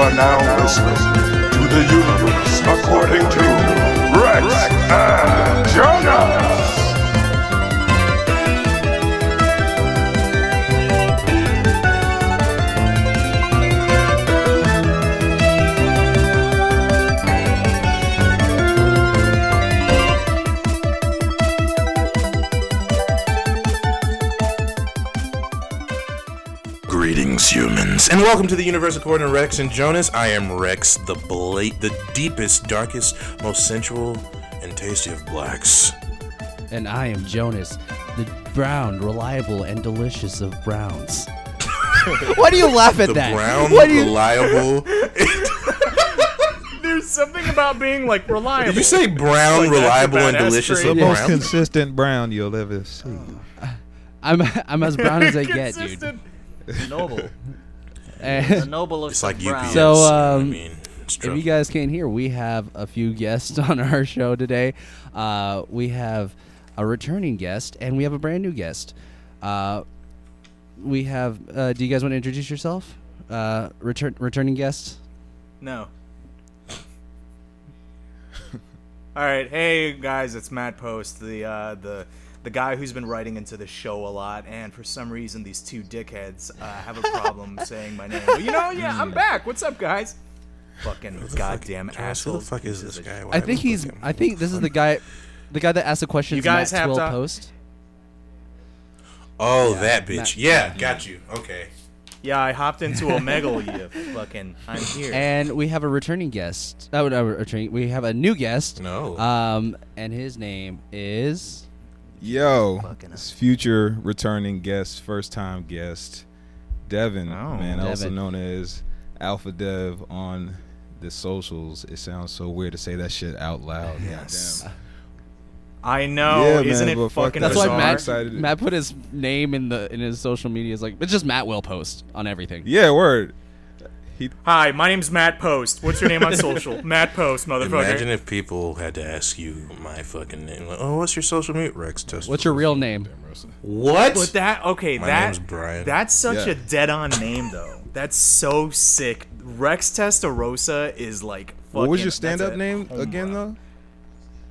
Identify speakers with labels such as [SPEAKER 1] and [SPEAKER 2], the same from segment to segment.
[SPEAKER 1] are now listening to the universe according to Rex and Jonas.
[SPEAKER 2] Greetings, humans, and welcome to the Universe According to Rex and Jonas. I am Rex, the bla- the deepest, darkest, most sensual, and tasty of blacks.
[SPEAKER 3] And I am Jonas, the brown, reliable, and delicious of browns. Why do you laugh at
[SPEAKER 2] The
[SPEAKER 3] that?
[SPEAKER 2] brown,
[SPEAKER 3] Why do you?
[SPEAKER 2] reliable.
[SPEAKER 4] There's something about being like reliable.
[SPEAKER 2] Did you say brown,
[SPEAKER 4] Like, that's a
[SPEAKER 2] reliable, and
[SPEAKER 4] badass
[SPEAKER 2] delicious
[SPEAKER 4] trait.
[SPEAKER 2] of
[SPEAKER 5] The most
[SPEAKER 2] brown?
[SPEAKER 5] consistent brown you'll ever see.
[SPEAKER 4] Oh,
[SPEAKER 3] I'm I'm as brown as I get, dude.
[SPEAKER 4] Consistent.
[SPEAKER 6] Noble. The
[SPEAKER 3] And
[SPEAKER 6] noble of
[SPEAKER 2] It's like
[SPEAKER 6] brown.
[SPEAKER 2] UPS.
[SPEAKER 3] So,
[SPEAKER 2] you know what I
[SPEAKER 3] um,
[SPEAKER 2] mean, it's
[SPEAKER 3] if
[SPEAKER 2] true.
[SPEAKER 3] you guys can't hear, we have a few guests on our show today. Uh, we have a returning guest, and we have a brand new guest. Uh, we have. Uh, do you guys want to introduce yourself? Uh, return returning guest.
[SPEAKER 4] No. All right, hey guys, it's Matt Post, the uh, the the guy who's been writing into the show a lot, and for some reason these two dickheads uh, have a problem saying my name. But you know, yeah, I'm back. What's up, guys? Fucking goddamn
[SPEAKER 2] Jonas, who
[SPEAKER 4] asshole.
[SPEAKER 2] the fuck is this guy? Why
[SPEAKER 3] I
[SPEAKER 2] am
[SPEAKER 3] think he's.
[SPEAKER 2] looking?
[SPEAKER 3] I think this is the guy, the guy that asked the question.
[SPEAKER 4] You guys
[SPEAKER 3] Matt
[SPEAKER 4] have
[SPEAKER 3] Twill
[SPEAKER 4] to-
[SPEAKER 3] post.
[SPEAKER 2] Oh, that bitch. Yeah, got you. Okay.
[SPEAKER 4] Yeah, I hopped into Omegle, you fucking. I'm here.
[SPEAKER 3] And we have a returning guest. Oh, no, returning. We have a new guest.
[SPEAKER 2] No.
[SPEAKER 3] Um, and his name is.
[SPEAKER 5] Yo,
[SPEAKER 4] Fucking
[SPEAKER 5] it's future returning guest, first time guest, Devin,
[SPEAKER 4] Oh,
[SPEAKER 5] man, also
[SPEAKER 3] Devin.
[SPEAKER 5] known as Alpha Dev on the socials. It sounds so weird to say that shit out loud.
[SPEAKER 2] Yes.
[SPEAKER 5] Goddamn.
[SPEAKER 4] I know,
[SPEAKER 5] Yeah, man,
[SPEAKER 4] isn't
[SPEAKER 5] but
[SPEAKER 4] it
[SPEAKER 5] fuck
[SPEAKER 4] fucking
[SPEAKER 5] that.
[SPEAKER 3] That's
[SPEAKER 4] bizarre?
[SPEAKER 3] why
[SPEAKER 5] I'm
[SPEAKER 3] Matt
[SPEAKER 5] excited.
[SPEAKER 3] Matt put his name in the in his social media. Is like it's just Matt will post on everything.
[SPEAKER 5] Yeah, word.
[SPEAKER 4] Hi, my name's Matt Post. What's your name on social? Matt Post, motherfucker.
[SPEAKER 2] Imagine if people had to ask you my fucking name. Like, oh, what's your social media? Rex Test.
[SPEAKER 3] What's your real name?
[SPEAKER 2] What?
[SPEAKER 4] but that okay,
[SPEAKER 2] My
[SPEAKER 4] that
[SPEAKER 2] name's Brian.
[SPEAKER 4] that's such a
[SPEAKER 5] Yeah.
[SPEAKER 4] dead-on name though. That's so sick. Rex Testarossa is like. Fucking,
[SPEAKER 5] What was your
[SPEAKER 4] that's Oh
[SPEAKER 5] stand-up
[SPEAKER 4] a
[SPEAKER 5] name
[SPEAKER 4] home run.
[SPEAKER 5] again, though?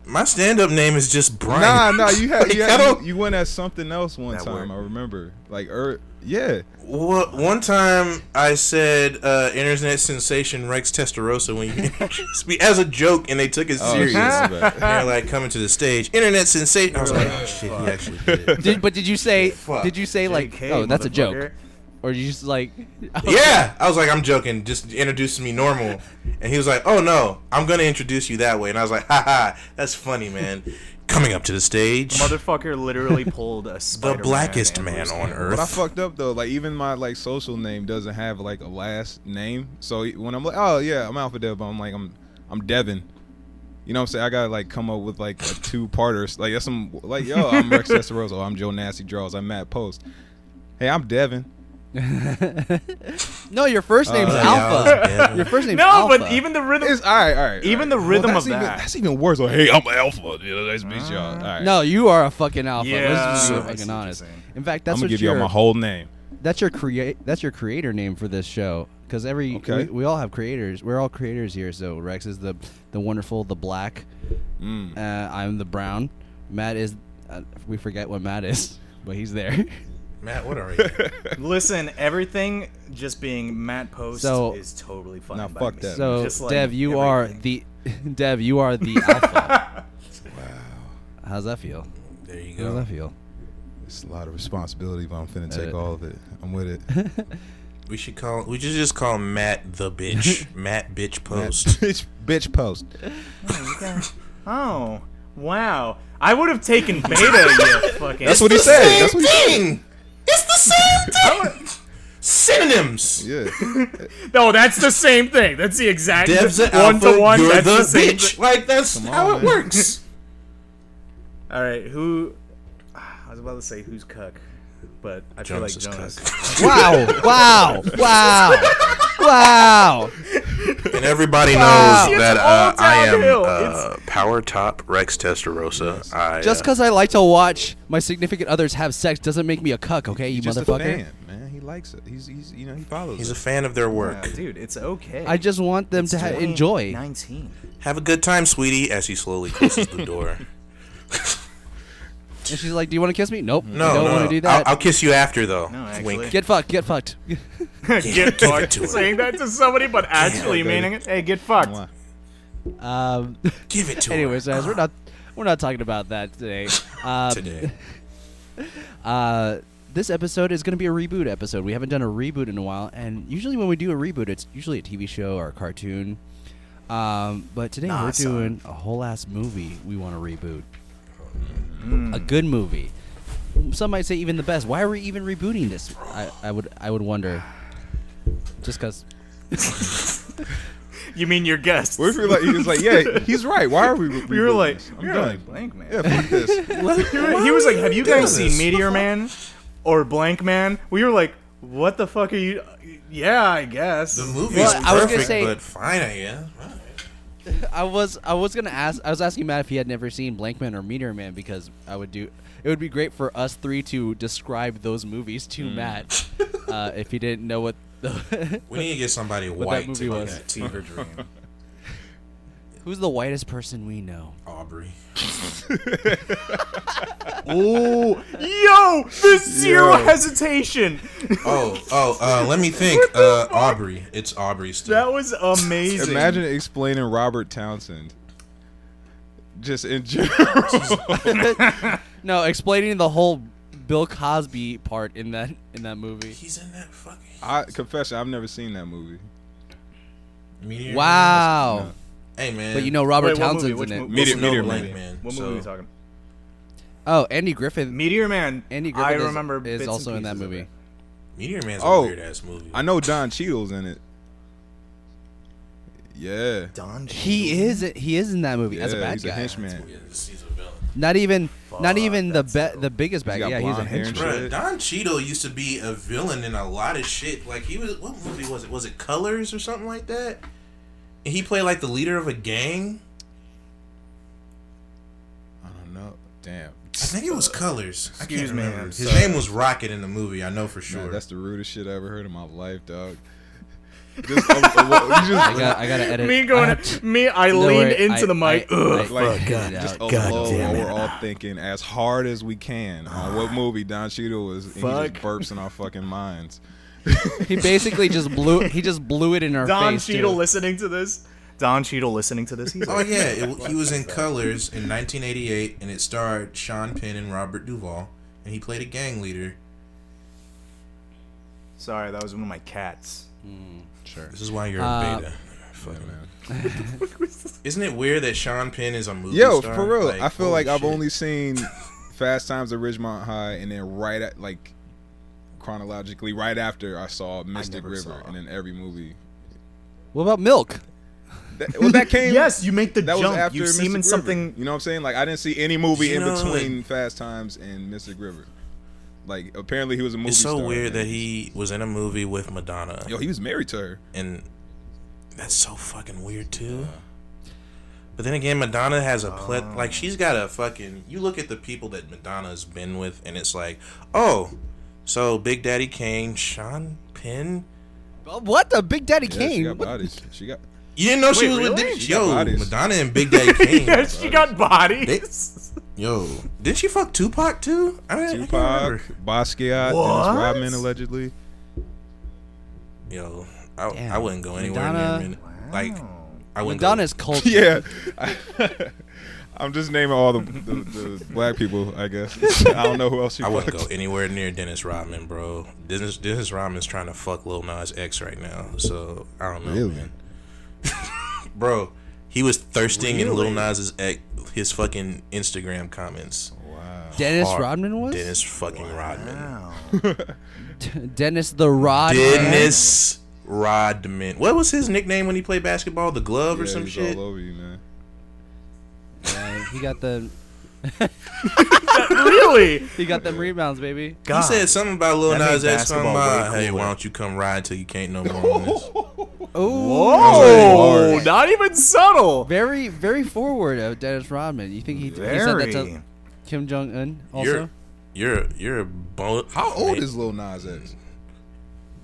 [SPEAKER 2] My stand-up name is just Brian.
[SPEAKER 5] Nah, nah, you had,
[SPEAKER 2] Like,
[SPEAKER 5] you,
[SPEAKER 2] I
[SPEAKER 5] had
[SPEAKER 2] don't-
[SPEAKER 5] you, went as something else one
[SPEAKER 4] That
[SPEAKER 5] time.
[SPEAKER 4] worked.
[SPEAKER 5] I remember, like, er, yeah,
[SPEAKER 2] Wha- one time I said uh, internet sensation Rex Testarossa when you introduced me as a joke, and they took it
[SPEAKER 5] Oh,
[SPEAKER 2] serious.
[SPEAKER 5] shit,
[SPEAKER 2] and
[SPEAKER 5] my bad.
[SPEAKER 2] they're like coming to the stage, internet sensation. I was like, oh, shit, he actually did. it.
[SPEAKER 3] Did, but did you say?
[SPEAKER 2] Fuck.
[SPEAKER 3] Did you say like?
[SPEAKER 4] JK,
[SPEAKER 3] oh, that's a
[SPEAKER 4] motherfucker.
[SPEAKER 3] joke. Or you just like?
[SPEAKER 2] yeah, I was like, I'm joking. Just introducing me normal, and he was like, Oh no, I'm gonna introduce you that way. And I was like, Ha ha, that's funny, man. Coming up to the stage,
[SPEAKER 4] Motherfucker literally pulled a
[SPEAKER 2] the
[SPEAKER 4] Spider-Man
[SPEAKER 2] blackest
[SPEAKER 4] and
[SPEAKER 2] man
[SPEAKER 4] Bruce
[SPEAKER 2] on
[SPEAKER 4] Wayne.
[SPEAKER 5] But I
[SPEAKER 2] earth.
[SPEAKER 5] fucked up though. Like even my like social name doesn't have like a last name. So when I'm like, oh yeah, I'm Alpha Dev, but I'm like I'm I'm Devin. You know what I'm saying? I gotta like come up with like a two parters. Like that's some like yo, I'm Rex Testarossa. Oh, I'm Joe Nasty Draws. I'm Matt Post. Hey, I'm Devin.
[SPEAKER 3] no, your
[SPEAKER 4] Oh,
[SPEAKER 3] first name's
[SPEAKER 2] Yeah,
[SPEAKER 3] Alpha.
[SPEAKER 2] I was dead.
[SPEAKER 3] Your first name's
[SPEAKER 4] No,
[SPEAKER 3] Alpha.
[SPEAKER 4] but even the rhythm.
[SPEAKER 5] It's all right, all right.
[SPEAKER 4] Even the
[SPEAKER 5] all right.
[SPEAKER 4] rhythm
[SPEAKER 5] that's
[SPEAKER 4] of
[SPEAKER 5] even,
[SPEAKER 4] that.
[SPEAKER 5] That's even worse. Like, hey, I'm Alpha. You know, that's me, y'all. All right.
[SPEAKER 3] No, you are a fucking alpha. Let's just
[SPEAKER 4] Yeah,
[SPEAKER 3] be
[SPEAKER 4] I see what
[SPEAKER 3] fucking
[SPEAKER 4] you're
[SPEAKER 3] honest.
[SPEAKER 4] saying.
[SPEAKER 3] In fact,
[SPEAKER 5] I'm
[SPEAKER 3] that's
[SPEAKER 5] gonna
[SPEAKER 3] what
[SPEAKER 5] give y'all
[SPEAKER 3] your
[SPEAKER 5] my whole name.
[SPEAKER 3] that's your create that's your creator name for this show because every
[SPEAKER 5] Okay.
[SPEAKER 3] we, we all have creators. We're all creators here. So Rex is the the wonderful, the black.
[SPEAKER 5] Mm.
[SPEAKER 3] Uh, I'm the brown. Matt is uh, we forget what Matt is, but he's there.
[SPEAKER 2] Matt, what are you?
[SPEAKER 4] Listen, everything just being Matt Post
[SPEAKER 3] So-
[SPEAKER 4] is totally fine.
[SPEAKER 5] Nah,
[SPEAKER 4] by
[SPEAKER 5] fuck
[SPEAKER 4] me.
[SPEAKER 5] that.
[SPEAKER 3] so
[SPEAKER 4] Just like
[SPEAKER 3] Dev, you are
[SPEAKER 4] everything.
[SPEAKER 3] the Dev, you are the alpha. wow. How's that feel?
[SPEAKER 2] There you
[SPEAKER 3] How's
[SPEAKER 2] go.
[SPEAKER 3] that feel?
[SPEAKER 5] It's a lot of responsibility, but I'm finna take
[SPEAKER 3] Uh,
[SPEAKER 5] all of it. I'm with it.
[SPEAKER 2] We should call. We should just call him Matt the bitch. Matt bitch post.
[SPEAKER 5] bitch, bitch post.
[SPEAKER 4] Oh, wow. I would have taken beta, you fucking.
[SPEAKER 5] That's what he said. That's what he said.
[SPEAKER 2] thing. It's the same thing. Synonyms.
[SPEAKER 5] Yeah.
[SPEAKER 4] No, that's the same thing. That's the exact
[SPEAKER 2] Dev's an
[SPEAKER 4] one
[SPEAKER 2] alpha.
[SPEAKER 4] to one.
[SPEAKER 2] you're
[SPEAKER 4] That's
[SPEAKER 2] the,
[SPEAKER 4] the, same
[SPEAKER 2] bitch.
[SPEAKER 4] thing.
[SPEAKER 2] Like that's
[SPEAKER 5] Come
[SPEAKER 2] how
[SPEAKER 5] on,
[SPEAKER 2] it
[SPEAKER 5] man.
[SPEAKER 2] works.
[SPEAKER 4] All right, who? ah, I was about to say who's cuck, but I
[SPEAKER 2] Jonas
[SPEAKER 4] feel like
[SPEAKER 2] is
[SPEAKER 4] Jonas.
[SPEAKER 2] cuck.
[SPEAKER 3] Wow! Wow! Wow! Wow!
[SPEAKER 2] And everybody knows
[SPEAKER 4] It's
[SPEAKER 2] that
[SPEAKER 4] all
[SPEAKER 2] uh, I am
[SPEAKER 4] downhill.
[SPEAKER 2] uh, power top Rex Testarossa. I, uh,
[SPEAKER 3] Just because I like to watch my significant others have sex doesn't make me a cuck, okay, you
[SPEAKER 5] Just a
[SPEAKER 3] motherfucker.
[SPEAKER 5] fan, man. He likes it. He's he's you know he follows.
[SPEAKER 2] He's a
[SPEAKER 5] it.
[SPEAKER 2] fan of their work.
[SPEAKER 4] Yeah, dude, it's okay.
[SPEAKER 3] I just want them
[SPEAKER 4] It's
[SPEAKER 3] to ha-
[SPEAKER 4] 20,
[SPEAKER 3] enjoy.
[SPEAKER 4] 19.
[SPEAKER 2] Have a good time, sweetie, as he slowly closes the door.
[SPEAKER 3] And she's like, "Do you want to kiss me?" Nope.
[SPEAKER 2] No,
[SPEAKER 3] don't
[SPEAKER 2] no,
[SPEAKER 3] want
[SPEAKER 2] no.
[SPEAKER 3] to do that.
[SPEAKER 2] I'll, I'll kiss you after, though.
[SPEAKER 4] No, actually.
[SPEAKER 2] Wink.
[SPEAKER 3] get fucked. Get fucked.
[SPEAKER 4] get
[SPEAKER 2] give it
[SPEAKER 4] fucked.
[SPEAKER 2] to her.
[SPEAKER 4] Saying that to somebody, but actually
[SPEAKER 5] Okay.
[SPEAKER 4] meaning it. Hey, get fucked.
[SPEAKER 5] Mwah.
[SPEAKER 3] um,
[SPEAKER 2] Give it to her.
[SPEAKER 3] anyways, guys, we're not we're not talking about that today. Um,
[SPEAKER 2] today.
[SPEAKER 3] Uh, this episode is going to be a reboot episode. We haven't done a reboot in a while, and usually when we do a reboot, it's usually a TV show or a cartoon. Um, but today
[SPEAKER 4] Nah,
[SPEAKER 3] we're
[SPEAKER 4] son.
[SPEAKER 3] doing a whole ass movie. We want to reboot
[SPEAKER 2] Mm.
[SPEAKER 3] a good movie. Some might say even the best. Why are we even rebooting this? I, I would I would wonder. Just because
[SPEAKER 4] You mean your guest?
[SPEAKER 5] What if you're like you're just like yeah he's right. Why are we? re-
[SPEAKER 4] we were
[SPEAKER 5] redoing
[SPEAKER 4] like,
[SPEAKER 5] this?
[SPEAKER 4] we
[SPEAKER 5] I'm
[SPEAKER 4] were
[SPEAKER 5] done.
[SPEAKER 4] like blank man.
[SPEAKER 5] Yeah, fuck this.
[SPEAKER 4] He wa- he was like, "Have you
[SPEAKER 2] doing
[SPEAKER 4] guys seen
[SPEAKER 2] this?
[SPEAKER 4] Meteor Man or Blank Man?" We were like, "What the fuck are you?" Yeah, I guess.
[SPEAKER 2] The movie's
[SPEAKER 3] Well, I was gonna
[SPEAKER 2] perfect,
[SPEAKER 3] say-
[SPEAKER 2] but fine, I guess. Right.
[SPEAKER 3] I was I was gonna ask I was asking Matt if he had never seen Blankman or Meteor Man because I would do it would be great for us three to describe those movies to Matt uh, if he didn't know what the
[SPEAKER 2] We need to get somebody white to
[SPEAKER 3] movie
[SPEAKER 2] do
[SPEAKER 3] was.
[SPEAKER 2] that Tinder dream.
[SPEAKER 3] who's the whitest person we know.
[SPEAKER 2] Aubrey.
[SPEAKER 4] Ooh, yo, the zero
[SPEAKER 5] Yo.
[SPEAKER 4] hesitation.
[SPEAKER 2] Oh, oh, uh, let me think. Uh, Aubrey. It's Aubrey still.
[SPEAKER 4] That was amazing.
[SPEAKER 5] Imagine explaining Robert Townsend. Just in general.
[SPEAKER 3] No, explaining the whole Bill Cosby part in that in that movie.
[SPEAKER 2] He's in that fucking
[SPEAKER 5] I confession, I've never seen that movie.
[SPEAKER 2] meteor.
[SPEAKER 3] Wow.
[SPEAKER 5] No.
[SPEAKER 2] Hey man.
[SPEAKER 3] But you know Robert
[SPEAKER 4] Wait, what movie?
[SPEAKER 3] Townsend's
[SPEAKER 4] Which
[SPEAKER 3] in it.
[SPEAKER 4] mo-
[SPEAKER 5] Meteor-
[SPEAKER 4] what-
[SPEAKER 2] no
[SPEAKER 5] Meteor
[SPEAKER 2] blank
[SPEAKER 5] Man.
[SPEAKER 2] man.
[SPEAKER 4] What
[SPEAKER 2] so,
[SPEAKER 4] movie are we talking? about?
[SPEAKER 3] Oh, Andy Griffith.
[SPEAKER 4] Meteor Man.
[SPEAKER 3] Andy Griffith
[SPEAKER 4] I
[SPEAKER 3] is-
[SPEAKER 4] remember
[SPEAKER 3] is,
[SPEAKER 4] bits and
[SPEAKER 3] also in that
[SPEAKER 4] pieces of
[SPEAKER 3] movie.
[SPEAKER 4] it.
[SPEAKER 2] Meteor Man's
[SPEAKER 5] Oh.
[SPEAKER 2] a weird ass movie.
[SPEAKER 5] I know Don Cheadle's in it. Yeah.
[SPEAKER 4] Don.
[SPEAKER 3] He is he is in that movie as a
[SPEAKER 5] Yeah,
[SPEAKER 3] bad
[SPEAKER 5] he's
[SPEAKER 3] guy.
[SPEAKER 5] a henchman.
[SPEAKER 2] Yeah, he's a villain.
[SPEAKER 3] Not even not
[SPEAKER 4] Fuck,
[SPEAKER 3] even the
[SPEAKER 4] that's
[SPEAKER 3] be- the biggest bad
[SPEAKER 5] got
[SPEAKER 3] guy. He's a
[SPEAKER 5] blonde hair and
[SPEAKER 3] henchman.
[SPEAKER 5] shit.
[SPEAKER 2] Bruh, Don Cheadle used to be a villain in a lot of shit. Like he was, what movie was it? Was it Colors or something like that? And he played like the leader of a gang.
[SPEAKER 5] I don't know. Damn.
[SPEAKER 2] I think it was Colors. I
[SPEAKER 4] Excuse
[SPEAKER 2] can't
[SPEAKER 4] me,
[SPEAKER 2] remember.
[SPEAKER 4] I'm
[SPEAKER 2] His
[SPEAKER 4] sorry.
[SPEAKER 2] name was Rocket in the movie. I know for sure.
[SPEAKER 5] Man, that's the rudest shit I ever heard in my life, dog. Just, um, uh, you just-
[SPEAKER 3] I got I gotta edit.
[SPEAKER 4] Me
[SPEAKER 3] I
[SPEAKER 4] going.
[SPEAKER 3] have
[SPEAKER 4] Me. I
[SPEAKER 3] No,
[SPEAKER 4] leaned
[SPEAKER 3] wait,
[SPEAKER 4] into
[SPEAKER 3] I-
[SPEAKER 4] the mic.
[SPEAKER 3] I-
[SPEAKER 4] Ugh.
[SPEAKER 3] I-
[SPEAKER 5] like
[SPEAKER 3] Fuck, got it
[SPEAKER 5] just
[SPEAKER 3] out.
[SPEAKER 5] alone
[SPEAKER 4] God damn
[SPEAKER 5] while
[SPEAKER 4] it.
[SPEAKER 5] we're all thinking as hard as we can on what movie Don Cheadle was. And he just
[SPEAKER 4] Fuck.
[SPEAKER 5] burps in our fucking minds.
[SPEAKER 3] He basically just blew. He just blew it in our
[SPEAKER 4] Don
[SPEAKER 3] face. too.
[SPEAKER 4] Cheadle listening to this. Don Cheadle listening to this. He's
[SPEAKER 2] Oh
[SPEAKER 4] like,
[SPEAKER 2] yeah, it, he was in Colors in 1988, and it starred Sean Penn and Robert Duvall, and he played a gang leader.
[SPEAKER 4] sorry, that was one of my cats.
[SPEAKER 5] Sure.
[SPEAKER 2] This is why you're a
[SPEAKER 3] Uh,
[SPEAKER 2] beta. Fuck.
[SPEAKER 5] man.
[SPEAKER 2] Isn't it weird that Sean Penn is a movie
[SPEAKER 5] Yo,
[SPEAKER 2] star?
[SPEAKER 5] for real,
[SPEAKER 2] Like,
[SPEAKER 5] I feel
[SPEAKER 2] holy
[SPEAKER 5] like I've
[SPEAKER 2] shit.
[SPEAKER 5] only seen Fast Times at Ridgemont High, and then right at like chronologically, right after I saw Mystic
[SPEAKER 4] never
[SPEAKER 5] River,
[SPEAKER 4] saw.
[SPEAKER 5] and then every movie.
[SPEAKER 3] What about milk?
[SPEAKER 5] That, well, that came.
[SPEAKER 4] Yes, you make the
[SPEAKER 5] that was
[SPEAKER 4] jump.
[SPEAKER 5] after
[SPEAKER 4] You
[SPEAKER 5] Mystic
[SPEAKER 4] seem in
[SPEAKER 5] River.
[SPEAKER 4] something.
[SPEAKER 5] You know what I'm saying? Like I didn't see any movie
[SPEAKER 2] You
[SPEAKER 5] in
[SPEAKER 2] know,
[SPEAKER 5] between Fast Times and Mystic River. Like apparently he was a movie.
[SPEAKER 2] It's so
[SPEAKER 5] star,
[SPEAKER 2] weird
[SPEAKER 5] man.
[SPEAKER 2] that he was in a movie with Madonna,
[SPEAKER 5] Yo, he was married to her.
[SPEAKER 2] and that's so fucking weird too. But then again, Madonna has a ple- like she's got a fucking. You look at the people that Madonna's been with, and it's like, oh, so Big Daddy Kane, Sean Penn.
[SPEAKER 3] Uh, What the Big Daddy
[SPEAKER 5] Yeah, she
[SPEAKER 3] Kane?
[SPEAKER 5] got
[SPEAKER 3] What-
[SPEAKER 5] bodies. She got.
[SPEAKER 2] You didn't know she
[SPEAKER 4] Wait,
[SPEAKER 2] was with
[SPEAKER 4] really?
[SPEAKER 2] Diddy-
[SPEAKER 5] She got
[SPEAKER 2] Yo,
[SPEAKER 5] bodies.
[SPEAKER 2] Madonna and Big Daddy Kane.
[SPEAKER 4] yes, she got bodies.
[SPEAKER 2] Yo, did she fuck Tupac too? I mean,
[SPEAKER 5] Tupac, Basquiat,
[SPEAKER 4] What?
[SPEAKER 5] Dennis Rodman allegedly.
[SPEAKER 2] Yo, I,
[SPEAKER 3] Damn.
[SPEAKER 2] I wouldn't go anywhere
[SPEAKER 3] Madonna-
[SPEAKER 2] near Mad- Like, I wouldn't. go-
[SPEAKER 3] Madonna's culture.
[SPEAKER 5] Yeah. I'm just naming all the, the, the black people, I guess. I don't know who else you
[SPEAKER 2] I wouldn't
[SPEAKER 5] fucked.
[SPEAKER 2] go anywhere near Dennis Rodman, bro. Dennis Dennis Rodman's trying to fuck Lil Nas X right now, so I don't know,
[SPEAKER 5] Really?
[SPEAKER 2] man. bro, he was thirsting in Lil
[SPEAKER 4] Really?
[SPEAKER 2] Nas's ex, his fucking Instagram comments.
[SPEAKER 5] Wow.
[SPEAKER 3] Dennis
[SPEAKER 2] Hard.
[SPEAKER 3] Rodman was.
[SPEAKER 2] Dennis fucking Rodman.
[SPEAKER 3] Dennis the Rod.
[SPEAKER 2] Dennis Rodman. What was his nickname when he played basketball? The Glove or
[SPEAKER 5] Yeah,
[SPEAKER 2] some
[SPEAKER 5] he's
[SPEAKER 2] shit?
[SPEAKER 5] all over you, man.
[SPEAKER 3] Man, he got the
[SPEAKER 4] really?
[SPEAKER 3] he got them rebounds, baby.
[SPEAKER 2] He
[SPEAKER 4] God.
[SPEAKER 2] said something about Lil
[SPEAKER 4] That made
[SPEAKER 2] Nas X. Something
[SPEAKER 4] basketball way
[SPEAKER 2] about, hey,
[SPEAKER 4] cooler."
[SPEAKER 2] why don't you come ride till you can't no more? on this?"
[SPEAKER 3] Oh,
[SPEAKER 4] Whoa! Not even subtle.
[SPEAKER 3] very very forward of Dennis Rodman. You think he, he said that to
[SPEAKER 4] Very.
[SPEAKER 3] Kim Jong Un also?
[SPEAKER 2] You're, you're, you're a bone.
[SPEAKER 5] How old is Lil Nas X?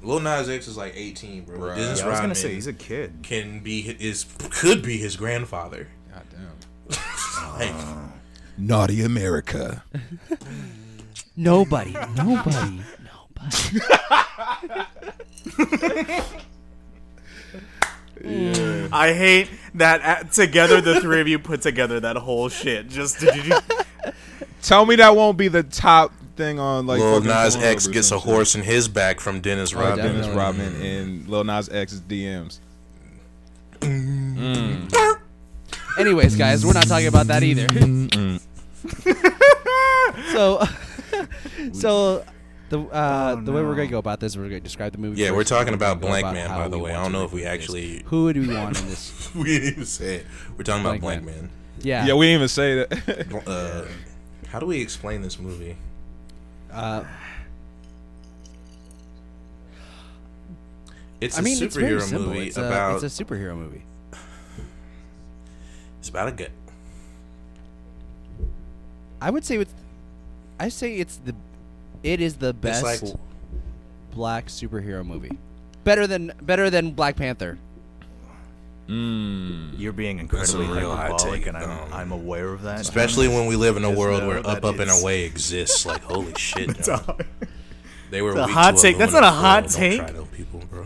[SPEAKER 2] Lil Nas X is like 18, bro.
[SPEAKER 5] Bruh.
[SPEAKER 2] Dennis
[SPEAKER 4] Yeah, I was
[SPEAKER 2] Rodman
[SPEAKER 4] gonna say he's a kid.
[SPEAKER 2] can be hi- is could be his grandfather.
[SPEAKER 5] God damn.
[SPEAKER 3] Uh,
[SPEAKER 2] Like,
[SPEAKER 5] Naughty America.
[SPEAKER 3] Nobody, nobody, nobody.
[SPEAKER 4] I hate that uh, together the three of you put together that whole shit. Just
[SPEAKER 5] Tell me that won't be the top thing on like.
[SPEAKER 2] Lil
[SPEAKER 5] fucking
[SPEAKER 2] Nas
[SPEAKER 5] Pornhub
[SPEAKER 2] X
[SPEAKER 5] or
[SPEAKER 2] gets a
[SPEAKER 5] some shit.
[SPEAKER 2] horse in his back from Dennis
[SPEAKER 3] Oh, definitely.
[SPEAKER 2] Rodman.
[SPEAKER 5] Dennis Rodman and Lil Nas X's DMs.
[SPEAKER 3] Anyways, guys, we're not talking about that either.
[SPEAKER 2] Mm,
[SPEAKER 3] so, so the uh, the way we're gonna go about this, we're gonna describe the movie.
[SPEAKER 2] Yeah,
[SPEAKER 3] first,
[SPEAKER 2] we're talking
[SPEAKER 3] and we're
[SPEAKER 2] about
[SPEAKER 3] gonna go
[SPEAKER 2] Blank Man,
[SPEAKER 3] how
[SPEAKER 2] by the
[SPEAKER 3] we
[SPEAKER 2] way.
[SPEAKER 3] want
[SPEAKER 2] I don't
[SPEAKER 3] to
[SPEAKER 2] know if we
[SPEAKER 3] recommend this.
[SPEAKER 2] actually
[SPEAKER 3] Who would we want in this?
[SPEAKER 2] we didn't even say it. We're talking about
[SPEAKER 3] Blank
[SPEAKER 2] Blank Man.
[SPEAKER 3] Yeah,
[SPEAKER 5] Yeah, we didn't even say that.
[SPEAKER 2] Bl- Uh, how do we explain this movie?
[SPEAKER 3] uh,
[SPEAKER 2] It's a
[SPEAKER 3] I mean, it's very
[SPEAKER 2] superhero
[SPEAKER 3] simple.
[SPEAKER 2] movie
[SPEAKER 3] it's, a,
[SPEAKER 2] about
[SPEAKER 3] it's a superhero movie.
[SPEAKER 2] it's about a gut.
[SPEAKER 3] I would say it's, I say it's the, it is the
[SPEAKER 2] It's
[SPEAKER 3] best
[SPEAKER 2] like
[SPEAKER 3] black superhero movie. Better than better than Black Panther.
[SPEAKER 4] you're being incredibly
[SPEAKER 2] real hot
[SPEAKER 4] hyperbolic,
[SPEAKER 2] take,
[SPEAKER 4] and I'm,
[SPEAKER 2] um,
[SPEAKER 4] I'm aware of that.
[SPEAKER 2] especially when we live in a
[SPEAKER 4] Just
[SPEAKER 2] world
[SPEAKER 4] know
[SPEAKER 2] where
[SPEAKER 4] that
[SPEAKER 2] up, up, and
[SPEAKER 4] it's-
[SPEAKER 2] away exists. Like holy shit, yo. they were
[SPEAKER 4] a
[SPEAKER 2] weak
[SPEAKER 4] hot
[SPEAKER 2] to
[SPEAKER 4] take. That's
[SPEAKER 2] aluminum
[SPEAKER 4] not a hot
[SPEAKER 2] foil. Don't
[SPEAKER 4] take.
[SPEAKER 2] try no people,
[SPEAKER 3] Uh,
[SPEAKER 2] bro.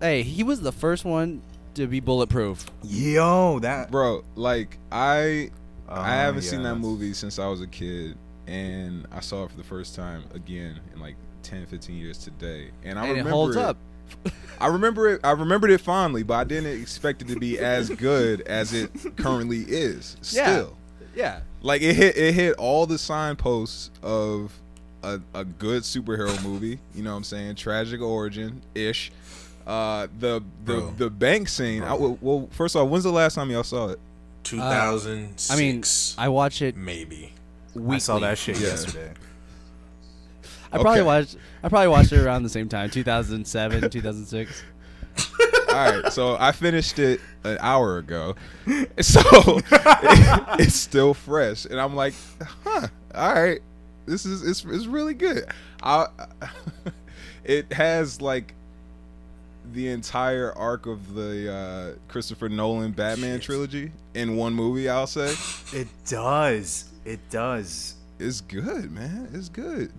[SPEAKER 3] Hey, he was the first one to be bulletproof.
[SPEAKER 4] yo, that
[SPEAKER 5] Bro, like I I
[SPEAKER 4] Oh,
[SPEAKER 5] haven't seen that
[SPEAKER 4] yes.
[SPEAKER 5] movie since I was a kid and I saw it for the first time again in like 10 15 years today. And I
[SPEAKER 3] and it
[SPEAKER 5] remember
[SPEAKER 3] holds up.
[SPEAKER 5] I remember it I remembered it fondly, but I didn't expect it to be as good as it currently is.
[SPEAKER 3] Yeah.
[SPEAKER 5] Still.
[SPEAKER 3] Yeah.
[SPEAKER 5] Like it hit it hit all the signposts of a, a good superhero movie, you know what I'm saying? Tragic origin ish. Uh the the
[SPEAKER 2] Bro.
[SPEAKER 5] the bank scene. I, well, well, first off, when's the last time y'all saw it?
[SPEAKER 2] Two thousand six.
[SPEAKER 3] I mean, I watch it
[SPEAKER 2] maybe.
[SPEAKER 3] weekly.
[SPEAKER 4] I saw that shit
[SPEAKER 5] Yeah.
[SPEAKER 4] yesterday.
[SPEAKER 3] I probably
[SPEAKER 5] Okay.
[SPEAKER 3] watched. I probably watched it around the same time, 2007, 2006.
[SPEAKER 5] All right, so I finished it an hour ago, so it- it's still fresh, and I'm like, huh, all right, this is it's, it's really good. I, it has like the entire arc of the uh, Christopher Nolan Batman trilogy in one movie. I'll say
[SPEAKER 4] It does. It does.
[SPEAKER 5] it's good, man, it's good.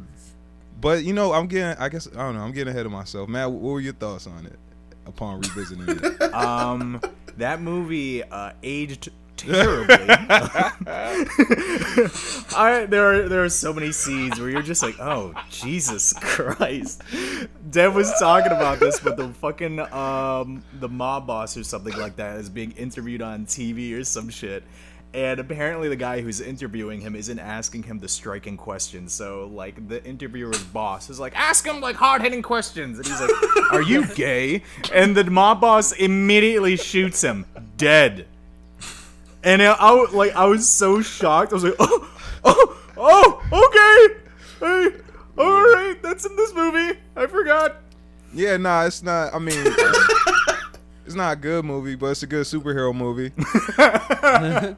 [SPEAKER 5] But you know, I'm getting, I guess I don't know, I'm getting ahead of myself. Matt, what were your thoughts on it upon revisiting it?
[SPEAKER 4] Um, that movie uh, aged terribly. I there are there are so many scenes where you're just like, oh Jesus Christ. Dev was talking about this, but the fucking um the mob boss or something like that is being interviewed on TV or some shit. And apparently, the guy who's interviewing him isn't asking him the striking questions. So, like, the interviewer's boss is like, "Ask him like hard-hitting questions," and he's like, "Are you gay?" And the mob boss immediately shoots him dead. And I, I wa- like I was so shocked. I was like, oh, oh, oh, okay, hey, all right, that's in this movie. I forgot.
[SPEAKER 5] Yeah, nah, it's not. I mean, it's- it's not a good movie, but it's a good superhero movie.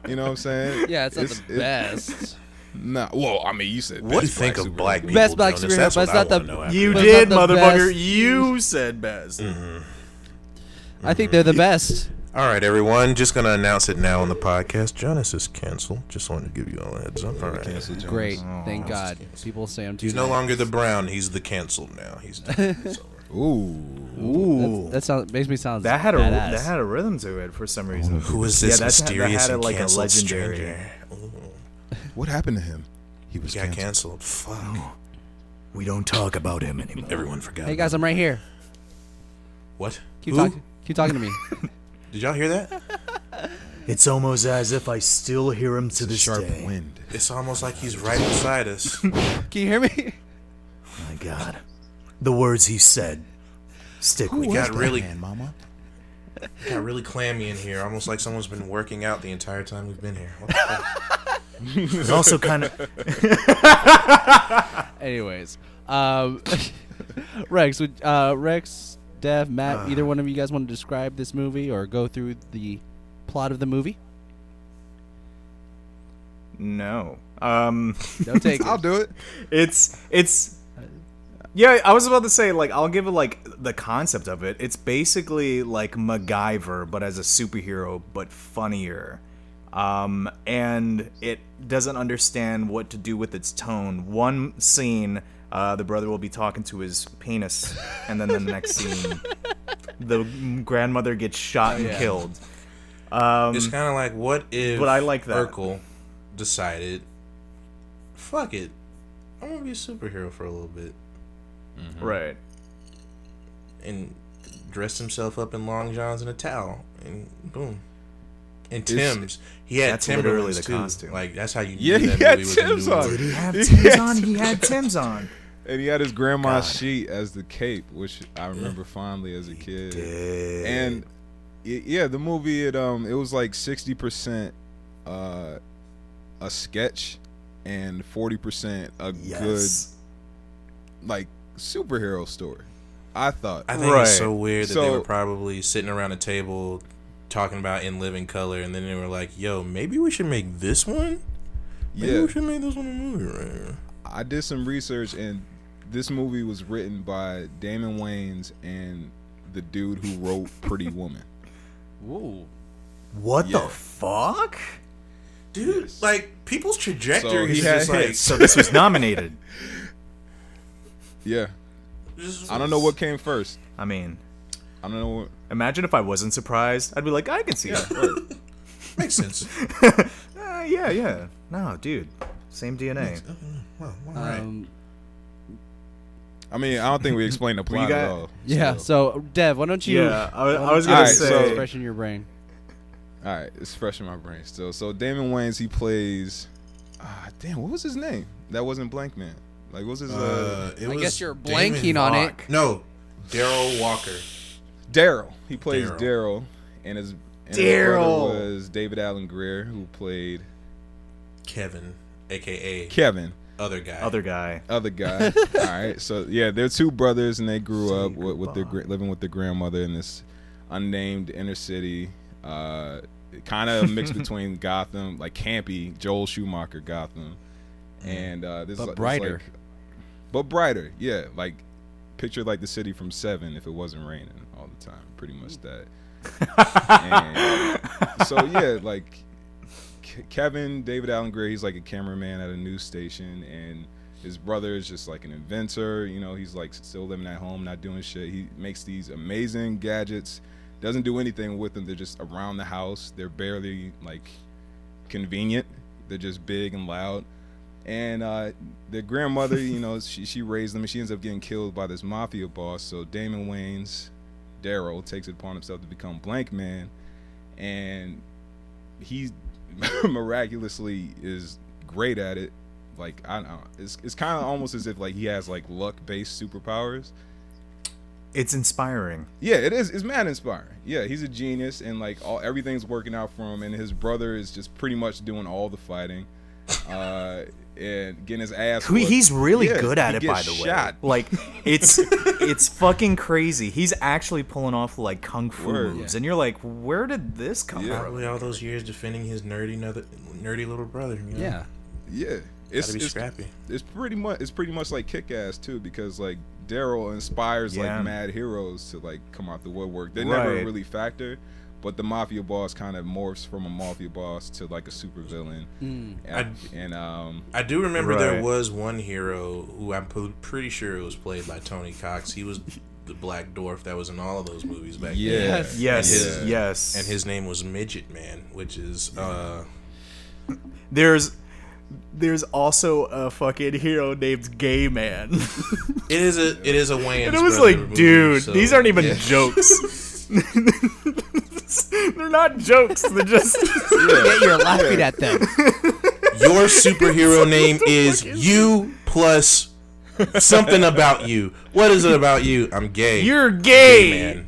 [SPEAKER 5] you know what I'm saying?
[SPEAKER 3] Yeah, it's not the
[SPEAKER 5] it-
[SPEAKER 3] best.
[SPEAKER 5] nah, well, I mean, you said
[SPEAKER 2] What do you
[SPEAKER 5] best
[SPEAKER 2] think
[SPEAKER 5] superhero
[SPEAKER 2] of black
[SPEAKER 5] movie.
[SPEAKER 2] people?
[SPEAKER 3] Best black
[SPEAKER 2] Jonas?
[SPEAKER 3] superhero,
[SPEAKER 2] That's
[SPEAKER 3] but
[SPEAKER 2] what
[SPEAKER 3] it's
[SPEAKER 2] I
[SPEAKER 3] not
[SPEAKER 2] wanna
[SPEAKER 3] the-
[SPEAKER 2] know after
[SPEAKER 4] You
[SPEAKER 3] But
[SPEAKER 2] this.
[SPEAKER 3] it's
[SPEAKER 4] did,
[SPEAKER 3] not the
[SPEAKER 4] motherfucker.
[SPEAKER 3] best.
[SPEAKER 4] You said best.
[SPEAKER 3] I think they're the best.
[SPEAKER 2] All right, everyone. Just gonna announce it now on the podcast. Jonas is canceled. Just wanted to give you all a heads up. All right.
[SPEAKER 5] Cancel Jones.
[SPEAKER 3] Great. Thank God. People say I'm too.
[SPEAKER 2] He's no
[SPEAKER 3] nice.
[SPEAKER 2] longer the brown. He's the canceled now. He's done. It's over.
[SPEAKER 5] Ooh,
[SPEAKER 4] Ooh,
[SPEAKER 3] That's- That sounds makes me sound.
[SPEAKER 4] that had a
[SPEAKER 3] badass.
[SPEAKER 4] that had a rhythm to it for some reason.
[SPEAKER 2] Who is this
[SPEAKER 4] Yeah, that's- that
[SPEAKER 2] mysterious
[SPEAKER 4] had a,
[SPEAKER 2] and
[SPEAKER 4] like, a
[SPEAKER 2] canceled
[SPEAKER 4] legendary-
[SPEAKER 2] stranger?
[SPEAKER 5] what happened to him? He was
[SPEAKER 2] He got
[SPEAKER 5] canceled.
[SPEAKER 2] canceled. Fuck.
[SPEAKER 4] We don't talk about him anymore.
[SPEAKER 2] Everyone forgot.
[SPEAKER 3] Hey guys, I'm right here.
[SPEAKER 2] What?
[SPEAKER 3] Keep
[SPEAKER 2] Who?
[SPEAKER 3] talking. Keep talking to me.
[SPEAKER 2] Did y'all hear that?
[SPEAKER 4] It's almost as if I still hear him to
[SPEAKER 5] The
[SPEAKER 4] this
[SPEAKER 5] sharp
[SPEAKER 4] day.
[SPEAKER 5] wind.
[SPEAKER 2] It's almost like he's right beside us.
[SPEAKER 3] Can you hear me?
[SPEAKER 4] My God, the words he said stick with
[SPEAKER 2] It
[SPEAKER 4] you.
[SPEAKER 2] got really,
[SPEAKER 5] Man, mama.
[SPEAKER 2] got really clammy in here. Almost like someone's been working out the entire time we've been here. What the fuck?
[SPEAKER 4] It's also kind of
[SPEAKER 3] Anyways, um, Rex, would, uh, Rex, Dev, Matt, either one of you guys want to describe this movie or go through the plot of the movie?
[SPEAKER 4] no. Um.
[SPEAKER 3] No take. Um,
[SPEAKER 5] I'll do it.
[SPEAKER 4] It's it's Yeah, I was about to say like I'll give it like the concept of it. It's basically like MacGyver, but as a superhero, but funnier. Um, and it doesn't understand what to do with its tone. One scene, uh, the brother will be talking to his penis, and then the next scene, the grandmother gets shot and
[SPEAKER 2] yeah.
[SPEAKER 4] killed. Um,
[SPEAKER 2] It's kind of like what if
[SPEAKER 4] But I like that.
[SPEAKER 2] Urkel decided, fuck it, I'm gonna be a superhero for a little bit
[SPEAKER 4] right.
[SPEAKER 2] and dressed himself up in long johns and a towel and boom. And
[SPEAKER 5] It's-
[SPEAKER 2] Tim's, he had
[SPEAKER 4] That's
[SPEAKER 2] Timberlands
[SPEAKER 4] literally the
[SPEAKER 2] too.
[SPEAKER 4] costume.
[SPEAKER 2] Like that's how you knew
[SPEAKER 5] Yeah,
[SPEAKER 2] that
[SPEAKER 5] he
[SPEAKER 2] movie
[SPEAKER 5] had
[SPEAKER 2] was
[SPEAKER 5] Tim's
[SPEAKER 2] a new
[SPEAKER 5] on.
[SPEAKER 2] word.
[SPEAKER 4] Did he have
[SPEAKER 5] Yes.
[SPEAKER 4] Tim's on? He had Tim's on.
[SPEAKER 5] And he had his grandma's sheet as the cape, which I remember fondly as a kid. And y- yeah, the movie it um it was like sixty percent uh a sketch and forty percent a
[SPEAKER 4] Yes.
[SPEAKER 5] good like superhero story. I thought.
[SPEAKER 2] I think
[SPEAKER 4] Right.
[SPEAKER 2] it's so weird that they
[SPEAKER 5] So-
[SPEAKER 2] were probably sitting around a table talking about in living color, and then they were like, "Yo, maybe we should make this one. Maybe
[SPEAKER 5] yeah,
[SPEAKER 2] we should make this one a movie." Right here."
[SPEAKER 5] I did some research and this movie was written by Damon Wayans and the dude who wrote Pretty Woman.
[SPEAKER 3] Whoa.
[SPEAKER 4] What
[SPEAKER 5] Yeah.
[SPEAKER 4] the fuck?
[SPEAKER 2] Dude,
[SPEAKER 5] Yes.
[SPEAKER 2] like people's
[SPEAKER 5] So
[SPEAKER 2] trajectories
[SPEAKER 5] he
[SPEAKER 2] is
[SPEAKER 5] had
[SPEAKER 2] just like
[SPEAKER 5] hits.
[SPEAKER 4] So this was nominated.
[SPEAKER 5] Yeah.
[SPEAKER 2] just-
[SPEAKER 5] I don't know what came first.
[SPEAKER 4] I mean,
[SPEAKER 5] I don't know what
[SPEAKER 4] imagine if I wasn't surprised. I'd be like, I can see that.
[SPEAKER 2] makes sense.
[SPEAKER 4] Uh, yeah, yeah. No, dude. Same DNA.
[SPEAKER 3] Um,
[SPEAKER 5] I mean, I don't think we explained the
[SPEAKER 4] you
[SPEAKER 5] plot
[SPEAKER 4] got-
[SPEAKER 5] at all.
[SPEAKER 3] yeah.
[SPEAKER 5] So,
[SPEAKER 3] So, Dev, why don't you?
[SPEAKER 4] Yeah, I- I
[SPEAKER 3] why don't
[SPEAKER 4] was
[SPEAKER 3] you
[SPEAKER 5] gonna
[SPEAKER 3] put
[SPEAKER 5] say-
[SPEAKER 3] some Expression in your brain.
[SPEAKER 5] all right, it's fresh in my brain still. So Damon Wayans, he plays. Ah, damn, what was his name? That wasn't Blank Man. Like, what was his? Uh,
[SPEAKER 2] Uh, it
[SPEAKER 3] I
[SPEAKER 2] was
[SPEAKER 3] guess you're
[SPEAKER 2] Damon
[SPEAKER 3] blanking on it.
[SPEAKER 2] Rock. No, Daryl Walker.
[SPEAKER 5] Daryl. He plays
[SPEAKER 2] Daryl.
[SPEAKER 5] Daryl, and his and his
[SPEAKER 4] Daryl.
[SPEAKER 5] brother was David Allen Greer, who played
[SPEAKER 2] Kevin, aka
[SPEAKER 5] Kevin,
[SPEAKER 2] other guy.
[SPEAKER 4] Other guy.
[SPEAKER 5] other guy. all right, so yeah, they're two brothers, and they grew up with, with their gra- living with their grandmother in this unnamed inner city. Uh, kind of mixed between Gotham, like campy Joel Schumacher Gotham, and uh,
[SPEAKER 3] Mm-hmm. But
[SPEAKER 5] this is like- this is
[SPEAKER 3] brighter.
[SPEAKER 5] like- but brighter, yeah. Like picture like the city from Seven if it wasn't raining all the time, pretty much
[SPEAKER 3] Mm.
[SPEAKER 5] that. and so yeah, like K- Kevin David Allen Gray, he's like a cameraman at a news station, and his brother is just like an inventor. You know, he's like still living at home, not doing shit. He makes these amazing gadgets, doesn't do anything with them. They're just around the house. They're barely like convenient. They're just big and loud. And uh, their grandmother, you know, she, she raised them, and she ends up getting killed by this mafia boss. So Damon Wayne's Daryl takes it upon himself to become Blank Man, and he miraculously is great at it. Like I don't, it's it's kind of almost as if like he has like luck based superpowers.
[SPEAKER 4] It's inspiring.
[SPEAKER 5] Yeah, it is. It's mad inspiring. Yeah, he's a genius, and like all everything's working out for him. And his brother is just pretty much doing all the fighting, uh, and getting his ass.
[SPEAKER 4] Who-
[SPEAKER 5] whooped.
[SPEAKER 4] He's really
[SPEAKER 5] Yeah,
[SPEAKER 4] good at
[SPEAKER 5] he
[SPEAKER 4] it, by
[SPEAKER 5] gets
[SPEAKER 4] the
[SPEAKER 5] shot.
[SPEAKER 4] way. Like it's it's fucking crazy. He's actually pulling off like kung fu
[SPEAKER 5] Word.
[SPEAKER 4] moves, and you're like, where did this come
[SPEAKER 5] Yeah.
[SPEAKER 4] from?
[SPEAKER 2] Probably all those years defending his nerdy, nother, nerdy little brother. You know?
[SPEAKER 3] Yeah.
[SPEAKER 5] Yeah, it's
[SPEAKER 2] gotta be
[SPEAKER 5] it's,
[SPEAKER 2] scrappy.
[SPEAKER 5] it's pretty much it's pretty much like Kick Ass too, because like Daryl inspires
[SPEAKER 4] Yeah.
[SPEAKER 5] like mad heroes to like come out the woodwork. They
[SPEAKER 4] Right.
[SPEAKER 5] never really factor, but the mafia boss kind of morphs from a mafia boss to like a supervillain, and, and um
[SPEAKER 2] I do remember there
[SPEAKER 4] Right.
[SPEAKER 2] was one hero who I'm p- pretty sure it was played by Tony Cox. He was the black dwarf that was in all of those movies back
[SPEAKER 5] yeah
[SPEAKER 2] then.
[SPEAKER 3] Yes.
[SPEAKER 4] Yes,
[SPEAKER 5] Yeah.
[SPEAKER 4] yes.
[SPEAKER 2] And his name was Midget Man, which is uh
[SPEAKER 4] there's there's also a fucking hero named Gay Man.
[SPEAKER 2] it is a it is a Wayne's.
[SPEAKER 4] and it was
[SPEAKER 2] brother
[SPEAKER 4] like,
[SPEAKER 2] movie,
[SPEAKER 4] dude,
[SPEAKER 2] so-
[SPEAKER 4] these aren't even jokes. They're not jokes. They're just
[SPEAKER 3] Yeah, you're laughing at them.
[SPEAKER 2] your superhero name is you plus something about you. What is it about you? I'm gay.
[SPEAKER 4] you're gay.
[SPEAKER 2] man.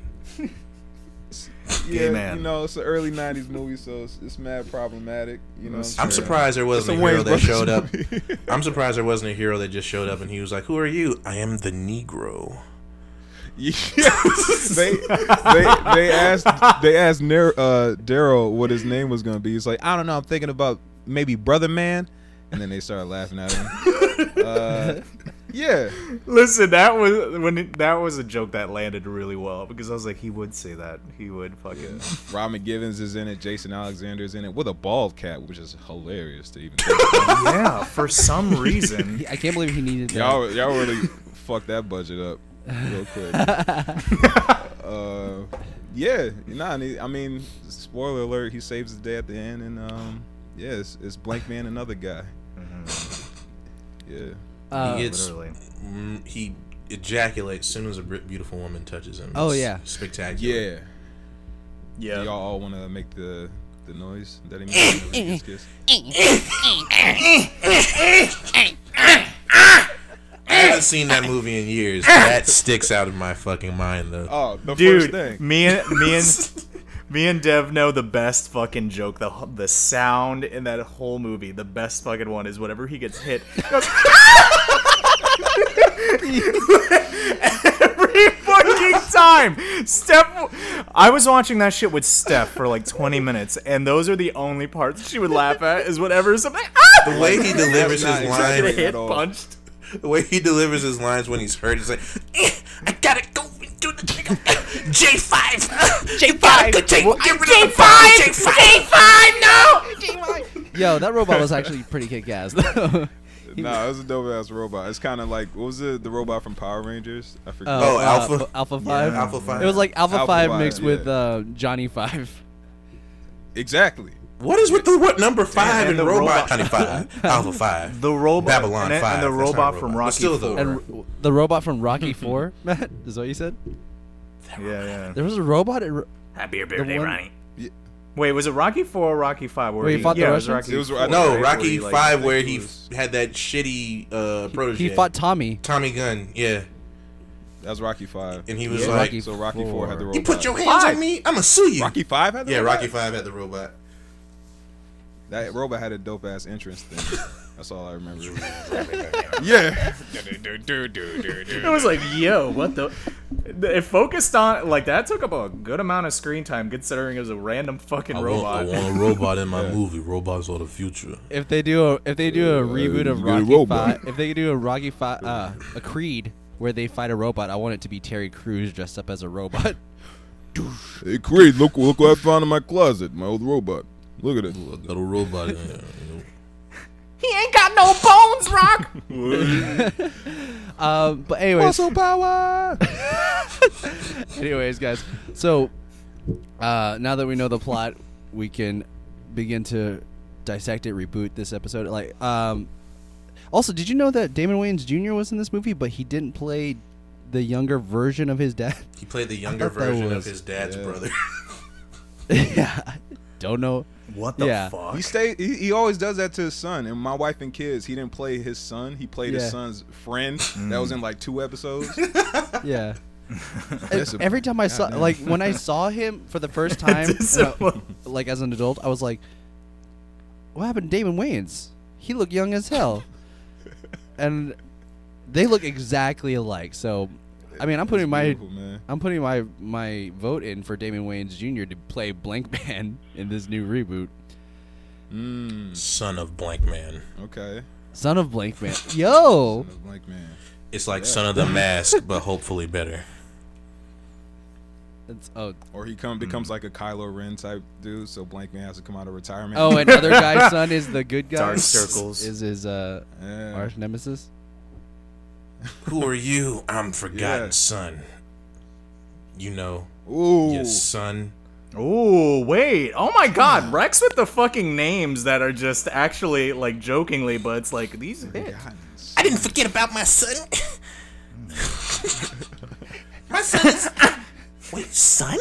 [SPEAKER 5] yeah
[SPEAKER 4] man.
[SPEAKER 5] you know it's an early '90s movie, so it's, it's mad problematic. You know, what
[SPEAKER 2] I'm
[SPEAKER 5] saying?
[SPEAKER 2] surprised there
[SPEAKER 5] It's a
[SPEAKER 2] wasn't a hero that
[SPEAKER 5] Wayans Brothers
[SPEAKER 2] showed up.
[SPEAKER 5] movie.
[SPEAKER 2] I'm surprised there wasn't a hero that just showed up and he was like, "Who are you? I am the Negro."
[SPEAKER 5] Yes. they they they asked they asked Ner- uh, Daryl what his name was gonna be. He's like, I don't know. I'm thinking about maybe Brother Man, and then they started laughing at him. Uh, Yeah.
[SPEAKER 4] Listen, that was when it, that was a joke that landed really well because I was like, he would say that. He would fucking.
[SPEAKER 5] Rob McGivens is in it. Jason Alexander is in it with a bald cat, which is hilarious to even. Think about.
[SPEAKER 4] yeah, for some reason.
[SPEAKER 3] I can't believe he needed that.
[SPEAKER 5] y'all, y'all really fucked that budget up real quick. uh, yeah, nah. and he- I mean, spoiler alert: he saves the day at the end, and um, yeah, it's, it's Blank Man, another guy.
[SPEAKER 2] Mm-hmm.
[SPEAKER 5] Yeah.
[SPEAKER 3] Uh,
[SPEAKER 2] he gets
[SPEAKER 4] literally.
[SPEAKER 2] mm, he ejaculates soon as a br- beautiful woman touches him.
[SPEAKER 3] Oh,
[SPEAKER 2] It's
[SPEAKER 3] yeah.
[SPEAKER 2] spectacular.
[SPEAKER 5] Yeah.
[SPEAKER 4] Yeah.
[SPEAKER 5] Y'all all want to make the the noise that he made. when he gets kissed?
[SPEAKER 2] I haven't seen that movie in years. That sticks out of my fucking mind though.
[SPEAKER 5] Oh, the
[SPEAKER 4] Dude,
[SPEAKER 5] first thing.
[SPEAKER 4] me and me and me and Dev know the best fucking joke. The wh- the sound in that whole movie, the best fucking one is whenever he gets hit. he goes, Every fucking time, Steph. I was watching that shit with Steph for like 20 minutes, and those are the only parts she would laugh at. Is whenever something ah,
[SPEAKER 2] The way he delivers his
[SPEAKER 5] Not
[SPEAKER 2] lines,
[SPEAKER 4] get
[SPEAKER 5] exaggerating
[SPEAKER 4] hit
[SPEAKER 5] at all.
[SPEAKER 4] punched.
[SPEAKER 2] the way he delivers his lines when he's hurt, it's like, "Eh, I gotta go and do the J five, J five, J five, J five, no.
[SPEAKER 3] Yo, that robot was actually pretty kick ass, though. Uh,
[SPEAKER 5] Nah, it was a dope ass robot. It's kind of like what was it? The robot from Power Rangers. I forget.
[SPEAKER 2] Oh,
[SPEAKER 4] uh,
[SPEAKER 2] Alpha.
[SPEAKER 3] uh, Alpha 5.
[SPEAKER 2] Alpha five.
[SPEAKER 3] It was like Alpha,
[SPEAKER 5] Alpha
[SPEAKER 3] 5
[SPEAKER 5] five,
[SPEAKER 3] mixed with
[SPEAKER 5] yeah.
[SPEAKER 3] uh, Johnny 5.
[SPEAKER 5] exactly.
[SPEAKER 2] what is with the what number five
[SPEAKER 4] and
[SPEAKER 2] and,
[SPEAKER 4] the
[SPEAKER 2] robot
[SPEAKER 4] robot.
[SPEAKER 2] twenty five, Alpha five,
[SPEAKER 4] The robot,
[SPEAKER 2] Babylon
[SPEAKER 4] and, then-
[SPEAKER 2] five,
[SPEAKER 4] and the
[SPEAKER 2] that's not a
[SPEAKER 4] robot
[SPEAKER 2] robot.
[SPEAKER 4] from
[SPEAKER 2] But
[SPEAKER 4] Rocky
[SPEAKER 2] still though.
[SPEAKER 4] Four.
[SPEAKER 3] And r- the robot from Rocky 4, Matt, is what you said?
[SPEAKER 4] yeah, yeah.
[SPEAKER 3] There was a robot? At, r-
[SPEAKER 4] Happy your birthday,
[SPEAKER 3] one-
[SPEAKER 4] Ronnie. Wait, was it Rocky Four or Rocky Five? Where
[SPEAKER 3] Where he fought the
[SPEAKER 4] yeah, it was
[SPEAKER 3] Russians?
[SPEAKER 4] Rocky
[SPEAKER 5] It was-
[SPEAKER 4] four,
[SPEAKER 5] No,
[SPEAKER 4] right,
[SPEAKER 2] No,
[SPEAKER 4] where
[SPEAKER 2] Rocky
[SPEAKER 4] he, like-
[SPEAKER 2] Five, where
[SPEAKER 5] think
[SPEAKER 2] he
[SPEAKER 5] it was-
[SPEAKER 2] f- had that shitty uh, protege.
[SPEAKER 3] he fought Tommy.
[SPEAKER 2] Tommy Gunn, yeah,
[SPEAKER 5] That was Rocky Five.
[SPEAKER 2] and he was
[SPEAKER 3] Yeah.
[SPEAKER 2] like,
[SPEAKER 3] Rocky
[SPEAKER 5] so Rocky Four, had the robot.
[SPEAKER 2] "You put your hands
[SPEAKER 4] Five.
[SPEAKER 2] on me, I'ma sue you."
[SPEAKER 5] Rocky Five had the
[SPEAKER 2] yeah,
[SPEAKER 5] robot?
[SPEAKER 2] Rocky Five had the robot.
[SPEAKER 5] That robot had a dope ass entrance thing. That's all I remember. yeah.
[SPEAKER 4] It was like, yo, what the? It focused on like that took up a good amount of screen time considering it was a random fucking robot.
[SPEAKER 2] a robot in my movie. Robots are the future.
[SPEAKER 3] If they do a if they do a reboot of
[SPEAKER 5] get a
[SPEAKER 3] Rocky
[SPEAKER 5] robot.
[SPEAKER 3] Five, if they do a Rocky Five, uh, a Creed where they fight a robot, I want it to be Terry Crews dressed up as a robot.
[SPEAKER 5] Hey, Creed, look look what I found in my closet. My old robot. Look at it.
[SPEAKER 2] I got a robot in here.
[SPEAKER 4] he ain't got no bones, Rock.
[SPEAKER 3] Um, but anyways,
[SPEAKER 5] power.
[SPEAKER 3] anyways, guys. So uh, now that we know the plot, we can begin to dissect it, reboot this episode. Like, um, also, did you know that Damon Wayans Jr. was in this movie, but he didn't play the younger version of his dad?
[SPEAKER 2] He played the younger
[SPEAKER 3] thought that
[SPEAKER 2] version
[SPEAKER 3] was-
[SPEAKER 2] of his dad's brother.
[SPEAKER 3] yeah, I don't know.
[SPEAKER 4] What the
[SPEAKER 3] Yeah.
[SPEAKER 4] fuck?
[SPEAKER 5] He stayed. He, he always does that to his son. And my wife and kids. He didn't play his son. He played
[SPEAKER 3] Yeah.
[SPEAKER 5] his son's friend.
[SPEAKER 2] Mm.
[SPEAKER 5] That was in like two episodes.
[SPEAKER 3] Yeah.
[SPEAKER 5] That's a-
[SPEAKER 3] Every time I saw, like, when I saw him for the first time, and I- like as an adult, I was like, "What happened, to Damon Wayans? He looked young as hell." and they look exactly alike. So, I mean, I'm putting my
[SPEAKER 5] Beautiful, man.
[SPEAKER 3] I'm putting my my vote in for Damon Wayans Jr. to play Blank Man in this new reboot.
[SPEAKER 2] Son of blank man.
[SPEAKER 5] Okay.
[SPEAKER 3] Son of Blank Man. Yo.
[SPEAKER 5] I'm like man.
[SPEAKER 2] It's like son of the mask, but hopefully better.
[SPEAKER 3] It's, oh,
[SPEAKER 5] Or he come becomes
[SPEAKER 2] Mm.
[SPEAKER 5] like a Kylo Ren type dude. So blank man has to come out of retirement.
[SPEAKER 3] oh, and other guy's son is the good guy.
[SPEAKER 4] Dark circles.
[SPEAKER 3] is his uh,
[SPEAKER 5] Yeah.
[SPEAKER 3] arch nemesis.
[SPEAKER 2] Who are you? I'm forgotten
[SPEAKER 5] Yeah.
[SPEAKER 2] son. You know,
[SPEAKER 5] Ooh.
[SPEAKER 2] your son.
[SPEAKER 4] Oh wait! Oh my God, Rex with the fucking names that are just actually like jokingly, but it's like these hit.
[SPEAKER 2] I didn't forget about my son. my son is. Wait, son?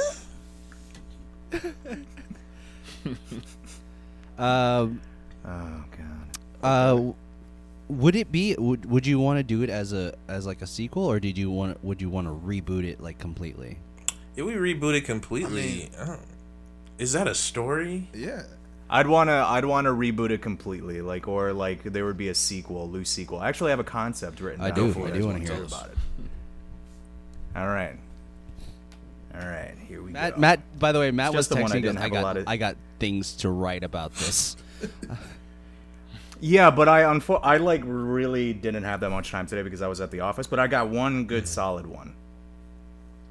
[SPEAKER 3] Um,
[SPEAKER 4] Oh god.
[SPEAKER 3] Uh, w- would it be would, would you want to do it as a as like a sequel or did you want would you want to reboot it like completely
[SPEAKER 2] If we reboot it completely, I don't- is that a story?
[SPEAKER 5] Yeah.
[SPEAKER 4] I'd wanna I'd wanna reboot it completely, like or like there would be a sequel, loose sequel. I actually have a concept written.
[SPEAKER 3] I
[SPEAKER 4] down
[SPEAKER 3] do,
[SPEAKER 4] for
[SPEAKER 3] I
[SPEAKER 4] it.
[SPEAKER 3] do wanna
[SPEAKER 4] wanna
[SPEAKER 3] hear
[SPEAKER 4] talk
[SPEAKER 3] this.
[SPEAKER 4] about it. All right, all right, here we
[SPEAKER 3] matt
[SPEAKER 4] go.
[SPEAKER 3] matt by the way matt
[SPEAKER 4] It's
[SPEAKER 3] was
[SPEAKER 4] just the one I
[SPEAKER 3] texting I,
[SPEAKER 4] didn't
[SPEAKER 3] I
[SPEAKER 4] have a
[SPEAKER 3] got
[SPEAKER 4] lot of-
[SPEAKER 3] i got things to write about this
[SPEAKER 4] Yeah, but I unfo- I like really didn't have that much time today because I was at the office, but I got one good solid one.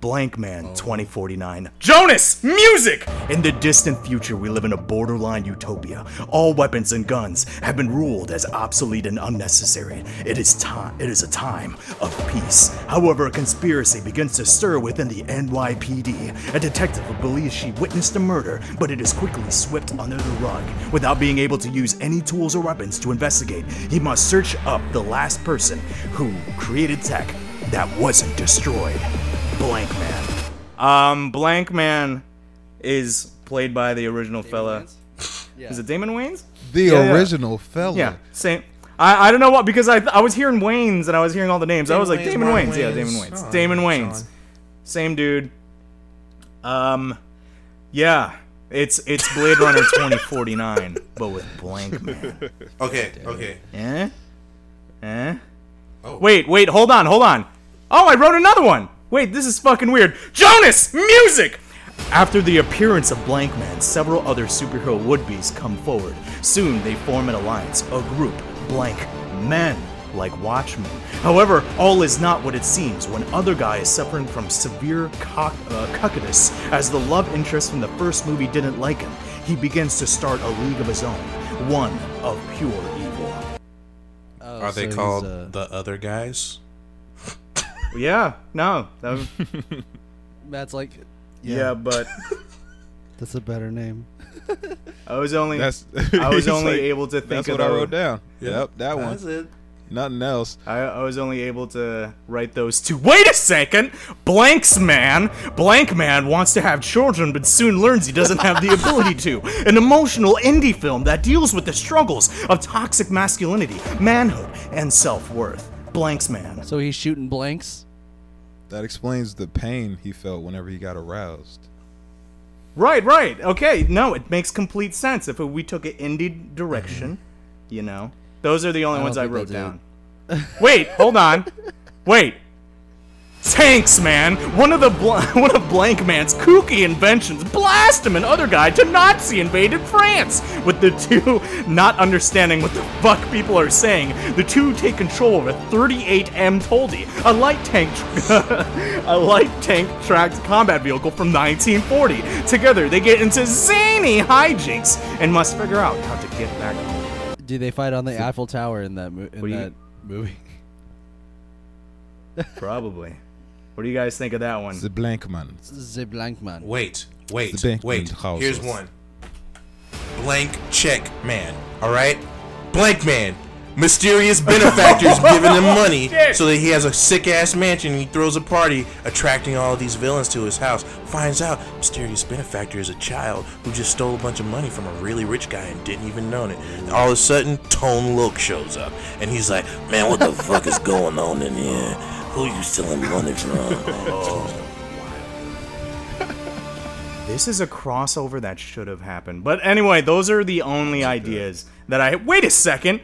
[SPEAKER 4] Blank Man 2049. Oh. Jonas! Music! In the distant future, we live in a borderline utopia. All weapons and guns have been ruled as obsolete and unnecessary. It is time it is a time of peace. However, a conspiracy begins to stir within the NYPD. A detective who believes she witnessed a murder, but it is quickly swept under the rug. Without being able to use any tools or weapons to investigate, he must search up the last person who created tech that wasn't destroyed. Blank Man. Um, Blank Man is played by the original fella.
[SPEAKER 3] Yeah.
[SPEAKER 4] Is it Damon Wayans?
[SPEAKER 5] The
[SPEAKER 4] Yeah, yeah.
[SPEAKER 5] original fella.
[SPEAKER 4] Yeah, same. I, I don't know what because I I was hearing Wayne's and I was hearing all the names. I
[SPEAKER 2] Damon
[SPEAKER 4] was like
[SPEAKER 2] Wayans,
[SPEAKER 4] Damon
[SPEAKER 2] Mark
[SPEAKER 4] Wayne's, yeah,
[SPEAKER 2] Wayans.
[SPEAKER 4] Damon Wayne's,
[SPEAKER 2] Oh,
[SPEAKER 4] Damon
[SPEAKER 2] Sean.
[SPEAKER 4] Wayne's, same dude. Um, yeah, it's it's Blade Runner twenty forty nine, but with blank man.
[SPEAKER 2] Okay, okay.
[SPEAKER 4] Eh, eh.
[SPEAKER 2] Oh.
[SPEAKER 4] Wait, wait, hold on, hold on. Oh, I wrote another one. Wait, this is fucking weird. Jonas, music. After the appearance of Blank Man, several other superhero would-bes come forward. Soon they form an alliance, a group, Blank Men, like Watchmen. However, all is not what it seems when other guy is suffering from severe cock- uh, cuckadus, as the love interest from the first movie didn't like him. He begins to start a league of his own, one of pure evil.
[SPEAKER 3] Oh,
[SPEAKER 2] Are
[SPEAKER 3] so
[SPEAKER 2] they
[SPEAKER 3] he's,
[SPEAKER 2] called
[SPEAKER 3] uh,
[SPEAKER 2] the other guys?
[SPEAKER 4] Yeah, no. That was,
[SPEAKER 3] Matt's like,
[SPEAKER 4] yeah. but
[SPEAKER 3] that's a better name.
[SPEAKER 4] I was only
[SPEAKER 5] That's.
[SPEAKER 4] I was
[SPEAKER 5] he's
[SPEAKER 4] only
[SPEAKER 5] like,
[SPEAKER 4] able to think
[SPEAKER 5] That's
[SPEAKER 4] of
[SPEAKER 5] what I
[SPEAKER 4] the-
[SPEAKER 5] wrote down. Yep, that one.
[SPEAKER 2] it.
[SPEAKER 5] Nothing else.
[SPEAKER 4] I, I was only able to write those two. Wait a second! Blanks man! Blank man wants to have children but soon learns he doesn't have the ability to. An emotional indie film that deals with the struggles of toxic masculinity, manhood, and self worth. Blanks man.
[SPEAKER 3] So he's shooting blanks.
[SPEAKER 5] That explains the pain he felt whenever he got aroused.
[SPEAKER 4] Right, right. Okay, no, it makes complete sense if we took an indie direction, you know. Those are the only
[SPEAKER 3] Mm-hmm. I
[SPEAKER 4] ones I
[SPEAKER 3] don't
[SPEAKER 4] wrote
[SPEAKER 3] think
[SPEAKER 4] down. Wait, hold on. Wait. Tanks, man. One of the bl- one of Blank Man's kooky inventions blast him and other guy to Nazi invaded France. With the two not understanding what the fuck people are saying, the two take control of a 38M Toldy, a light tank, tr- a light tank tracked combat vehicle from 1940. Together, they get into zany hijinks and must figure out how to get back home.
[SPEAKER 3] Do they fight on the Eiffel Tower in that, mo- in
[SPEAKER 4] do you-
[SPEAKER 3] that movie?
[SPEAKER 4] Probably. What do you guys think of that one?
[SPEAKER 5] The blank man.
[SPEAKER 3] The blank man.
[SPEAKER 2] Wait, wait,
[SPEAKER 5] The bank
[SPEAKER 2] wait.
[SPEAKER 5] and houses.
[SPEAKER 2] Here's one. Blank check man. All right, blank man. Mysterious benefactors giving him money so that he has a sick ass mansion. and He throws a party, attracting all these villains to his house. Finds out mysterious benefactor is a child who just stole a bunch of money from a really rich guy and didn't even know it. And all of a sudden, Tone Loke shows up and he's like, "Man, what the fuck is going on in here? Who you stealing money from?"
[SPEAKER 4] This is a crossover that should have happened. But anyway, those are the only ideas that I. Wait a second!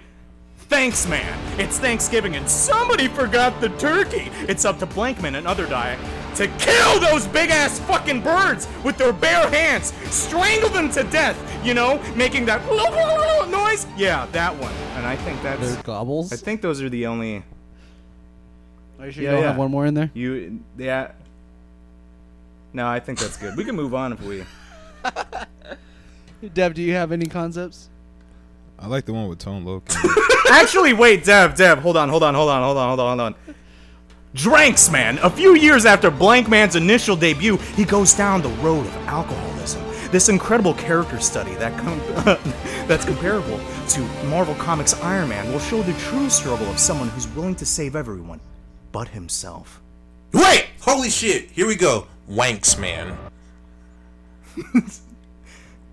[SPEAKER 4] Thanks, man! It's Thanksgiving and somebody forgot the turkey! It's up to Blankman and other die to kill those big ass fucking birds with their bare hands! Strangle them to death! You know, making that noise? Yeah, that one. And I think
[SPEAKER 3] They're
[SPEAKER 4] that's.
[SPEAKER 3] gobbles.
[SPEAKER 4] I think those are the only.
[SPEAKER 3] Are you sure
[SPEAKER 4] yeah,
[SPEAKER 3] you don't
[SPEAKER 4] yeah.
[SPEAKER 3] have one more in there?
[SPEAKER 4] You. Yeah. No, I think that's good. We can move on if we.
[SPEAKER 3] Deb, do you have any concepts?
[SPEAKER 5] I like the one with Tone Loke.
[SPEAKER 4] Actually, wait, Dev, Dev, hold on, hold on, hold on, hold on, hold on, hold on. Dranks Man. A few years after Blank Man's initial debut, he goes down the road of alcoholism. This incredible character study that com- that's comparable to Marvel Comics Iron Man will show the true struggle of someone who's willing to save everyone but himself.
[SPEAKER 2] Wait! Holy shit! Here we go. Wanks man.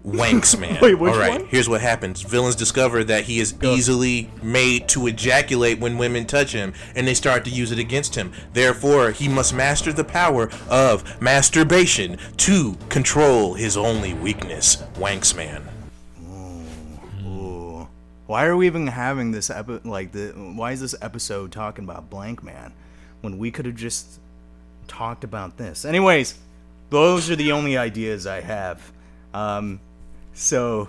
[SPEAKER 2] Wanks man.
[SPEAKER 4] Wait, which
[SPEAKER 2] All right,
[SPEAKER 4] one?
[SPEAKER 2] here's what happens. Villains discover that he is easily made to ejaculate when women touch him, and they start to use it against him. Therefore, he must master the power of masturbation to control his only weakness, Wanks man.
[SPEAKER 4] Ooh. Why are we even having this epi- like the why is this episode talking about Blank Man when we could have just talked about this? Anyways, those are the only ideas I have. Um so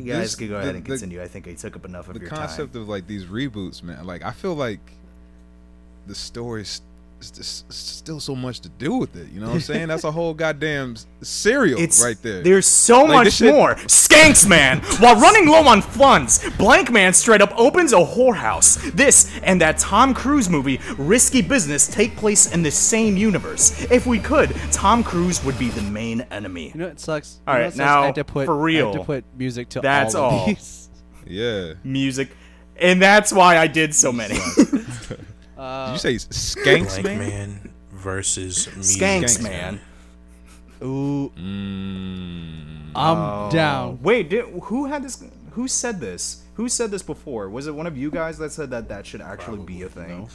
[SPEAKER 4] You guys
[SPEAKER 5] This-
[SPEAKER 4] can go
[SPEAKER 5] the-
[SPEAKER 4] ahead and
[SPEAKER 5] the-
[SPEAKER 4] continue. I think I took up enough of
[SPEAKER 5] the
[SPEAKER 4] your
[SPEAKER 5] concept
[SPEAKER 4] time.
[SPEAKER 5] of like these reboots, man. Like I feel like the story's is just s- still so much to do with it. You know what I'm saying? That's a whole goddamn s- serial right there.
[SPEAKER 4] There's so
[SPEAKER 5] Like,
[SPEAKER 4] much
[SPEAKER 5] this shit-
[SPEAKER 4] more. Skanks man, while running low on funds, Blank Man straight up opens a whorehouse. This and that Tom Cruise movie, Risky Business, take place in the same universe. If we could, Tom Cruise would be the main enemy.
[SPEAKER 3] You know it sucks.
[SPEAKER 4] All
[SPEAKER 3] You know
[SPEAKER 4] right,
[SPEAKER 3] it sucks? I
[SPEAKER 4] now,
[SPEAKER 3] had to put,
[SPEAKER 4] for
[SPEAKER 3] I had
[SPEAKER 4] real.
[SPEAKER 3] to put music to
[SPEAKER 4] That's
[SPEAKER 3] all. Of
[SPEAKER 4] all.
[SPEAKER 3] These.
[SPEAKER 5] Yeah.
[SPEAKER 4] Music, and that's why I did so many.
[SPEAKER 5] Did you say s- skanks,
[SPEAKER 2] Blank
[SPEAKER 5] man?
[SPEAKER 2] man versus me.
[SPEAKER 4] Skanks
[SPEAKER 5] Skanks,
[SPEAKER 4] man.
[SPEAKER 5] man.
[SPEAKER 3] Ooh, I'm
[SPEAKER 4] Oh.
[SPEAKER 3] down.
[SPEAKER 4] Wait, did, who had this? Who said this? Who said this before? Was it one of you guys that said that that should actually be a thing?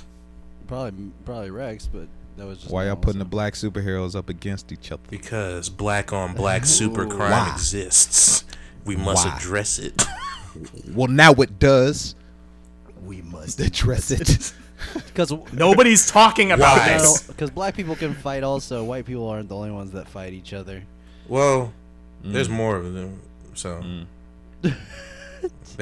[SPEAKER 3] Probably, probably Rex, but that was just
[SPEAKER 5] Why y'all
[SPEAKER 3] normal,
[SPEAKER 5] putting
[SPEAKER 3] so-
[SPEAKER 5] the black superheroes up against each other?
[SPEAKER 2] Because black on black super crime exists. We must address it.
[SPEAKER 5] Well, now it does.
[SPEAKER 4] We must.
[SPEAKER 5] Address it.
[SPEAKER 3] Because
[SPEAKER 4] Nobody's talking about
[SPEAKER 2] Why?
[SPEAKER 4] this.
[SPEAKER 3] because black people can fight. Also, white people aren't the only ones that fight each other.
[SPEAKER 2] Well,
[SPEAKER 4] Mm.
[SPEAKER 2] there's more of them, so they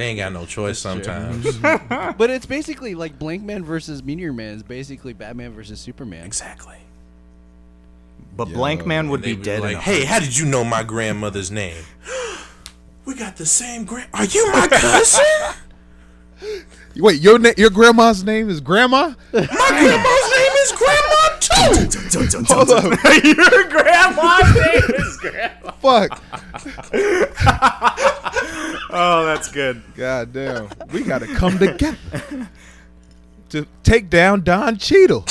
[SPEAKER 2] ain't got no choice sometimes.
[SPEAKER 3] But it's basically like Blank Man versus Meteor Man is basically Batman versus Superman.
[SPEAKER 2] exactly.
[SPEAKER 4] But Blank Man would
[SPEAKER 2] They
[SPEAKER 4] be
[SPEAKER 2] would
[SPEAKER 4] dead.
[SPEAKER 2] Like,
[SPEAKER 4] in a-
[SPEAKER 2] hey, how did you know my grandmother's name? we got the same grand. Are you my cousin?
[SPEAKER 5] Wait, your na- your grandma's name is Grandma?
[SPEAKER 2] my grandma's name is Grandma too.
[SPEAKER 5] Hold up,
[SPEAKER 4] Your grandma's name is grandma.
[SPEAKER 5] fuck.
[SPEAKER 4] Oh, that's good.
[SPEAKER 5] God damn, we gotta come together to take down Don Cheadle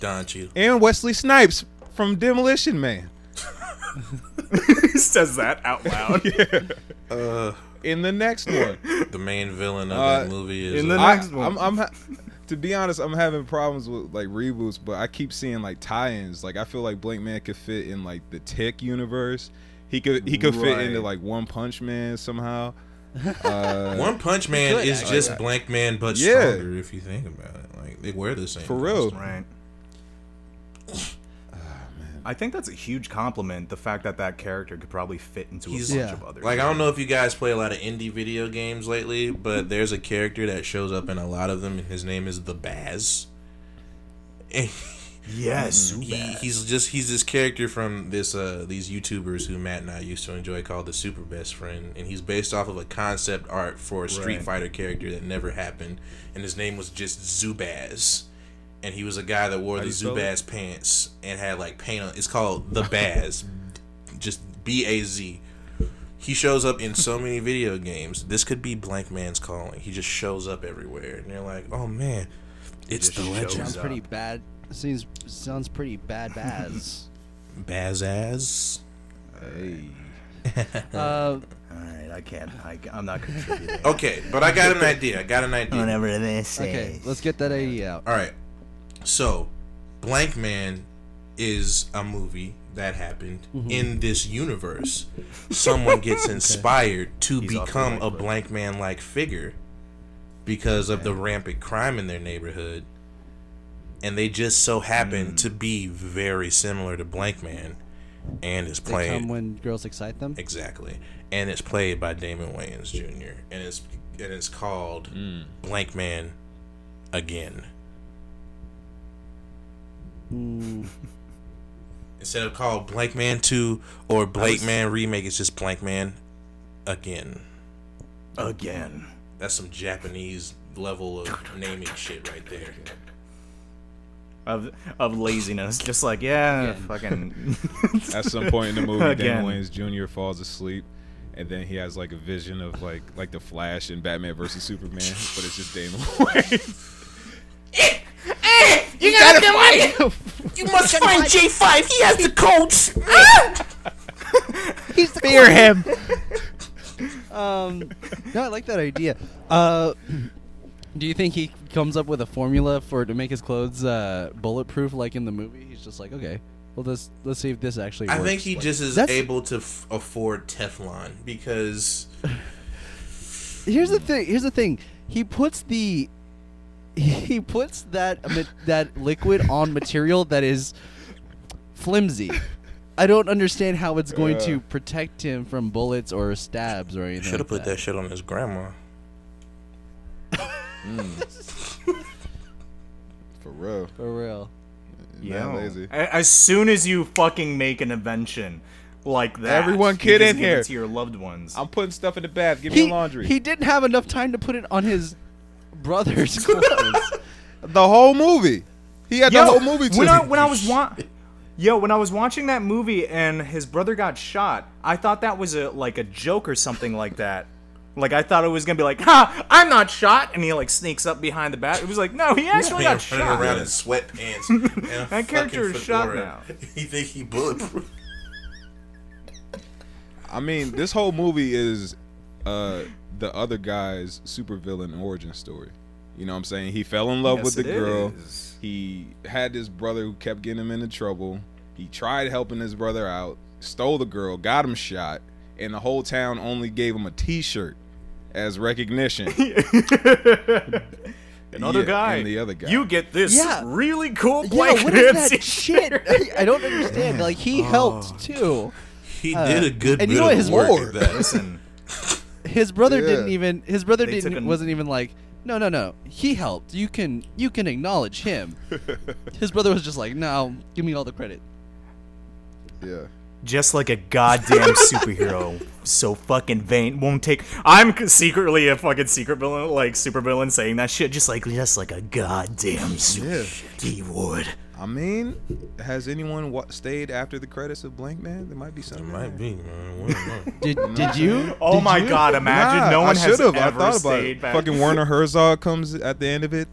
[SPEAKER 2] Don Cheadle.
[SPEAKER 5] and Wesley Snipes from Demolition Man.
[SPEAKER 4] He says that out loud.
[SPEAKER 5] In the next one,
[SPEAKER 2] The main villain of
[SPEAKER 5] Uh,
[SPEAKER 2] that movie is
[SPEAKER 4] in the
[SPEAKER 2] uh,
[SPEAKER 5] I,
[SPEAKER 4] next one.
[SPEAKER 5] I'm, I'm ha- to be honest, I'm having problems with like reboots, but I keep seeing like tie-ins. Like I feel like Blank Man could fit in like the Tick universe. He could he could fit into
[SPEAKER 4] Right.
[SPEAKER 5] like One Punch Man somehow. uh,
[SPEAKER 2] One Punch Man
[SPEAKER 3] could
[SPEAKER 2] is
[SPEAKER 3] actually.
[SPEAKER 2] just Blank Man, but
[SPEAKER 5] Yeah.
[SPEAKER 2] stronger. If you think about it, like they wear the same.
[SPEAKER 5] For real.
[SPEAKER 4] Right. I think that's a huge compliment. The fact that that character could probably fit into a
[SPEAKER 2] He's-
[SPEAKER 4] bunch
[SPEAKER 3] Yeah.
[SPEAKER 4] of others.
[SPEAKER 2] Like I don't know if you guys play a lot of indie video games lately, but there's a character that shows up in a lot of them, and his name is the Baz. And
[SPEAKER 4] yes,
[SPEAKER 2] he, he's just he's this character from this uh these YouTubers who Matt and I used to enjoy called the Super Best Friend, and he's based off of a concept art for a Street
[SPEAKER 4] Right.
[SPEAKER 2] Fighter character that never happened, and his name was just Zubaz. And he was a guy that wore the
[SPEAKER 5] you spell
[SPEAKER 2] Zubaz pants and had like paint on. It's called the Baz, just B A Z. He shows up in so many video games. This could be Blank Man's calling. He just shows up everywhere, and they're like, "Oh man, it's
[SPEAKER 4] just
[SPEAKER 2] the
[SPEAKER 4] shows
[SPEAKER 2] legend,
[SPEAKER 3] Sounds
[SPEAKER 4] up.
[SPEAKER 3] pretty bad. Seems sounds pretty bad. Baz.
[SPEAKER 2] Bazaz."
[SPEAKER 3] uh,
[SPEAKER 4] All right, I can't. I, I'm not contributing.
[SPEAKER 2] Okay, but I got an idea. I got an idea.
[SPEAKER 4] Whatever this
[SPEAKER 3] okay, let's get that idea out.
[SPEAKER 2] All right. So, Blank Man is a movie that happened in this universe. Someone gets inspired to
[SPEAKER 4] off the
[SPEAKER 2] become
[SPEAKER 4] right
[SPEAKER 2] a
[SPEAKER 4] foot.
[SPEAKER 2] Blank Man like figure because of the rampant crime in their neighborhood. And they just so happen to be very similar to Blank Man and is
[SPEAKER 3] They come
[SPEAKER 2] playing
[SPEAKER 3] when girls excite them.
[SPEAKER 2] Exactly. And it's played by Damon Wayans Jr. And it's and it's called Blank Man Again. Instead of called Blank Man 2 or Blank Man Remake, it's just Blank Man Again.
[SPEAKER 4] again.
[SPEAKER 2] That's some Japanese level of naming shit right there.
[SPEAKER 4] Of of laziness, just like yeah,
[SPEAKER 3] Again.
[SPEAKER 4] fucking.
[SPEAKER 5] At some point in the movie,
[SPEAKER 4] Again.
[SPEAKER 5] Damon Wayans Jr. falls asleep, and then he has like a vision of like like the Flash and Batman versus Superman, but it's just Damon Wayans.
[SPEAKER 7] Eh, You, gotta, find him. You must find J5. He has the codes. Ah!
[SPEAKER 4] Fear him.
[SPEAKER 3] Um, no, I like that idea. Uh, do you think he comes up with a formula for to make his clothes uh, bulletproof, like in the movie? He's just like, okay, well, let's let's see if this actually.
[SPEAKER 2] I
[SPEAKER 3] works.
[SPEAKER 2] think he
[SPEAKER 3] Like,
[SPEAKER 2] just is
[SPEAKER 3] that's-
[SPEAKER 2] able to f- afford Teflon because
[SPEAKER 3] Here's the thing. Here's the thing. He puts the he puts that ma- that liquid on material that is flimsy. I don't understand how it's going to protect him from bullets or stabs or anything.
[SPEAKER 2] Should have
[SPEAKER 3] like
[SPEAKER 2] put that shit on his grandma.
[SPEAKER 5] For real.
[SPEAKER 3] For real.
[SPEAKER 5] Yeah. lazy.
[SPEAKER 4] A- As soon as you fucking make an invention like that,
[SPEAKER 5] Everyone
[SPEAKER 4] you
[SPEAKER 5] kid
[SPEAKER 4] just
[SPEAKER 5] in
[SPEAKER 4] give it
[SPEAKER 5] here.
[SPEAKER 4] to your loved ones.
[SPEAKER 5] I'm putting stuff in the bath. Give me
[SPEAKER 3] He,
[SPEAKER 5] your laundry.
[SPEAKER 3] he didn't have enough time to put it on his brother's clothes.
[SPEAKER 5] the whole movie. He had the whole movie to
[SPEAKER 4] when I,
[SPEAKER 5] me.
[SPEAKER 4] when I was wa- Yo, when I was watching that movie and his brother got shot, I thought that was a like a joke or something like that. Like I thought it was gonna be like, "Ha, I'm not shot," and he like sneaks up behind the bat. It was like, no, he actually got
[SPEAKER 2] running
[SPEAKER 4] shot.
[SPEAKER 2] around in sweatpants. and a
[SPEAKER 4] That character
[SPEAKER 2] fucking
[SPEAKER 4] is shot
[SPEAKER 2] fedora.
[SPEAKER 4] now.
[SPEAKER 2] he think he bulletproof.
[SPEAKER 5] I mean, this whole movie is uh the other guy's supervillain origin story. You know what I'm saying? He fell in love with
[SPEAKER 4] Yes,
[SPEAKER 5] the
[SPEAKER 4] it
[SPEAKER 5] girl.
[SPEAKER 4] is.
[SPEAKER 5] He had this brother who kept getting him into trouble. He tried helping his brother out, stole the girl, got him shot, and the whole town only gave him a t-shirt as recognition.
[SPEAKER 4] Another
[SPEAKER 5] Yeah,
[SPEAKER 4] guy.
[SPEAKER 5] and the other guy.
[SPEAKER 4] You get this
[SPEAKER 3] Yeah.
[SPEAKER 4] really cool
[SPEAKER 3] yeah,
[SPEAKER 4] blanket.
[SPEAKER 3] what is that shit? I, I don't understand. Like he
[SPEAKER 4] Oh.
[SPEAKER 3] helped too.
[SPEAKER 2] He
[SPEAKER 4] Uh,
[SPEAKER 2] did a good
[SPEAKER 3] and
[SPEAKER 2] bit
[SPEAKER 3] you know what
[SPEAKER 2] of
[SPEAKER 3] his
[SPEAKER 2] work at
[SPEAKER 3] lord-
[SPEAKER 2] that.
[SPEAKER 4] Listen,
[SPEAKER 3] His brother
[SPEAKER 5] Yeah.
[SPEAKER 3] didn't even. His brother
[SPEAKER 4] They took
[SPEAKER 3] didn't
[SPEAKER 4] a-
[SPEAKER 3] wasn't even like. No, no, no. He helped. You can you can acknowledge him. his brother was just like, no, give me all the credit.
[SPEAKER 5] yeah.
[SPEAKER 4] just like a goddamn superhero, so fucking vain. Won't take. I'm c- secretly a fucking secret villain, like super villain, saying that shit. Just like, just like a goddamn super. He would.
[SPEAKER 5] I mean, has anyone wa- stayed after the credits of Blank Man? There might be something.
[SPEAKER 2] Might be, man. We don't know.
[SPEAKER 3] Did did you?
[SPEAKER 4] Oh my
[SPEAKER 3] you?
[SPEAKER 4] god! Imagine
[SPEAKER 5] Nah,
[SPEAKER 4] no one
[SPEAKER 5] I
[SPEAKER 4] has
[SPEAKER 5] should've.
[SPEAKER 4] ever
[SPEAKER 5] I thought about
[SPEAKER 4] stayed
[SPEAKER 5] it.
[SPEAKER 4] back.
[SPEAKER 5] Fucking Werner Herzog comes at the end of it.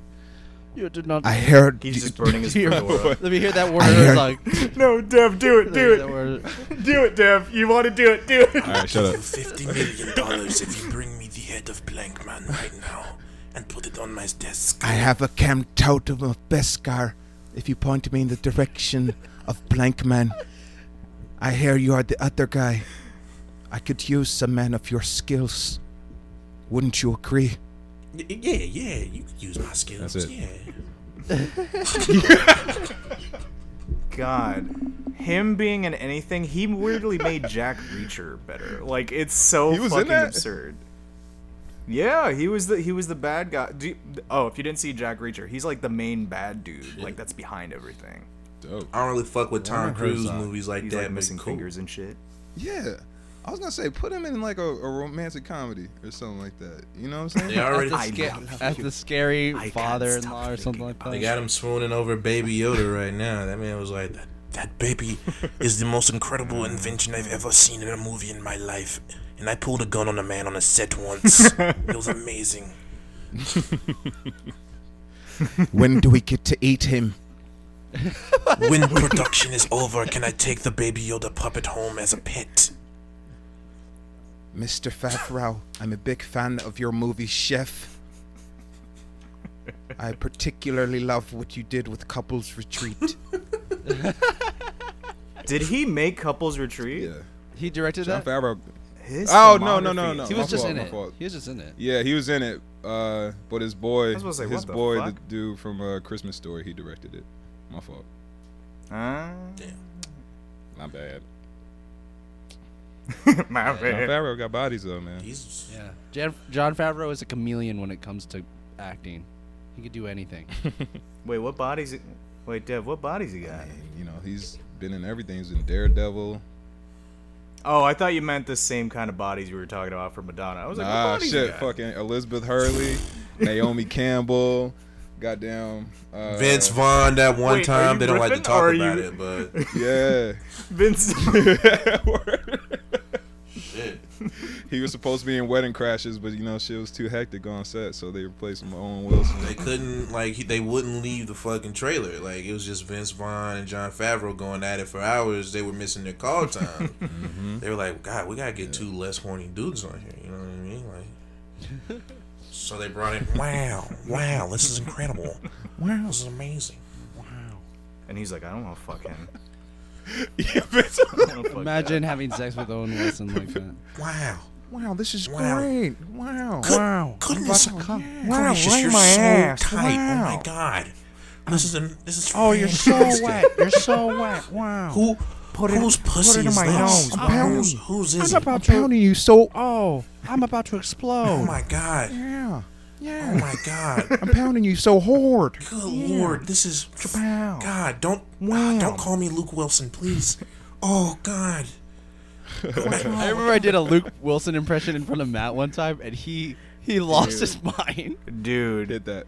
[SPEAKER 3] You did not.
[SPEAKER 5] I heard
[SPEAKER 4] He's just burning his
[SPEAKER 3] Dear
[SPEAKER 4] fedora.
[SPEAKER 3] Let me hear that word. It's like,
[SPEAKER 4] no, Dev, do it, do
[SPEAKER 3] that
[SPEAKER 4] it,
[SPEAKER 3] word.
[SPEAKER 4] do it, Dev. You want to do it? Do it.
[SPEAKER 5] All right, shut up.
[SPEAKER 2] Fifty million dollars if you bring me the head of Blank Man right now and put it on my desk.
[SPEAKER 8] I have a camped out of a Beskar. If you point me in the direction of Blank Man, I hear you are the other guy. I could use some man of your skills. Wouldn't you agree?
[SPEAKER 2] Y- Yeah, yeah, you could use my skills.
[SPEAKER 5] That's it.
[SPEAKER 2] Yeah.
[SPEAKER 4] God. Him being in anything, he weirdly made Jack Reacher better. Like it's so
[SPEAKER 5] He was in
[SPEAKER 4] fucking
[SPEAKER 5] that?
[SPEAKER 4] absurd. Yeah, he was the he was the bad guy. Do you- oh, if you didn't see Jack Reacher, he's like the main bad dude. Like that's behind everything.
[SPEAKER 2] I don't really fuck with Tom Cruise movies like
[SPEAKER 4] uh, He's
[SPEAKER 2] that.
[SPEAKER 4] like
[SPEAKER 2] but
[SPEAKER 4] missing
[SPEAKER 2] cool.
[SPEAKER 4] fingers and shit.
[SPEAKER 5] Yeah. I was gonna say, put him in like a, a romantic comedy or something like that. You know what I'm saying?
[SPEAKER 2] They already
[SPEAKER 3] The
[SPEAKER 4] I
[SPEAKER 3] sca-
[SPEAKER 4] love
[SPEAKER 3] as
[SPEAKER 4] you.
[SPEAKER 3] the scary
[SPEAKER 4] can't
[SPEAKER 3] father-in-law
[SPEAKER 4] stop
[SPEAKER 3] or something like
[SPEAKER 4] thinking
[SPEAKER 2] They
[SPEAKER 3] that.
[SPEAKER 2] got him swooning over Baby Yoda right now. That man was like, that, that baby is the most incredible invention I've ever seen in a movie in my life. And I pulled a gun on a man on a set once. it was amazing.
[SPEAKER 8] When do we get to eat him?
[SPEAKER 2] When production is over, can I take the Baby Yoda puppet home as a pet?
[SPEAKER 8] Mr. Favreau, I'm a big fan of your movie Chef. I particularly love what you did with Couples Retreat.
[SPEAKER 4] Did he make Couples Retreat?
[SPEAKER 5] Yeah.
[SPEAKER 3] He directed
[SPEAKER 5] John
[SPEAKER 3] that.
[SPEAKER 5] Favreau.
[SPEAKER 4] His
[SPEAKER 5] Oh, no, no, no,
[SPEAKER 4] filmography
[SPEAKER 5] no.
[SPEAKER 4] is-
[SPEAKER 3] He was
[SPEAKER 5] My
[SPEAKER 3] just
[SPEAKER 5] fault,
[SPEAKER 3] in
[SPEAKER 5] my
[SPEAKER 3] it.
[SPEAKER 5] fault.
[SPEAKER 3] He was just in it.
[SPEAKER 5] Yeah, he was in it. Uh, but his boy,
[SPEAKER 4] was gonna say,
[SPEAKER 5] his
[SPEAKER 4] what the
[SPEAKER 5] boy, the,
[SPEAKER 4] fuck?
[SPEAKER 5] dude from uh, Christmas Story, he directed it. My fault.
[SPEAKER 4] Huh?
[SPEAKER 5] Not bad.
[SPEAKER 4] My
[SPEAKER 5] John
[SPEAKER 4] bad.
[SPEAKER 5] Favreau got bodies though, man.
[SPEAKER 2] He's
[SPEAKER 3] Yeah. Jan- John Favreau is a chameleon when it comes to acting. He could do anything.
[SPEAKER 4] Wait, what bodies? he- Wait, Dev, what bodies he got?
[SPEAKER 5] And, you know, he's been in everything. He's in Daredevil.
[SPEAKER 4] Oh, I thought you meant the same kind of bodies we were talking about for Madonna. I was like, what
[SPEAKER 5] Ah,
[SPEAKER 4] bodies he
[SPEAKER 5] shit,
[SPEAKER 4] got?
[SPEAKER 5] fucking Elizabeth Hurley, Naomi Campbell, goddamn uh,
[SPEAKER 2] Vince Vaughn that one
[SPEAKER 4] Wait, are
[SPEAKER 2] time.
[SPEAKER 4] you
[SPEAKER 2] They don't like to
[SPEAKER 4] riffing,
[SPEAKER 2] talk
[SPEAKER 4] or are
[SPEAKER 2] about
[SPEAKER 4] you-
[SPEAKER 2] it, but
[SPEAKER 5] Yeah.
[SPEAKER 4] Vince.
[SPEAKER 5] He was supposed to be in Wedding Crashes, but you know shit was too hectic on set, so they replaced him with Owen Wilson.
[SPEAKER 2] they couldn't like he, they wouldn't leave the fucking trailer. Like it was just Vince Vaughn and John Favreau going at it for hours. They were missing their call time. They were like, God, we gotta get two less horny dudes on here. You know what I mean? Like, so they brought in. Wow, wow, this is incredible. Wow, this is amazing.
[SPEAKER 4] and he's like, I don't want to fuck him.
[SPEAKER 5] yeah, Vince.
[SPEAKER 4] I don't wanna fuck
[SPEAKER 3] Imagine having sex with Owen Wilson like that.
[SPEAKER 2] Wow,
[SPEAKER 8] Wow, this is
[SPEAKER 2] Wow.
[SPEAKER 8] great. Wow.
[SPEAKER 2] wow, goodness,
[SPEAKER 8] Wow,
[SPEAKER 2] gracious, you're
[SPEAKER 8] my
[SPEAKER 2] so
[SPEAKER 8] ass.
[SPEAKER 2] tight. Oh my
[SPEAKER 8] Wow.
[SPEAKER 2] god, this is a, this is.
[SPEAKER 8] Oh, you're so
[SPEAKER 2] fantastic.
[SPEAKER 8] wet. You're so wet. Wow.
[SPEAKER 2] Who
[SPEAKER 7] Put
[SPEAKER 2] Whose
[SPEAKER 7] it,
[SPEAKER 2] pussy
[SPEAKER 7] put it in
[SPEAKER 2] is
[SPEAKER 7] my
[SPEAKER 2] this?
[SPEAKER 7] nose.
[SPEAKER 2] Oh,
[SPEAKER 7] pounding
[SPEAKER 2] whose-
[SPEAKER 7] you.
[SPEAKER 2] whose
[SPEAKER 3] I'm
[SPEAKER 2] is it?
[SPEAKER 3] about pounding you so. Oh, I'm about to explode.
[SPEAKER 2] Oh my god.
[SPEAKER 8] Yeah.
[SPEAKER 2] Oh
[SPEAKER 8] Yeah.
[SPEAKER 2] my god.
[SPEAKER 8] I'm pounding you so hard.
[SPEAKER 2] Good lord, this is
[SPEAKER 8] Kapow.
[SPEAKER 2] God. Don't ah,
[SPEAKER 8] Wham.
[SPEAKER 2] don't call me Luke Wilson, please. Oh God.
[SPEAKER 3] I remember I did a Luke Wilson impression in front of Matt one time, and he he lost his mind.
[SPEAKER 4] Dude,
[SPEAKER 5] Did that.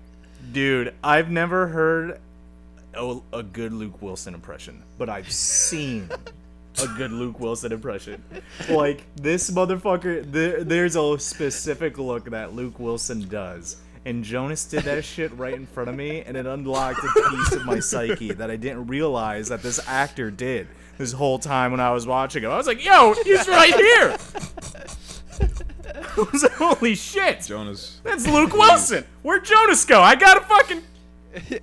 [SPEAKER 4] dude, I've never heard a, a good Luke Wilson impression, but I've seen a good Luke Wilson impression. Like this motherfucker, there, there's a specific look that Luke Wilson does. And Jonas did that shit right in front of me, and it unlocked a piece of my psyche that I didn't realize that this actor did this whole time when I was watching him. I was like, yo, he's right here! I was like, holy shit!
[SPEAKER 5] Jonas.
[SPEAKER 4] That's Luke Wilson. Where'd Jonas go? I got a fucking.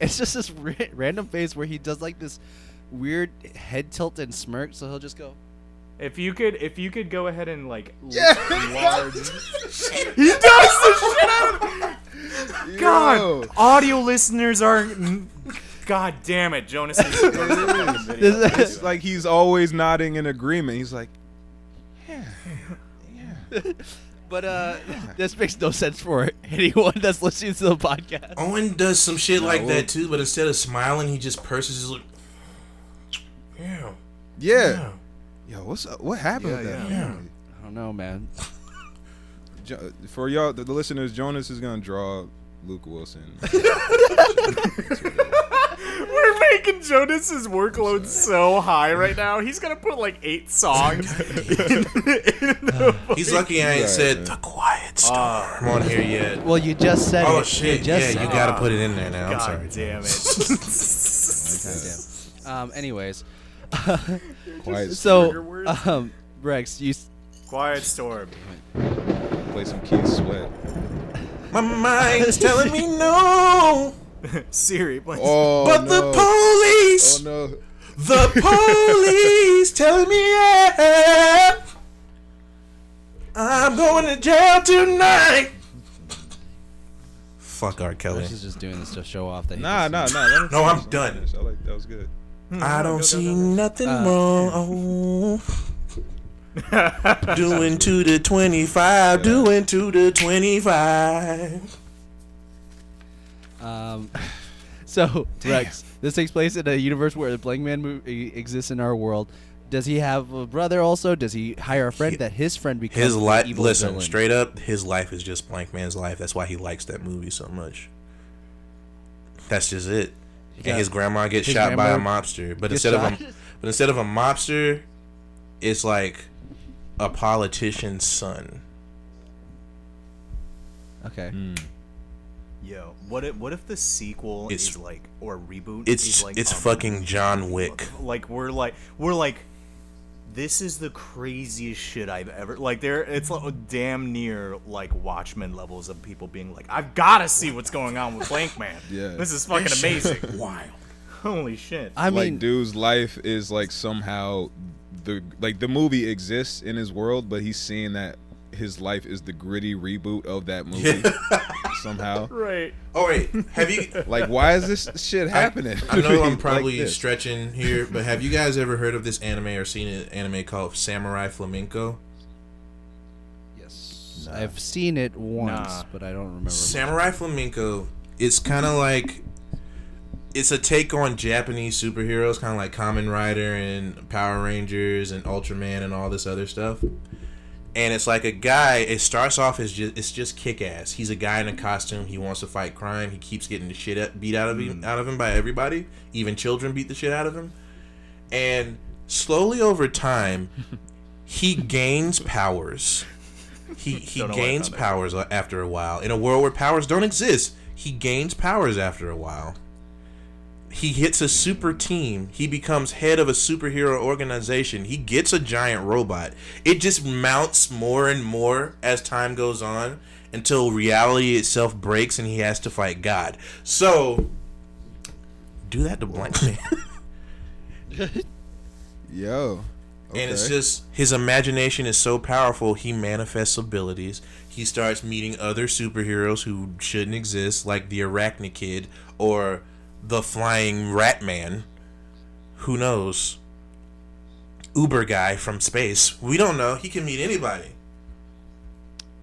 [SPEAKER 3] It's just this ra- random face where he does like this weird head tilt and smirk, so he'll just go.
[SPEAKER 4] If you could, if you could go ahead and like enlarge. he does the shit out of. God,
[SPEAKER 5] Yo.
[SPEAKER 4] audio listeners are. God damn it, Jonas is the worst fucking video.
[SPEAKER 3] This
[SPEAKER 5] It's like he's always nodding in agreement. He's like,
[SPEAKER 3] But uh, this makes no sense for anyone that's listening to the podcast.
[SPEAKER 2] Owen does some shit like that too, but instead of smiling, he just purses his lip. Yeah.
[SPEAKER 5] yeah. Yo, what's up? What happened with that?
[SPEAKER 2] Yeah.
[SPEAKER 3] I don't know, man.
[SPEAKER 5] Jo- for y'all, the, the listeners, Jonas is gonna draw Luke Wilson.
[SPEAKER 4] We're making Jonas's workload so high right now. He's gonna put like eight songs. in, in the
[SPEAKER 2] He's lucky I ain't
[SPEAKER 5] Right,
[SPEAKER 2] said
[SPEAKER 5] right.
[SPEAKER 2] the quiet storm Ah, on here yet.
[SPEAKER 3] Well, you just said it.
[SPEAKER 2] Oh
[SPEAKER 3] You
[SPEAKER 2] shit!
[SPEAKER 3] just
[SPEAKER 2] Yeah, you
[SPEAKER 3] said
[SPEAKER 2] gotta put it in there now. I'm sorry.
[SPEAKER 4] God damn it.
[SPEAKER 3] it. Um. Anyways,
[SPEAKER 5] Quiet.
[SPEAKER 4] trigger
[SPEAKER 3] so
[SPEAKER 4] words.
[SPEAKER 3] um, Rex, you. s-
[SPEAKER 4] Quiet storm.
[SPEAKER 5] play some Keith Sweat.
[SPEAKER 2] My mind's telling me no,
[SPEAKER 4] Siri, please.
[SPEAKER 5] Oh
[SPEAKER 2] but
[SPEAKER 5] no.
[SPEAKER 2] the police,
[SPEAKER 5] oh no.
[SPEAKER 2] the police telling me yeah, I'm going to jail tonight. Fuck R. Kelly.
[SPEAKER 3] Rex is just doing this to show off that. He
[SPEAKER 5] Nah,
[SPEAKER 3] just-
[SPEAKER 5] nah, nah. let him
[SPEAKER 2] No, I'm
[SPEAKER 5] finish, let him
[SPEAKER 2] done.
[SPEAKER 5] finish. I like that was good.
[SPEAKER 2] I don't see nothing wrong.
[SPEAKER 3] Uh,
[SPEAKER 2] doing two to twenty-five, doing two to twenty-five.
[SPEAKER 3] Um, so Rex, this takes place in a universe where the Blank Man movie exists in our world. Does he have a brother also? Does he hire a friend that his friend becomes
[SPEAKER 2] His
[SPEAKER 3] the
[SPEAKER 2] life,
[SPEAKER 3] evil
[SPEAKER 2] listen,
[SPEAKER 3] villain?
[SPEAKER 2] straight up, his life is just Blank Man's life. That's why he likes that movie so much. That's just it.
[SPEAKER 3] got-
[SPEAKER 2] and his grandma gets
[SPEAKER 3] his
[SPEAKER 2] shot by a
[SPEAKER 3] grandma
[SPEAKER 2] mobster, but
[SPEAKER 3] gets
[SPEAKER 2] instead of
[SPEAKER 3] shot.
[SPEAKER 2] a, but instead of a mobster, it's like a politician's son.
[SPEAKER 3] Okay.
[SPEAKER 2] Mm.
[SPEAKER 4] Yo, what if what if the sequel
[SPEAKER 2] It's-
[SPEAKER 4] is like or reboot?
[SPEAKER 2] It's
[SPEAKER 4] is like
[SPEAKER 2] it's
[SPEAKER 4] um,
[SPEAKER 2] fucking John Wick.
[SPEAKER 4] like we're like we're like this is the craziest shit I've ever like there it's like damn near like Watchmen levels of people being like I've got to see what's going on with Blank Man.
[SPEAKER 5] Yeah.
[SPEAKER 4] This is fucking amazing.
[SPEAKER 2] Wild.
[SPEAKER 4] Holy shit.
[SPEAKER 3] I
[SPEAKER 5] like
[SPEAKER 3] mean,
[SPEAKER 5] dude's life is like somehow the like the movie exists in his world, but he's seeing that his life is the gritty reboot of that movie somehow.
[SPEAKER 4] Right.
[SPEAKER 2] Oh wait, have you?
[SPEAKER 5] Like, why is this shit happening?
[SPEAKER 2] I know I'm
[SPEAKER 5] Like
[SPEAKER 2] probably
[SPEAKER 5] this.
[SPEAKER 2] stretching here, but have you guys ever heard of this anime or seen an anime called Samurai Flamenco?
[SPEAKER 3] yes, I've seen it once,
[SPEAKER 4] Nah.
[SPEAKER 3] but I don't remember.
[SPEAKER 2] Samurai Flamenco it's kind of like it's a take on Japanese superheroes, kind of like Kamen Rider and Power Rangers and Ultraman and all this other stuff. And it's like a guy. It starts off as just it's just kick ass. He's a guy in a costume. He wants to fight crime. He keeps getting the shit up, beat out of him out of him by everybody. Even children beat the shit out of him. And slowly over time, he gains powers he he
[SPEAKER 4] know why I
[SPEAKER 2] gains
[SPEAKER 4] found that.
[SPEAKER 2] powers a- after a while in a world where powers don't exist he gains powers after a while he hits a super team he becomes head of a superhero organization he gets a giant robot it just mounts more and more as time goes on until reality itself breaks and he has to fight god so do that to blank man
[SPEAKER 5] Yo.
[SPEAKER 2] And it's
[SPEAKER 5] Okay.
[SPEAKER 2] just his imagination is so powerful, he manifests abilities. He starts meeting other superheroes who shouldn't exist, like the Arachne Kid or the Flying Rat Man. Who knows? Uber guy from space. We don't know. He can meet anybody.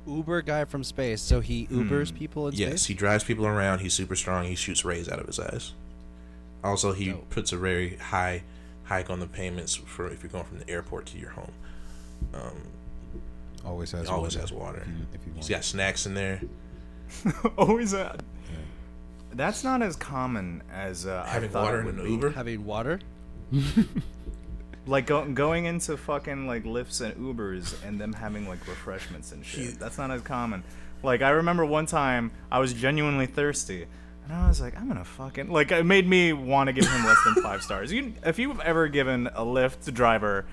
[SPEAKER 3] Uber guy from space. So he Ubers people in
[SPEAKER 2] Hmm. Yes,
[SPEAKER 3] space.
[SPEAKER 2] he drives people around. He's super strong. He shoots rays out of his eyes. Also, he puts a very high hike on the payments for if you're going from the airport to your home.
[SPEAKER 5] Always has
[SPEAKER 2] he always
[SPEAKER 5] water.
[SPEAKER 2] has water.
[SPEAKER 5] If you, if you
[SPEAKER 2] He's
[SPEAKER 5] want.
[SPEAKER 2] got snacks in there.
[SPEAKER 4] Always that. That's not as common as uh, I
[SPEAKER 2] Having
[SPEAKER 4] thought
[SPEAKER 2] water
[SPEAKER 4] it
[SPEAKER 2] in
[SPEAKER 4] would
[SPEAKER 2] an
[SPEAKER 4] be.
[SPEAKER 2] Uber.
[SPEAKER 3] Having water.
[SPEAKER 4] Like go- going into fucking like lifts and Ubers and them having like refreshments and shit. That's not as common. Like I remember one time I was genuinely thirsty. And I was like, I'm gonna fucking like. It made me want to give him less than five stars. You, if you've ever given a Lyft driver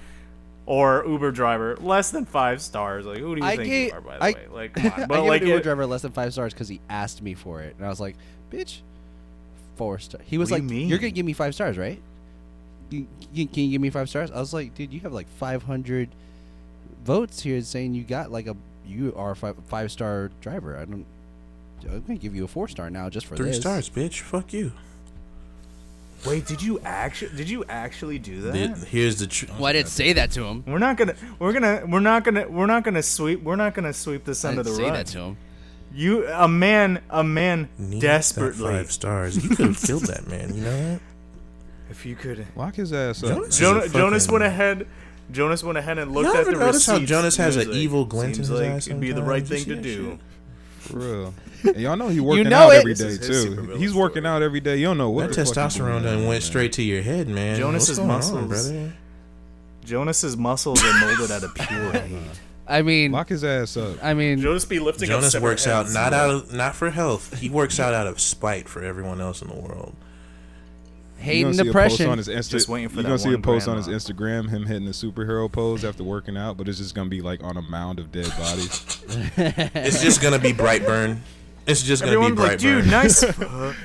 [SPEAKER 4] or Uber driver less than five stars, like who do you
[SPEAKER 3] I
[SPEAKER 4] think
[SPEAKER 3] gave,
[SPEAKER 4] you are? By the
[SPEAKER 3] I,
[SPEAKER 4] way, like, come on.
[SPEAKER 3] I
[SPEAKER 4] But
[SPEAKER 3] gave
[SPEAKER 4] like,
[SPEAKER 3] an Uber
[SPEAKER 4] it-
[SPEAKER 3] driver less than five stars because he asked me for it, and I was like, "Bitch, four star." He was
[SPEAKER 4] What do
[SPEAKER 3] like,
[SPEAKER 4] you mean?
[SPEAKER 3] are gonna give me five stars, right? You- you- Can you give me five stars?" I was like, "Dude, you have like 500 votes here saying you got like a you are a five five star driver. I don't. I'm gonna give you a four star now just for
[SPEAKER 2] Three
[SPEAKER 3] this.
[SPEAKER 2] stars, bitch. Fuck you.
[SPEAKER 4] wait, did you actually did you actually do that?
[SPEAKER 2] The- here's the truth.
[SPEAKER 3] Well, I didn't say that to him.
[SPEAKER 4] We're not gonna. We're gonna. We're not gonna. We're not gonna sweep. We're not gonna sweep this
[SPEAKER 3] I
[SPEAKER 4] under
[SPEAKER 3] didn't
[SPEAKER 4] the
[SPEAKER 3] say
[SPEAKER 4] rug.
[SPEAKER 3] that to him.
[SPEAKER 4] You, a man, a man, desperately.
[SPEAKER 2] five stars. You could have killed that man. You know that.
[SPEAKER 4] If you could,
[SPEAKER 5] Lock his ass up.
[SPEAKER 2] Jonas-
[SPEAKER 5] man.
[SPEAKER 4] Jonah,
[SPEAKER 2] fucking-
[SPEAKER 4] Jonas went ahead. Jonas went ahead and looked
[SPEAKER 2] Y'all
[SPEAKER 4] at
[SPEAKER 2] ever
[SPEAKER 4] the
[SPEAKER 2] notice
[SPEAKER 4] receipts.
[SPEAKER 2] how Jonas has
[SPEAKER 4] He
[SPEAKER 2] an
[SPEAKER 4] was like,
[SPEAKER 2] evil glint in
[SPEAKER 4] Seems
[SPEAKER 2] his
[SPEAKER 4] like
[SPEAKER 2] eye
[SPEAKER 4] it'd be the right
[SPEAKER 2] sometimes. You
[SPEAKER 4] thing
[SPEAKER 2] see
[SPEAKER 4] to
[SPEAKER 2] that
[SPEAKER 4] do.
[SPEAKER 5] For real. And y'all know he working
[SPEAKER 3] know
[SPEAKER 5] out
[SPEAKER 3] it.
[SPEAKER 5] every
[SPEAKER 4] This
[SPEAKER 5] day
[SPEAKER 4] is his
[SPEAKER 5] too.
[SPEAKER 4] supervillain
[SPEAKER 5] He's working
[SPEAKER 4] story.
[SPEAKER 5] out every day. You don't know what
[SPEAKER 2] That
[SPEAKER 5] the fuck is
[SPEAKER 2] testosterone
[SPEAKER 5] going on,
[SPEAKER 2] done
[SPEAKER 5] man.
[SPEAKER 2] went straight to your head, man. What's
[SPEAKER 4] Jonas's
[SPEAKER 2] going on,
[SPEAKER 4] muscles.
[SPEAKER 2] brother?
[SPEAKER 4] Jonas's muscles are molded out of pure hate.
[SPEAKER 3] I mean,
[SPEAKER 5] Lock his ass up.
[SPEAKER 3] I mean,
[SPEAKER 4] Jonas be lifting up.
[SPEAKER 2] Jonas
[SPEAKER 4] separate
[SPEAKER 2] works out
[SPEAKER 4] heads.
[SPEAKER 2] not out of, not for health. He works out out of spite for everyone else in the world.
[SPEAKER 5] You
[SPEAKER 3] hate
[SPEAKER 5] gonna
[SPEAKER 3] and
[SPEAKER 5] see a post
[SPEAKER 3] depression.
[SPEAKER 5] on his Insta-
[SPEAKER 4] Just waiting for
[SPEAKER 5] you
[SPEAKER 4] that
[SPEAKER 5] gonna see a
[SPEAKER 4] one
[SPEAKER 5] post on his
[SPEAKER 4] grandma.
[SPEAKER 5] Instagram him hitting the superhero pose after working out, but it's just gonna be like on a mound of dead bodies.
[SPEAKER 2] It's just gonna be Brightburn. It's just gonna
[SPEAKER 4] Everyone's
[SPEAKER 2] be
[SPEAKER 4] like,
[SPEAKER 2] Brightburn.
[SPEAKER 4] dude, nice.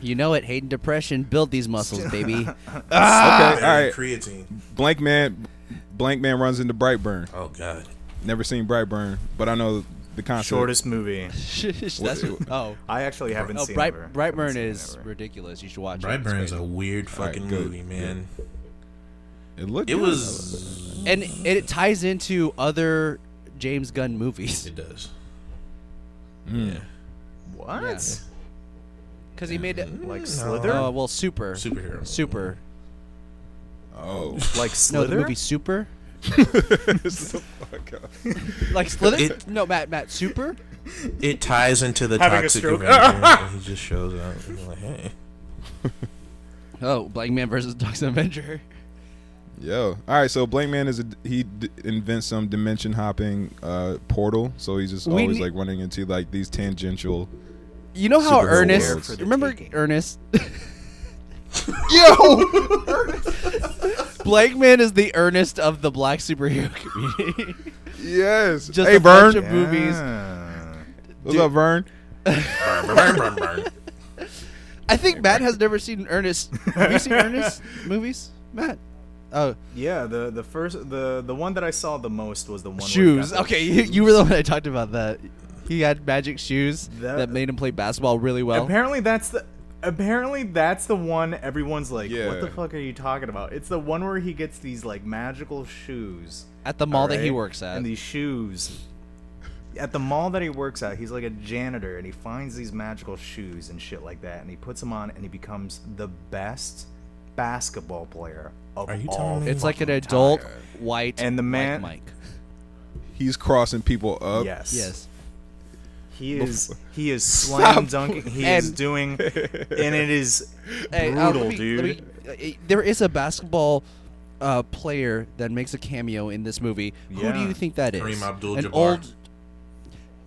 [SPEAKER 3] You know it. Hate and depression build these muscles, baby. Ah.
[SPEAKER 5] okay, all right.
[SPEAKER 2] Creatine.
[SPEAKER 5] Blank man, blank man runs into Brightburn.
[SPEAKER 2] Oh God.
[SPEAKER 5] Never seen Brightburn, but I know the concept.
[SPEAKER 4] Shortest movie.
[SPEAKER 3] That's what, oh.
[SPEAKER 4] I actually haven't
[SPEAKER 3] Oh,
[SPEAKER 4] seen.
[SPEAKER 3] Bright,
[SPEAKER 4] ever. Haven't
[SPEAKER 3] Brightburn
[SPEAKER 4] seen
[SPEAKER 3] is
[SPEAKER 4] ever.
[SPEAKER 3] ridiculous. You should watch it. It's
[SPEAKER 2] Brightburn's
[SPEAKER 3] great.
[SPEAKER 2] a weird
[SPEAKER 5] right,
[SPEAKER 2] fucking
[SPEAKER 5] good,
[SPEAKER 2] movie, man.
[SPEAKER 5] It looked.
[SPEAKER 2] It
[SPEAKER 5] good.
[SPEAKER 2] was.
[SPEAKER 3] and it, it ties into other James Gunn movies
[SPEAKER 2] It does. Yeah.
[SPEAKER 4] What?
[SPEAKER 3] because he made it.
[SPEAKER 4] Like
[SPEAKER 3] Oh
[SPEAKER 4] Slither?
[SPEAKER 3] well, Super
[SPEAKER 2] Superhero.
[SPEAKER 3] Super.
[SPEAKER 5] Oh.
[SPEAKER 4] Like
[SPEAKER 3] No, the
[SPEAKER 4] Slither?
[SPEAKER 3] movie Super. Like Slither?
[SPEAKER 2] It-
[SPEAKER 3] no, Matt. Matt Super.
[SPEAKER 2] It ties into the
[SPEAKER 4] Having a
[SPEAKER 2] toxic
[SPEAKER 4] stroke.
[SPEAKER 2] Avenger. and he just shows up. And you're like, hey.
[SPEAKER 3] Oh, Blank Man versus Dogs Avenger.
[SPEAKER 5] Yo. All right. So Blank Man is a, he d- invents some dimension hopping uh, portal. So he's just
[SPEAKER 3] We
[SPEAKER 5] always
[SPEAKER 3] need-
[SPEAKER 5] like running into like these tangential.
[SPEAKER 3] You know how
[SPEAKER 5] Superhero world.
[SPEAKER 3] Ernest?
[SPEAKER 5] For the
[SPEAKER 3] Remember
[SPEAKER 4] taking.
[SPEAKER 3] Ernest? Yo. Blank Man is the Ernest of the black superhero community.
[SPEAKER 5] Yes.
[SPEAKER 3] Just
[SPEAKER 5] hey,
[SPEAKER 3] a bunch
[SPEAKER 5] Vern.
[SPEAKER 3] of movies.
[SPEAKER 4] Ah.
[SPEAKER 5] What's up, Vern?
[SPEAKER 2] Burn, burn, burn, burn, burn.
[SPEAKER 3] I think Matt has never seen Ernest. Have you seen Ernest movies, Matt? Oh,
[SPEAKER 4] Yeah, the the first the the one that I saw the most was the one where he
[SPEAKER 3] shoes.
[SPEAKER 4] got the
[SPEAKER 3] Okay, you, you were the one that talked about that. He had magic shoes that,
[SPEAKER 4] That-
[SPEAKER 3] made him play basketball really well.
[SPEAKER 4] Apparently that's the apparently that's the one everyone's like, what the
[SPEAKER 5] Yeah.
[SPEAKER 4] fuck are you talking about? It's the one where he gets these like magical shoes.
[SPEAKER 3] at the mall that he
[SPEAKER 4] right?
[SPEAKER 3] works at.
[SPEAKER 4] And these shoes. At the mall that he works at, he's like a janitor and he finds these magical shoes and shit like that and he puts them on and he becomes the best basketball player of
[SPEAKER 2] Are you
[SPEAKER 4] all
[SPEAKER 2] telling me-
[SPEAKER 3] it's like an
[SPEAKER 2] fucking
[SPEAKER 3] adult white
[SPEAKER 4] And the
[SPEAKER 3] like
[SPEAKER 4] man-
[SPEAKER 3] Mike.
[SPEAKER 5] He's crossing people up.
[SPEAKER 4] Yes.
[SPEAKER 3] Yes.
[SPEAKER 4] He is he is slam dunking. He is
[SPEAKER 3] And-
[SPEAKER 4] doing, and it is
[SPEAKER 3] Hey, uh, let
[SPEAKER 4] brutal,
[SPEAKER 3] me-
[SPEAKER 4] dude.
[SPEAKER 3] let me- uh, eh, there is a basketball uh, player that makes a cameo in this movie. Who do
[SPEAKER 4] Yeah.
[SPEAKER 3] you think that is?
[SPEAKER 2] Kareem Abdul-Jabbar.
[SPEAKER 3] An old.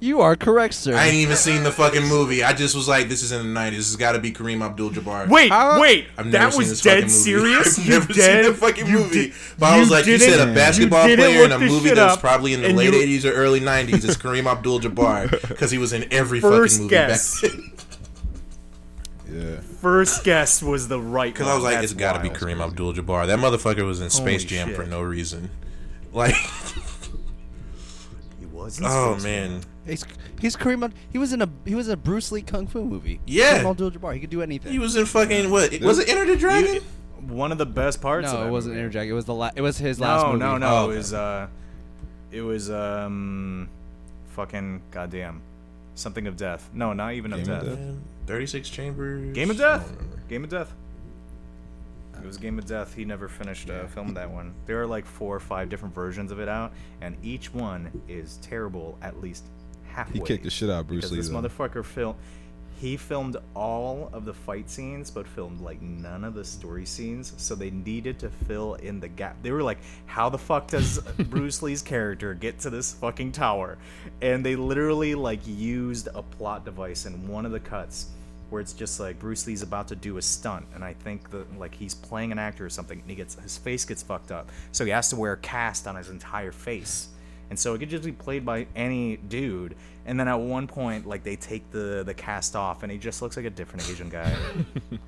[SPEAKER 3] You are correct, sir.
[SPEAKER 2] I ain't even seen the fucking movie. I just was like, this is in the 90s. This has got to be Kareem Abdul Jabbar.
[SPEAKER 4] Wait,
[SPEAKER 5] How-
[SPEAKER 4] wait,
[SPEAKER 2] I've never
[SPEAKER 4] that
[SPEAKER 2] seen
[SPEAKER 4] was
[SPEAKER 2] this
[SPEAKER 4] dead
[SPEAKER 2] fucking movie.
[SPEAKER 4] serious.
[SPEAKER 2] I've
[SPEAKER 4] you
[SPEAKER 2] never
[SPEAKER 4] dead?
[SPEAKER 2] seen the fucking
[SPEAKER 4] You
[SPEAKER 2] movie.
[SPEAKER 4] did-
[SPEAKER 2] but I was like, you
[SPEAKER 4] didn't-
[SPEAKER 2] said a basketball
[SPEAKER 4] didn't
[SPEAKER 2] player in
[SPEAKER 4] look
[SPEAKER 2] a
[SPEAKER 4] this
[SPEAKER 2] movie
[SPEAKER 4] shit
[SPEAKER 2] that's
[SPEAKER 4] up,
[SPEAKER 2] probably in the
[SPEAKER 4] and
[SPEAKER 2] late
[SPEAKER 4] you-
[SPEAKER 2] 80s or early 90s. It's Kareem Abdul-Jabbar because he was in every
[SPEAKER 4] First
[SPEAKER 2] fucking movie
[SPEAKER 4] guess.
[SPEAKER 2] back then.
[SPEAKER 5] Yeah.
[SPEAKER 4] First guess was the right.
[SPEAKER 2] Because I was like, it's got to be Kareem Abdul-Jabbar. That motherfucker was in Space Jam
[SPEAKER 4] shit.
[SPEAKER 2] for no reason. Like,
[SPEAKER 4] He was. in
[SPEAKER 2] oh
[SPEAKER 4] Space Jam.
[SPEAKER 2] man,
[SPEAKER 3] He's he's Kareem. Ab- He was in a he was a Bruce Lee kung fu movie.
[SPEAKER 2] Yeah.
[SPEAKER 3] Kareem Abdul-Jabbar. He could do anything.
[SPEAKER 2] he was in fucking what? Was it Enter the Dragon?
[SPEAKER 4] one of the best parts. of
[SPEAKER 3] No,
[SPEAKER 4] that
[SPEAKER 3] it wasn't
[SPEAKER 4] movie.
[SPEAKER 3] Interjack. It was the la- It was his last
[SPEAKER 4] no,
[SPEAKER 3] movie.
[SPEAKER 4] No, no,
[SPEAKER 3] Oh,
[SPEAKER 4] It
[SPEAKER 3] okay.
[SPEAKER 4] was uh, it was um, fucking goddamn, something of death. No, not even of
[SPEAKER 5] Game of
[SPEAKER 4] death.
[SPEAKER 5] Death?
[SPEAKER 2] Thirty-six chambers.
[SPEAKER 4] Game of
[SPEAKER 2] I don't
[SPEAKER 4] Death.
[SPEAKER 2] remember.
[SPEAKER 4] Game of Death. It was Game of Death. He never finished uh, filming that one. There are like four or five different versions of it out, and each one is terrible at least halfway.
[SPEAKER 5] He kicked the shit out of Bruce
[SPEAKER 4] because
[SPEAKER 5] Lee.
[SPEAKER 4] This
[SPEAKER 5] though.
[SPEAKER 4] motherfucker film. He filmed all of the fight scenes, but filmed like none of the story scenes. So they needed to fill in the gap. They were like, "How the fuck does Bruce Lee's character get to this fucking tower?" And they literally like used a plot device in one of the cuts, where it's just like Bruce Lee's about to do a stunt, and I think that like he's playing an actor or something, and he gets his face gets fucked up, so he has to wear a cast on his entire face and so it could just be played by any dude and then at one point like they take the the cast off and he just looks like a different asian guy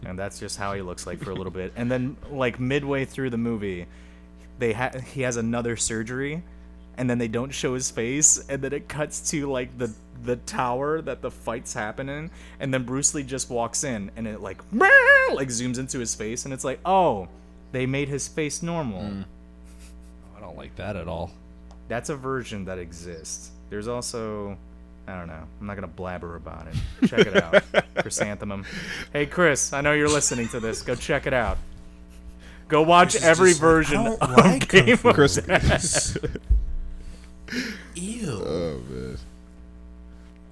[SPEAKER 4] and that's just how he looks like for a little bit and then like midway through the movie they ha- he has another surgery and then they don't show his face and then it cuts to like the the tower that the fight's happening and then bruce lee just walks in and it like like zooms into his face and it's like oh they made his face normal
[SPEAKER 3] Oh, I don't like that at all.
[SPEAKER 4] that's a version that exists. There's also, I don't know. I'm not gonna blabber about it. Check it out, Chrysanthemum. Hey, Chris, I know you're listening to this. Go check it out. Go watch
[SPEAKER 2] Chris is
[SPEAKER 4] every
[SPEAKER 2] just like,
[SPEAKER 4] version
[SPEAKER 2] "I don't
[SPEAKER 4] of
[SPEAKER 2] like Kung
[SPEAKER 4] Game
[SPEAKER 2] Fu
[SPEAKER 4] of
[SPEAKER 5] Chris-
[SPEAKER 4] Death.
[SPEAKER 2] Ew.
[SPEAKER 5] Oh man!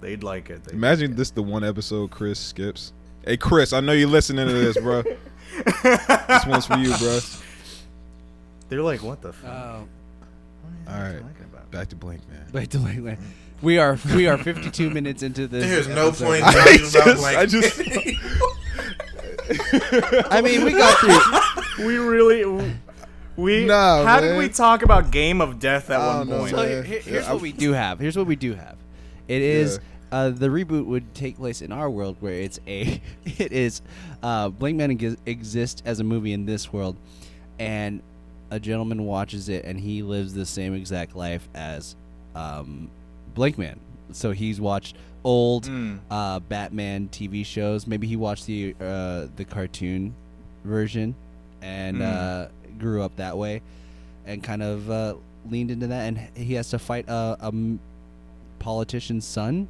[SPEAKER 4] They'd like it. They'd
[SPEAKER 5] Imagine this the one episode Chris skips. Hey Chris, I know you listening to this, bro. this one's for you, bro.
[SPEAKER 4] They're like, what the fuck?
[SPEAKER 3] Oh,
[SPEAKER 5] All right,
[SPEAKER 4] talking about?
[SPEAKER 5] back to blank man.
[SPEAKER 3] wait, delay, wait. We are we are 52 minutes into this.
[SPEAKER 2] There's no
[SPEAKER 3] episode.
[SPEAKER 2] point in
[SPEAKER 5] I
[SPEAKER 2] talking about
[SPEAKER 5] just,
[SPEAKER 2] like.
[SPEAKER 5] I just,
[SPEAKER 3] I mean, we got through.
[SPEAKER 4] We really, we.
[SPEAKER 5] Nah,
[SPEAKER 4] how did
[SPEAKER 5] man.
[SPEAKER 4] we talk about Game of Death at
[SPEAKER 5] I
[SPEAKER 4] one
[SPEAKER 5] don't know,
[SPEAKER 4] point?
[SPEAKER 3] So
[SPEAKER 5] Yeah,
[SPEAKER 3] here- here-
[SPEAKER 5] yeah,
[SPEAKER 3] here's
[SPEAKER 5] I-
[SPEAKER 3] what we do have. Here's what we do have. It is uh, the reboot would take place in our world where it's a it is uh, Blank Man ex- exists as a movie in this world, and a gentleman watches it and he lives the same exact life as um, Blank Man. So he's watched old
[SPEAKER 5] Hmm.
[SPEAKER 3] uh, Batman TV shows. Maybe he watched the uh, the cartoon version and
[SPEAKER 5] Hmm.
[SPEAKER 3] uh, grew up that way and kind of uh, leaned into that. And he has to fight a, a m- politician's son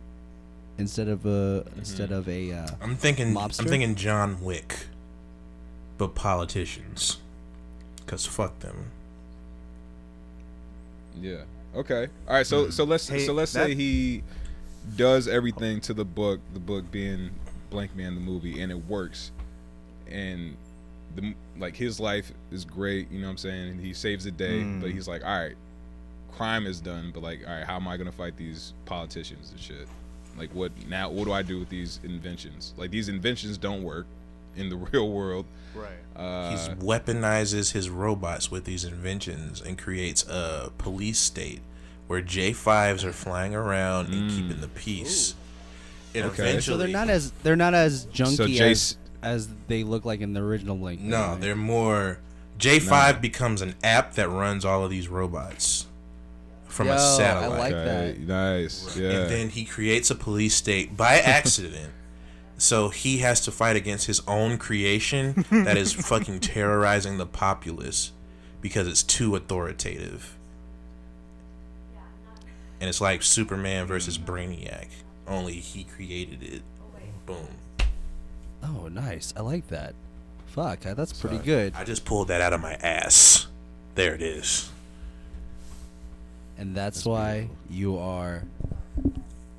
[SPEAKER 3] instead of a instead of a. Uh,
[SPEAKER 2] I'm thinking.
[SPEAKER 3] Mobster?
[SPEAKER 2] I'm thinking John Wick, but politicians, cause fuck them.
[SPEAKER 5] Yeah. Okay. All right. So so let's
[SPEAKER 4] Hey,
[SPEAKER 5] so let's say
[SPEAKER 4] that-
[SPEAKER 5] he does everything to the book, the book being Blank Man the movie, and it works, and the m- like his life is great. You know what I'm saying? And he saves the day, but he's like, all right, crime is done, but like, all right, how am I gonna fight these politicians and shit? Like, what now? What do I do with these inventions? Like, these inventions don't work in the real world.
[SPEAKER 4] right.
[SPEAKER 5] Uh,
[SPEAKER 2] He weaponizes his robots with these inventions and creates a police state where J5s are flying around and keeping the peace. And
[SPEAKER 5] Mm. Okay.
[SPEAKER 2] eventually,
[SPEAKER 3] so they're not as they're not as junky
[SPEAKER 5] Jace-
[SPEAKER 3] as as they look like in the original Link.
[SPEAKER 2] no, they're more. J5 becomes an app that runs all of these robots from
[SPEAKER 3] Yo, I
[SPEAKER 2] a satellite.
[SPEAKER 3] like
[SPEAKER 5] Okay, Nice. Yeah.
[SPEAKER 2] and then he creates a police state by accident. so he has to fight against his own creation that is fucking terrorizing the populace because it's too authoritative. And it's like Superman versus Brainiac, only he created it. Boom.
[SPEAKER 3] Oh, nice. I like that. Fuck, I- that's pretty good.
[SPEAKER 2] I just pulled that out of my ass. There it is.
[SPEAKER 3] And that's, why you are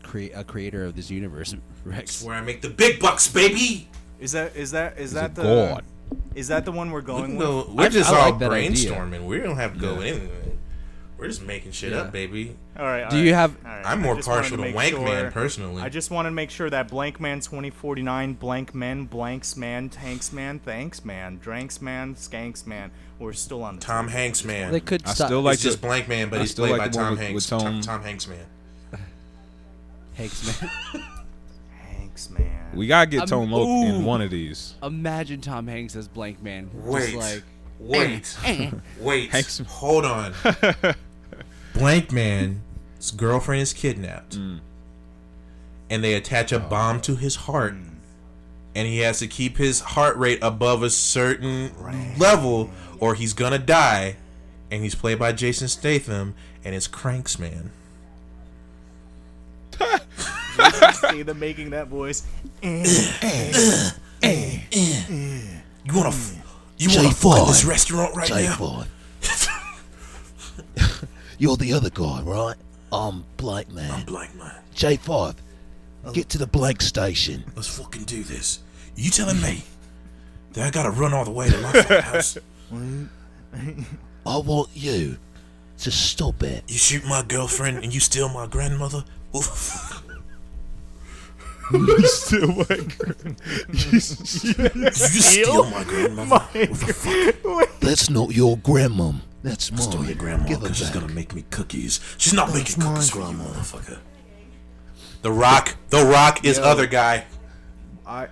[SPEAKER 3] crea- a creator of this universe, Rex.
[SPEAKER 2] Where I make the big bucks, baby.
[SPEAKER 4] Is that is that is that the
[SPEAKER 5] god.
[SPEAKER 4] is that the one we're going with?
[SPEAKER 2] No, we're just
[SPEAKER 3] I
[SPEAKER 2] all
[SPEAKER 3] like that idea.
[SPEAKER 2] brainstorming. We don't have to go with anything. We're just making shit
[SPEAKER 3] Yeah.
[SPEAKER 2] up, baby.
[SPEAKER 4] All right.
[SPEAKER 3] Do
[SPEAKER 4] all
[SPEAKER 3] you
[SPEAKER 4] right,
[SPEAKER 3] have-
[SPEAKER 4] all right.
[SPEAKER 2] I'm
[SPEAKER 4] I
[SPEAKER 2] more
[SPEAKER 4] just wanted
[SPEAKER 2] partial to
[SPEAKER 4] make
[SPEAKER 2] Wank Man,
[SPEAKER 4] sure-
[SPEAKER 2] personally.
[SPEAKER 4] I just want to make sure that Blank Man 2049, Blank Men, Blanks Man, Tanks Man, Thanks Man, Dranks Man, Skanks Man, we're still on the
[SPEAKER 2] Tom Hanks man.
[SPEAKER 3] They could
[SPEAKER 5] I
[SPEAKER 3] stop.
[SPEAKER 5] still
[SPEAKER 2] like
[SPEAKER 5] like
[SPEAKER 2] it's just
[SPEAKER 5] the-
[SPEAKER 2] blank man, but
[SPEAKER 5] I
[SPEAKER 2] he's
[SPEAKER 5] still
[SPEAKER 2] played by
[SPEAKER 5] like the one
[SPEAKER 2] Tom
[SPEAKER 5] with-
[SPEAKER 2] Hanks.
[SPEAKER 5] with
[SPEAKER 2] Tom,
[SPEAKER 5] Tom-
[SPEAKER 2] Tom Hanks man.
[SPEAKER 3] Hanks, man.
[SPEAKER 4] Hanks Man.
[SPEAKER 5] We gotta get
[SPEAKER 3] Um,
[SPEAKER 5] Tone Loc in
[SPEAKER 3] ooh.
[SPEAKER 5] one of these.
[SPEAKER 3] Imagine Tom Hanks as Blank Man.
[SPEAKER 2] Wait,
[SPEAKER 3] Just like, eh,
[SPEAKER 2] wait, wait.
[SPEAKER 5] Hanks-
[SPEAKER 2] Hold on. blank man's girlfriend
[SPEAKER 3] Oh. Mm.
[SPEAKER 2] is kidnapped, and they attach a bomb to his heart and he has to keep his heart rate above a certain level or he's gonna die. And he's played by Jason Statham, and it's Cranks Man.
[SPEAKER 4] Statham making that voice.
[SPEAKER 2] You wanna,
[SPEAKER 3] Mm.
[SPEAKER 2] f- you wanna fuck this restaurant right now?
[SPEAKER 9] You're the other guy, right? I'm Blake Man.
[SPEAKER 2] Blank man,
[SPEAKER 9] J5, get to the Blake station.
[SPEAKER 2] let's fucking do this. You telling me that I gotta run all the way to my fucking house?
[SPEAKER 9] I want you to stop it.
[SPEAKER 2] You shoot my girlfriend and you steal my grandmother? Oof.
[SPEAKER 5] Still like,
[SPEAKER 2] Did you just steal my grandmother?
[SPEAKER 9] That's not your grandmum. That's mine.
[SPEAKER 2] Steal your grandma
[SPEAKER 9] Give
[SPEAKER 2] because she's
[SPEAKER 9] it back.
[SPEAKER 2] gonna make me cookies. She's not making cookies for you, motherfucker. The Rock. The Rock is other guy.
[SPEAKER 4] I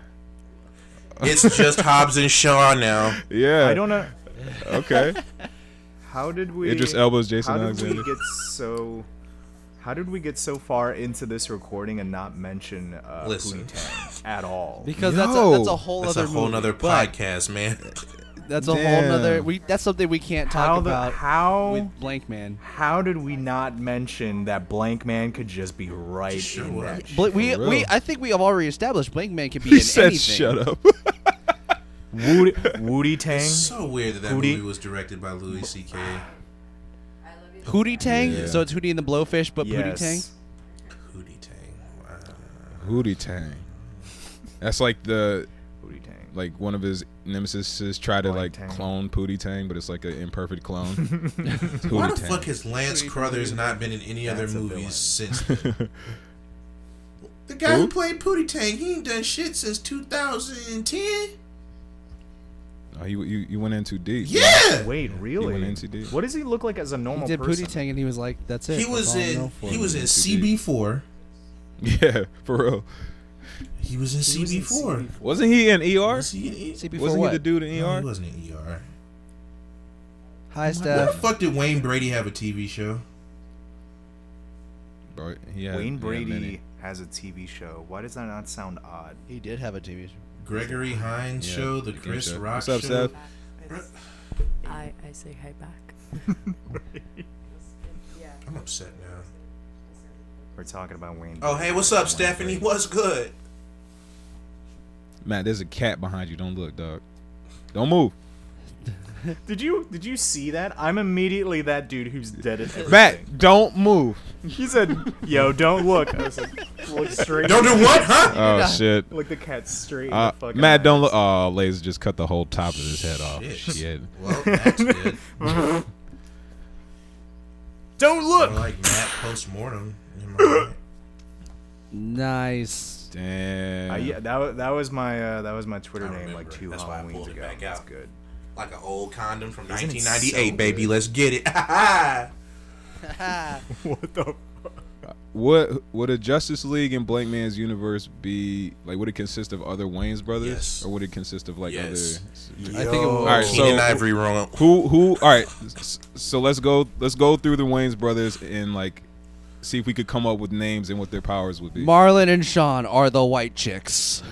[SPEAKER 2] It's just Hobbs and Shaw now.
[SPEAKER 5] yeah.
[SPEAKER 4] I don't know.
[SPEAKER 5] Okay.
[SPEAKER 4] How did we?
[SPEAKER 5] Idris Elba's Jason
[SPEAKER 4] How did
[SPEAKER 5] Alexander.
[SPEAKER 4] we get so? How did we get so far into this recording and not mention uh,
[SPEAKER 2] Listen.
[SPEAKER 4] Poontang at all?
[SPEAKER 3] because that's a,
[SPEAKER 5] Yo.
[SPEAKER 3] that's a whole
[SPEAKER 2] That's
[SPEAKER 3] other
[SPEAKER 2] a whole
[SPEAKER 3] movie.
[SPEAKER 2] nother podcast, man.
[SPEAKER 3] That's a whole nother.
[SPEAKER 5] Damn.
[SPEAKER 3] We that's something we can't talk
[SPEAKER 4] How the
[SPEAKER 3] about
[SPEAKER 4] how
[SPEAKER 3] with Blank Man.
[SPEAKER 4] how did we not mention that Blank Man could just be right in
[SPEAKER 2] was.
[SPEAKER 4] that?
[SPEAKER 3] Bla- we,
[SPEAKER 5] real.
[SPEAKER 3] we I think we have already established Blank Man can be
[SPEAKER 5] He
[SPEAKER 3] in
[SPEAKER 5] said,
[SPEAKER 3] anything.
[SPEAKER 5] "Shut up."
[SPEAKER 4] Woody, Woody Tang.
[SPEAKER 2] so weird that that
[SPEAKER 4] Hootie.
[SPEAKER 2] movie was directed by Louis C.K.
[SPEAKER 3] Hootie Tang. So it's Hootie and the Blowfish, but Pootie Tang.
[SPEAKER 4] Yes.
[SPEAKER 2] Hootie Tang. Wow.
[SPEAKER 5] Hootie Tang. That's like the
[SPEAKER 4] Hootie Tang.
[SPEAKER 5] like one of his nemesis try to like
[SPEAKER 4] Tang.
[SPEAKER 5] clone Pootie Tang, but it's like an imperfect clone. It's
[SPEAKER 2] Why the
[SPEAKER 5] Hootie Tang.
[SPEAKER 2] fuck has Lance Crothers not been in any other
[SPEAKER 4] That's a
[SPEAKER 2] movies since? then? the guy who played Pootie Tang, he ain't done shit since 2010.
[SPEAKER 5] Oh, you, you you went in too deep. bro.
[SPEAKER 2] Yeah,
[SPEAKER 4] Wait, really?
[SPEAKER 5] went into deep.
[SPEAKER 4] What does he look like as a
[SPEAKER 3] He
[SPEAKER 4] normal
[SPEAKER 3] did
[SPEAKER 4] person?
[SPEAKER 3] Pootie Tang, and he was like, "That's it."
[SPEAKER 2] he
[SPEAKER 3] that's
[SPEAKER 2] was
[SPEAKER 3] all I know
[SPEAKER 2] in
[SPEAKER 3] for
[SPEAKER 2] he
[SPEAKER 3] it."
[SPEAKER 2] was in
[SPEAKER 5] Indeed.
[SPEAKER 2] CB4.
[SPEAKER 5] Yeah, for real.
[SPEAKER 2] He was in CB4.
[SPEAKER 5] Wasn't he in ER?
[SPEAKER 2] Was he in
[SPEAKER 3] See
[SPEAKER 2] CB4?
[SPEAKER 3] before
[SPEAKER 5] Wasn't
[SPEAKER 3] what?
[SPEAKER 5] he the dude in
[SPEAKER 2] No,
[SPEAKER 5] ER?
[SPEAKER 2] he wasn't in ER.
[SPEAKER 3] Hi,
[SPEAKER 2] Why the
[SPEAKER 3] Steph.
[SPEAKER 2] fuck did Wayne Brady have a TV show?
[SPEAKER 5] Bro, he had- he
[SPEAKER 4] Wayne
[SPEAKER 5] had
[SPEAKER 4] Brady
[SPEAKER 5] many.
[SPEAKER 4] has a TV show. Why does that not sound odd?
[SPEAKER 3] He did have a TV show.
[SPEAKER 2] Gregory Hines
[SPEAKER 5] Yeah,
[SPEAKER 2] show, the
[SPEAKER 5] Game
[SPEAKER 2] Chris
[SPEAKER 5] Show.
[SPEAKER 2] Rock
[SPEAKER 5] What's up,
[SPEAKER 2] show.
[SPEAKER 5] Seth?
[SPEAKER 10] I, I say hi back.
[SPEAKER 2] I'm upset now.
[SPEAKER 4] We're talking about Wayne.
[SPEAKER 2] Oh hey, what's up, Stephanie? What's good?
[SPEAKER 5] Matt, there's a cat behind you. Don't look, dog. Don't move.
[SPEAKER 4] Did you did you see that? I'm immediately that dude who's dead at everything.
[SPEAKER 5] Matt, don't move.
[SPEAKER 4] He said, "Yo, don't look." I was like, "Look straight."
[SPEAKER 2] Don't do what, huh?
[SPEAKER 5] Oh shit.
[SPEAKER 4] Look the cat straight.
[SPEAKER 5] Uh,
[SPEAKER 4] in the fucking
[SPEAKER 5] Matt,
[SPEAKER 4] eye.
[SPEAKER 5] don't look. Oh, laser just cut the whole top of his head off.
[SPEAKER 2] Shit.
[SPEAKER 5] Shit.
[SPEAKER 2] Well, that's good.
[SPEAKER 4] Don't
[SPEAKER 2] I
[SPEAKER 4] look.
[SPEAKER 5] Oh,
[SPEAKER 2] like Matt post mortem. Why
[SPEAKER 3] Nice.
[SPEAKER 5] Damn.
[SPEAKER 4] Uh, yeah, that was, that was my uh, that was my Twitter
[SPEAKER 2] I
[SPEAKER 4] name like
[SPEAKER 2] remember it.
[SPEAKER 4] two
[SPEAKER 2] That's why I
[SPEAKER 4] Halloweens
[SPEAKER 2] pulled it
[SPEAKER 4] ago.
[SPEAKER 2] back
[SPEAKER 4] That's
[SPEAKER 2] out.
[SPEAKER 4] good.
[SPEAKER 2] Like an old condom from
[SPEAKER 4] Isn't it
[SPEAKER 2] 1998,
[SPEAKER 4] so
[SPEAKER 2] baby.
[SPEAKER 4] good?
[SPEAKER 2] Let's get it.
[SPEAKER 4] What the?
[SPEAKER 5] What would a Justice League and Blank Man's universe be like? Would it consist of other Wayne's brothers,
[SPEAKER 2] Yes.
[SPEAKER 5] or would it consist of like
[SPEAKER 2] Yes. Oh,
[SPEAKER 5] other?
[SPEAKER 3] I think it was.
[SPEAKER 5] right,
[SPEAKER 2] Keenan
[SPEAKER 5] so-
[SPEAKER 2] Ivory wrong.
[SPEAKER 5] Who who? All right, s- so let's go. Let's go through the Wayne's brothers and like see if we could come up with names and what their powers would be.
[SPEAKER 3] Marlon and Sean are the white chicks.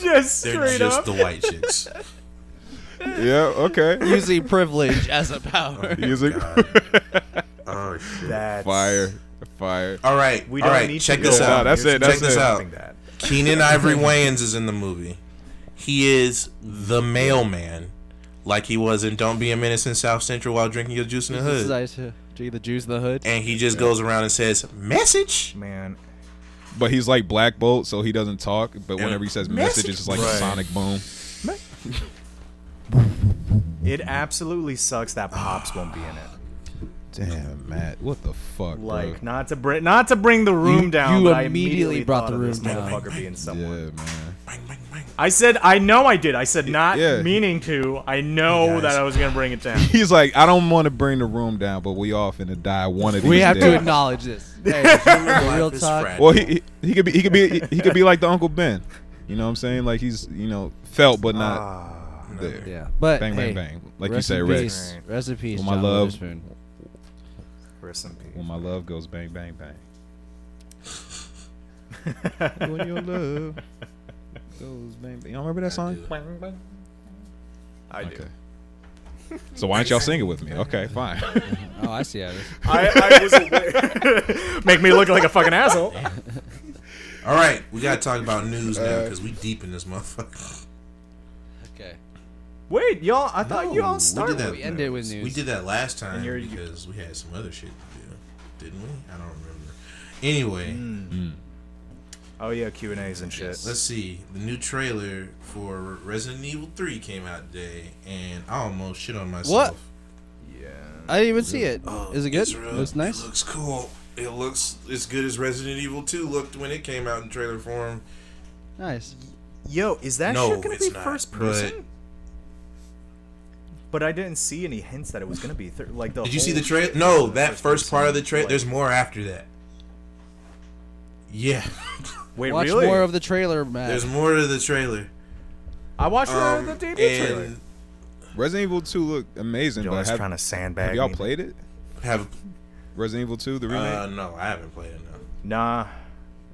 [SPEAKER 4] Just
[SPEAKER 2] They're
[SPEAKER 4] straight
[SPEAKER 2] just
[SPEAKER 4] up.
[SPEAKER 2] the white chicks.
[SPEAKER 5] yeah. Okay.
[SPEAKER 3] Using privilege as a power.
[SPEAKER 5] Music.
[SPEAKER 2] Oh shit.
[SPEAKER 4] That's
[SPEAKER 5] Fire. Fire.
[SPEAKER 2] All right,
[SPEAKER 4] We
[SPEAKER 2] all
[SPEAKER 4] don't
[SPEAKER 2] right.
[SPEAKER 4] need
[SPEAKER 2] Check
[SPEAKER 4] to
[SPEAKER 2] this
[SPEAKER 4] go
[SPEAKER 5] Nah,
[SPEAKER 2] out.
[SPEAKER 5] that's it, that's
[SPEAKER 2] check this
[SPEAKER 5] it.
[SPEAKER 2] out.
[SPEAKER 4] something that.
[SPEAKER 2] Keenan Ivory Wayans is in the movie. He is the mailman, like he was in "Don't Be a Menace in South Central while drinking your juice in the
[SPEAKER 3] this is
[SPEAKER 2] hood."
[SPEAKER 3] nice. huh? Gee, the Jews in the hood.
[SPEAKER 2] And he just goes around and says, "Message."
[SPEAKER 4] Man,
[SPEAKER 5] But he's like Black Bolt, so he doesn't talk. But
[SPEAKER 2] Yeah.
[SPEAKER 5] whenever he says message, it's just like a
[SPEAKER 2] Right.
[SPEAKER 5] sonic boom.
[SPEAKER 4] it absolutely sucks that Pops won't be in it.
[SPEAKER 5] Damn, Matt, what the fuck,
[SPEAKER 4] Like,
[SPEAKER 5] bro?
[SPEAKER 4] not to bring not to bring the room
[SPEAKER 3] You-
[SPEAKER 4] down.
[SPEAKER 3] you
[SPEAKER 4] but I
[SPEAKER 3] immediately brought
[SPEAKER 4] thought
[SPEAKER 3] the
[SPEAKER 4] of
[SPEAKER 3] room
[SPEAKER 4] this
[SPEAKER 3] down.
[SPEAKER 4] Motherfucker being
[SPEAKER 5] Yeah,
[SPEAKER 4] somewhere.
[SPEAKER 5] man.
[SPEAKER 2] Bang, bang, bang.
[SPEAKER 4] I said, I know I did. I said not
[SPEAKER 5] yeah.
[SPEAKER 4] meaning to. I know
[SPEAKER 2] Guys.
[SPEAKER 4] that I was gonna bring it down.
[SPEAKER 5] He's like, I don't want to bring the room down, but we all finna die one of these
[SPEAKER 3] We have to
[SPEAKER 5] days.
[SPEAKER 3] acknowledge this. Hey,
[SPEAKER 2] Life
[SPEAKER 3] real
[SPEAKER 2] is
[SPEAKER 3] talk.
[SPEAKER 2] fragile.
[SPEAKER 5] Well, he, he he could be he could be he could be like the Uncle Ben. You know what I'm saying? Like he's you know felt but not
[SPEAKER 3] Ah,
[SPEAKER 5] there.
[SPEAKER 3] Yeah, but
[SPEAKER 5] Bang
[SPEAKER 3] hey,
[SPEAKER 5] bang bang. Like you
[SPEAKER 3] rest
[SPEAKER 5] say,
[SPEAKER 3] in
[SPEAKER 5] Rex.
[SPEAKER 3] peace. Rest in peace,
[SPEAKER 5] With my
[SPEAKER 3] John
[SPEAKER 5] love.
[SPEAKER 3] Witherspoon.
[SPEAKER 4] Rest in
[SPEAKER 5] When
[SPEAKER 4] peace.
[SPEAKER 5] my love goes bang bang bang. when your love goes bang bang. Y'all remember that song?
[SPEAKER 4] I do.
[SPEAKER 5] So why don't y'all sing it with me? Okay, fine.
[SPEAKER 3] Oh, I see how it is.
[SPEAKER 4] I, I was aware. Make me look like a fucking asshole.
[SPEAKER 2] All right, we gotta talk about news now because we deep in this motherfucker.
[SPEAKER 3] Okay.
[SPEAKER 4] Wait, y'all. I thought you all
[SPEAKER 2] we did
[SPEAKER 4] started.
[SPEAKER 2] that.
[SPEAKER 3] We ended with news.
[SPEAKER 2] We did that last time
[SPEAKER 4] you're- you-
[SPEAKER 2] because we had some other shit to do, didn't we? I don't remember. Anyway,
[SPEAKER 4] Mm. Oh yeah, Q and A's and shit.
[SPEAKER 2] let's see. The new trailer for Resident Evil Three came out today, and I almost shit on myself.
[SPEAKER 3] What?
[SPEAKER 4] Yeah.
[SPEAKER 3] I didn't even see it. Oh, Is it good?
[SPEAKER 2] It's real.
[SPEAKER 3] Looks nice.
[SPEAKER 2] It looks cool. It looks as good as Resident Evil 2 looked when it came out in trailer form.
[SPEAKER 3] Nice.
[SPEAKER 4] Yo, is that
[SPEAKER 2] No,
[SPEAKER 4] shit gonna
[SPEAKER 2] it's
[SPEAKER 4] be
[SPEAKER 2] not,
[SPEAKER 4] first
[SPEAKER 2] but-
[SPEAKER 4] person? But I didn't see any hints that it was gonna be thir- like the.
[SPEAKER 2] Did you see
[SPEAKER 4] whole
[SPEAKER 2] the trailer?
[SPEAKER 4] shit
[SPEAKER 2] No,
[SPEAKER 4] was
[SPEAKER 2] that first part of the
[SPEAKER 4] person,
[SPEAKER 2] trailer.
[SPEAKER 4] like-
[SPEAKER 2] There's more after that. Yeah,
[SPEAKER 4] Wait,
[SPEAKER 3] Watch
[SPEAKER 4] really?
[SPEAKER 3] more of the trailer,
[SPEAKER 2] there's
[SPEAKER 3] man.
[SPEAKER 2] more to the trailer.
[SPEAKER 4] I watched
[SPEAKER 2] Um,
[SPEAKER 4] the, the
[SPEAKER 2] and
[SPEAKER 4] debut trailer.
[SPEAKER 5] Resident Evil 2 looked amazing, but
[SPEAKER 4] Joel's
[SPEAKER 5] have,
[SPEAKER 4] trying to sandbag.
[SPEAKER 5] have y'all
[SPEAKER 4] me.
[SPEAKER 5] played it?
[SPEAKER 2] have
[SPEAKER 5] Resident Evil 2, the remake?
[SPEAKER 2] uh, no, I haven't played it. No.
[SPEAKER 4] Nah,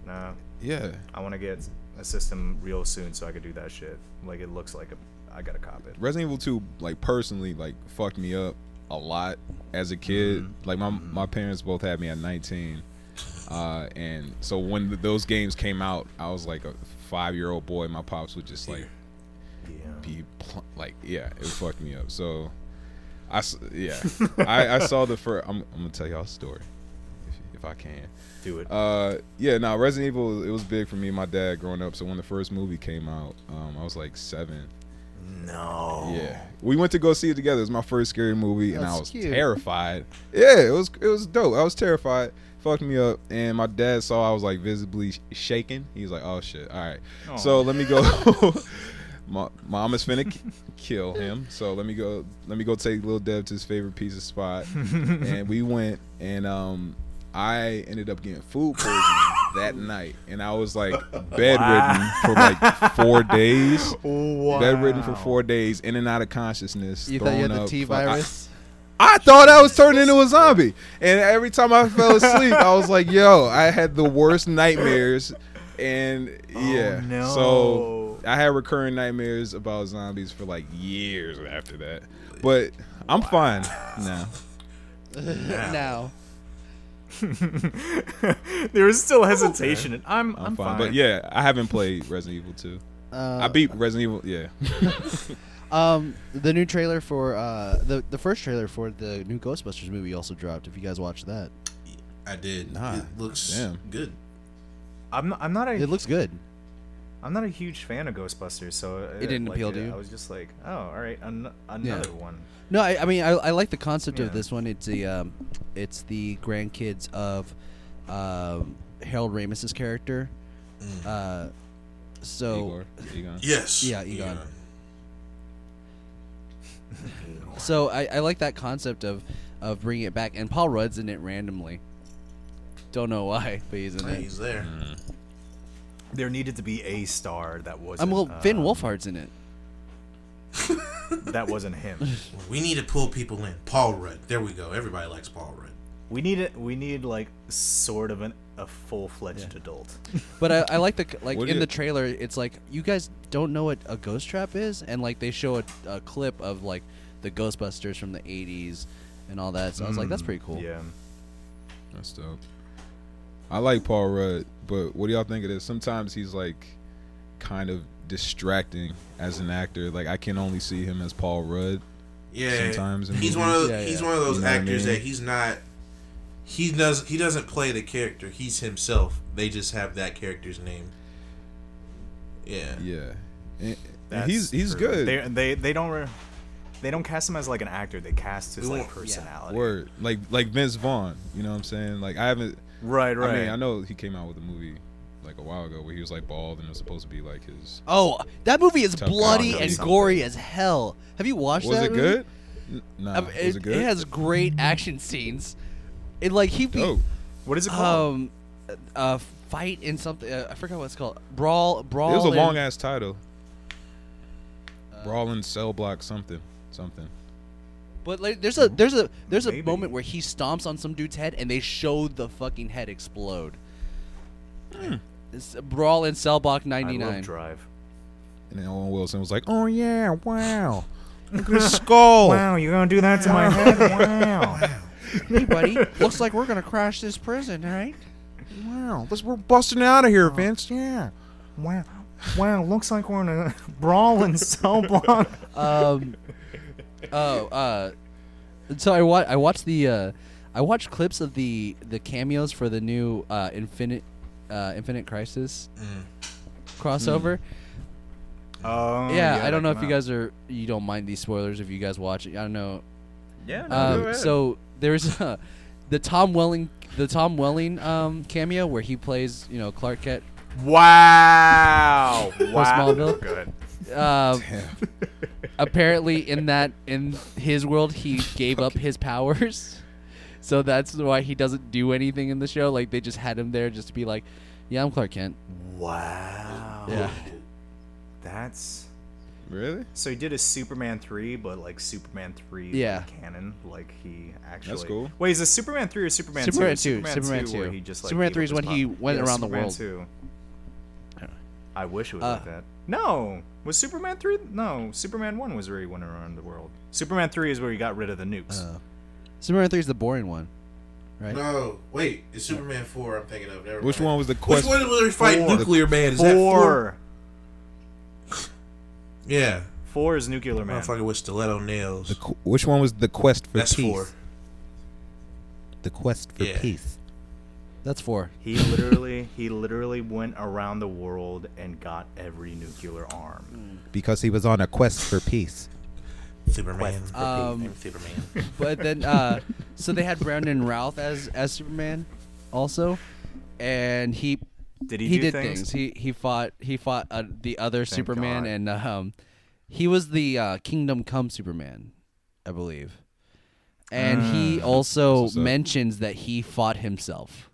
[SPEAKER 4] nah.
[SPEAKER 5] yeah.
[SPEAKER 4] I want to get a system real soon so I could do that shit. Like it looks like a, I gotta cop it.
[SPEAKER 5] Resident Evil 2 like personally like fucked me up a lot as a kid. Like my my parents both had me at 19. Uh, and so when th- those games came out, I was like a 5-year-old boy. My pops would just like be pl- like yeah, it fucked me up. So I s- yeah. I, I saw the first I'm I'm going to tell y'all a story if, if I can.
[SPEAKER 4] Do it.
[SPEAKER 5] Uh, yeah, no, Resident Evil it was big for me and my dad growing up. So when the first movie came out, um, I was like 7.
[SPEAKER 4] no.
[SPEAKER 5] Yeah, we went to go see it together. It was my first scary movie, and
[SPEAKER 3] Oh. That's
[SPEAKER 5] I was
[SPEAKER 3] cute.
[SPEAKER 5] terrified. Yeah, it was it was dope. I was terrified. Fucked me up, and my dad saw I was like visibly sh- shaking. He was like, "Oh shit, all right." So let me go. my mom is finna k- kill him. So let me go. Let me go take little Dev to his favorite pizza spot, and we went. And um, I ended up getting food poisoning that night, and I was like bedridden for like four days bedridden for four days, in and out of consciousness.
[SPEAKER 3] You thought you had
[SPEAKER 5] thrown
[SPEAKER 3] the
[SPEAKER 5] up,
[SPEAKER 3] T
[SPEAKER 5] fuck- I-
[SPEAKER 3] virus?
[SPEAKER 5] I, thought I was turning into a zombie, and every time I fell asleep, I was like, "Yo, I had the worst nightmares." And yeah,
[SPEAKER 4] no.
[SPEAKER 5] so I had recurring nightmares about zombies for like years after that. But I'm fine now.
[SPEAKER 3] now.
[SPEAKER 4] there was still hesitation, and I'm I'm,
[SPEAKER 5] I'm, fine. But yeah, I haven't played Resident Evil 2. I beat Resident Evil. Yeah,
[SPEAKER 3] Um, the new trailer for uh the the first trailer for the new Ghostbusters movie also dropped. If you guys watched that,
[SPEAKER 2] I did.
[SPEAKER 5] Nah,
[SPEAKER 2] it looks
[SPEAKER 5] damn.
[SPEAKER 2] good.
[SPEAKER 4] I'm not, I'm not a
[SPEAKER 3] it looks good.
[SPEAKER 4] am not a huge fan of Ghostbusters, so it,
[SPEAKER 3] didn't
[SPEAKER 4] like,
[SPEAKER 3] appeal to
[SPEAKER 4] uh,
[SPEAKER 3] you?
[SPEAKER 4] I was just like, oh, all right, an- another one.
[SPEAKER 3] No, I, I mean I, I like the concept
[SPEAKER 4] Yeah.
[SPEAKER 3] of this one. It's the um, it's the grandkids of um, Harold Ramis's character. Uh, so
[SPEAKER 5] Igor, Egon.
[SPEAKER 2] Yes.
[SPEAKER 3] Yeah, Egon. so I, I like that concept of of bringing it back. And Paul Rudd's in it randomly. Don't know why, but he's in
[SPEAKER 2] Yeah,
[SPEAKER 3] it.
[SPEAKER 2] he's there.
[SPEAKER 4] There needed to be a star that wasn't.
[SPEAKER 3] I'm Um, well,
[SPEAKER 4] uh,
[SPEAKER 3] Finn Wolfhard's in it.
[SPEAKER 4] That wasn't him.
[SPEAKER 2] We need to pull people in. Paul Rudd. There we go. Everybody likes Paul Rudd.
[SPEAKER 4] We need it. We need like sort of an, a full fledged adult.
[SPEAKER 3] But I, I like the c- like
[SPEAKER 5] What do
[SPEAKER 3] in
[SPEAKER 5] you-
[SPEAKER 3] the trailer. It's like you guys don't know what a ghost trap is, and like they show a, a clip of like the Ghostbusters from the '80s and all that. So I was like, that's pretty
[SPEAKER 5] Mm,
[SPEAKER 3] cool.
[SPEAKER 4] Yeah.
[SPEAKER 5] That's dope. I like Paul Rudd, but what do y'all think of this? Sometimes he's like kind of distracting as an actor. Like I can only see him as Paul Rudd.
[SPEAKER 2] Yeah.
[SPEAKER 5] Sometimes in
[SPEAKER 2] he's one of
[SPEAKER 5] movies.
[SPEAKER 2] those,
[SPEAKER 3] Yeah,
[SPEAKER 2] he's
[SPEAKER 3] yeah.
[SPEAKER 2] one of those
[SPEAKER 5] You know what I
[SPEAKER 2] actors
[SPEAKER 5] mean?
[SPEAKER 2] that he's not. He does. He doesn't play the character. He's himself. They just have that character's name. Yeah.
[SPEAKER 5] Yeah. And- and
[SPEAKER 4] That's
[SPEAKER 5] he's he's
[SPEAKER 4] true.
[SPEAKER 5] good.
[SPEAKER 4] They they they don't re- they don't cast him as like an actor. They cast his
[SPEAKER 2] We
[SPEAKER 4] like
[SPEAKER 2] won't- yeah.
[SPEAKER 4] personality.
[SPEAKER 5] Word. Like like Vince Vaughn, you know what I'm saying? Like I haven't
[SPEAKER 4] Right, right.
[SPEAKER 5] I mean, I know he came out with a movie like a while ago where he was like bald and it was supposed to be like his
[SPEAKER 3] Oh, that movie is
[SPEAKER 5] Tough guy.
[SPEAKER 3] bloody
[SPEAKER 5] Oh,
[SPEAKER 3] and
[SPEAKER 5] something.
[SPEAKER 3] gory as hell. Have you watched
[SPEAKER 5] Was
[SPEAKER 3] that?
[SPEAKER 5] it
[SPEAKER 3] movie?
[SPEAKER 5] good? N- Nah,
[SPEAKER 3] Um,
[SPEAKER 5] was
[SPEAKER 3] it,
[SPEAKER 5] it good?
[SPEAKER 3] it has great action scenes. It like he be,
[SPEAKER 5] Dope.
[SPEAKER 4] What is it
[SPEAKER 5] Oh.
[SPEAKER 4] called?
[SPEAKER 3] um uh fight in something. Uh, I forgot what it's called. Brawl, brawl.
[SPEAKER 5] It was a
[SPEAKER 3] in-
[SPEAKER 5] long ass title. Brawling cell block something something.
[SPEAKER 3] But like, there's a there's a there's a
[SPEAKER 4] Maybe.
[SPEAKER 3] moment where he stomps on some dude's head and they show the fucking head explode. It's Brawl in cell block 99.
[SPEAKER 4] Drive.
[SPEAKER 5] And then Owen Wilson was like, "Oh yeah, wow,
[SPEAKER 4] Look
[SPEAKER 5] at his skull."
[SPEAKER 4] Wow, you're gonna do that to my head? Wow.
[SPEAKER 3] Hey, buddy. Looks like we're going to crash this prison, right?
[SPEAKER 5] Wow, let's, we're busting out of here, Vince. Yeah.
[SPEAKER 4] Wow. Wow, looks like we're in a brawl in cell block.
[SPEAKER 3] um, oh, uh, so I wa- I watched the uh, I watched clips of the the cameos for the new uh, Infinite uh, Infinite Crisis crossover.
[SPEAKER 4] Oh,
[SPEAKER 3] yeah, I
[SPEAKER 4] that
[SPEAKER 3] don't know if
[SPEAKER 4] came
[SPEAKER 3] you
[SPEAKER 4] out.
[SPEAKER 3] guys are you don't mind these spoilers if you guys watch it. I don't know.
[SPEAKER 4] Yeah, no, go
[SPEAKER 3] um,
[SPEAKER 4] ahead.
[SPEAKER 3] so there's uh, the Tom Welling the Tom Welling um, cameo where he plays you know Clark Kent.
[SPEAKER 4] Wow.
[SPEAKER 3] From
[SPEAKER 4] Wow.
[SPEAKER 3] Smallville.
[SPEAKER 4] Good.
[SPEAKER 3] Um, apparently, in that in his world, he gave up his powers, so that's why he doesn't do anything in the show. Like they just had him there just to be like, "Yeah, I'm Clark Kent."
[SPEAKER 4] Wow.
[SPEAKER 3] Yeah.
[SPEAKER 4] That's.
[SPEAKER 5] Really?
[SPEAKER 4] So he did a Superman three, but like Superman three,
[SPEAKER 3] Yeah.
[SPEAKER 4] canon. Like he actually.
[SPEAKER 3] cool.
[SPEAKER 4] Wait, is it Superman three or Superman
[SPEAKER 3] Superman
[SPEAKER 4] two?
[SPEAKER 3] two, Superman
[SPEAKER 4] Where
[SPEAKER 3] two.
[SPEAKER 4] he just like
[SPEAKER 3] Superman
[SPEAKER 4] gave
[SPEAKER 3] three
[SPEAKER 4] up
[SPEAKER 3] is
[SPEAKER 4] his
[SPEAKER 3] when he
[SPEAKER 4] power.
[SPEAKER 3] went
[SPEAKER 4] Yeah,
[SPEAKER 3] around the
[SPEAKER 4] Superman
[SPEAKER 3] world.
[SPEAKER 4] Two. I wish it was
[SPEAKER 3] Uh,
[SPEAKER 4] like that. No, was Superman three? No, Superman one was where he went around the world. Superman three is where he got rid of the nukes.
[SPEAKER 3] Uh. Superman three is the boring one, right?
[SPEAKER 2] No, wait. It's Superman four. I'm thinking of. Never
[SPEAKER 5] Which
[SPEAKER 2] mind.
[SPEAKER 5] one was the
[SPEAKER 2] Which
[SPEAKER 5] quest?
[SPEAKER 2] one was they fight
[SPEAKER 5] Four.
[SPEAKER 2] nuclear man? Is that four?
[SPEAKER 4] four.
[SPEAKER 2] Yeah.
[SPEAKER 4] Four is nuclear man.
[SPEAKER 2] Motherfucker with stiletto nails.
[SPEAKER 5] Which one was the quest for
[SPEAKER 2] That's
[SPEAKER 5] peace?
[SPEAKER 2] four.
[SPEAKER 5] The quest for
[SPEAKER 2] Yeah.
[SPEAKER 5] peace.
[SPEAKER 3] That's four.
[SPEAKER 4] He literally, he literally went around the world and got every nuclear arm.
[SPEAKER 5] Because he was on a quest for peace.
[SPEAKER 2] Superman.
[SPEAKER 3] Um,
[SPEAKER 2] Superman.
[SPEAKER 3] but then, uh, so they had Brandon Routh as as Superman, also, and he
[SPEAKER 4] Did he do
[SPEAKER 3] did
[SPEAKER 4] things?
[SPEAKER 3] He he fought he fought uh, the other
[SPEAKER 4] Thank
[SPEAKER 3] Superman,
[SPEAKER 4] God.
[SPEAKER 3] and um, he was the uh, Kingdom Come Superman, I believe, and he
[SPEAKER 4] Ah,
[SPEAKER 5] Mm.
[SPEAKER 3] also
[SPEAKER 5] That's what's up.
[SPEAKER 3] mentions that he fought himself.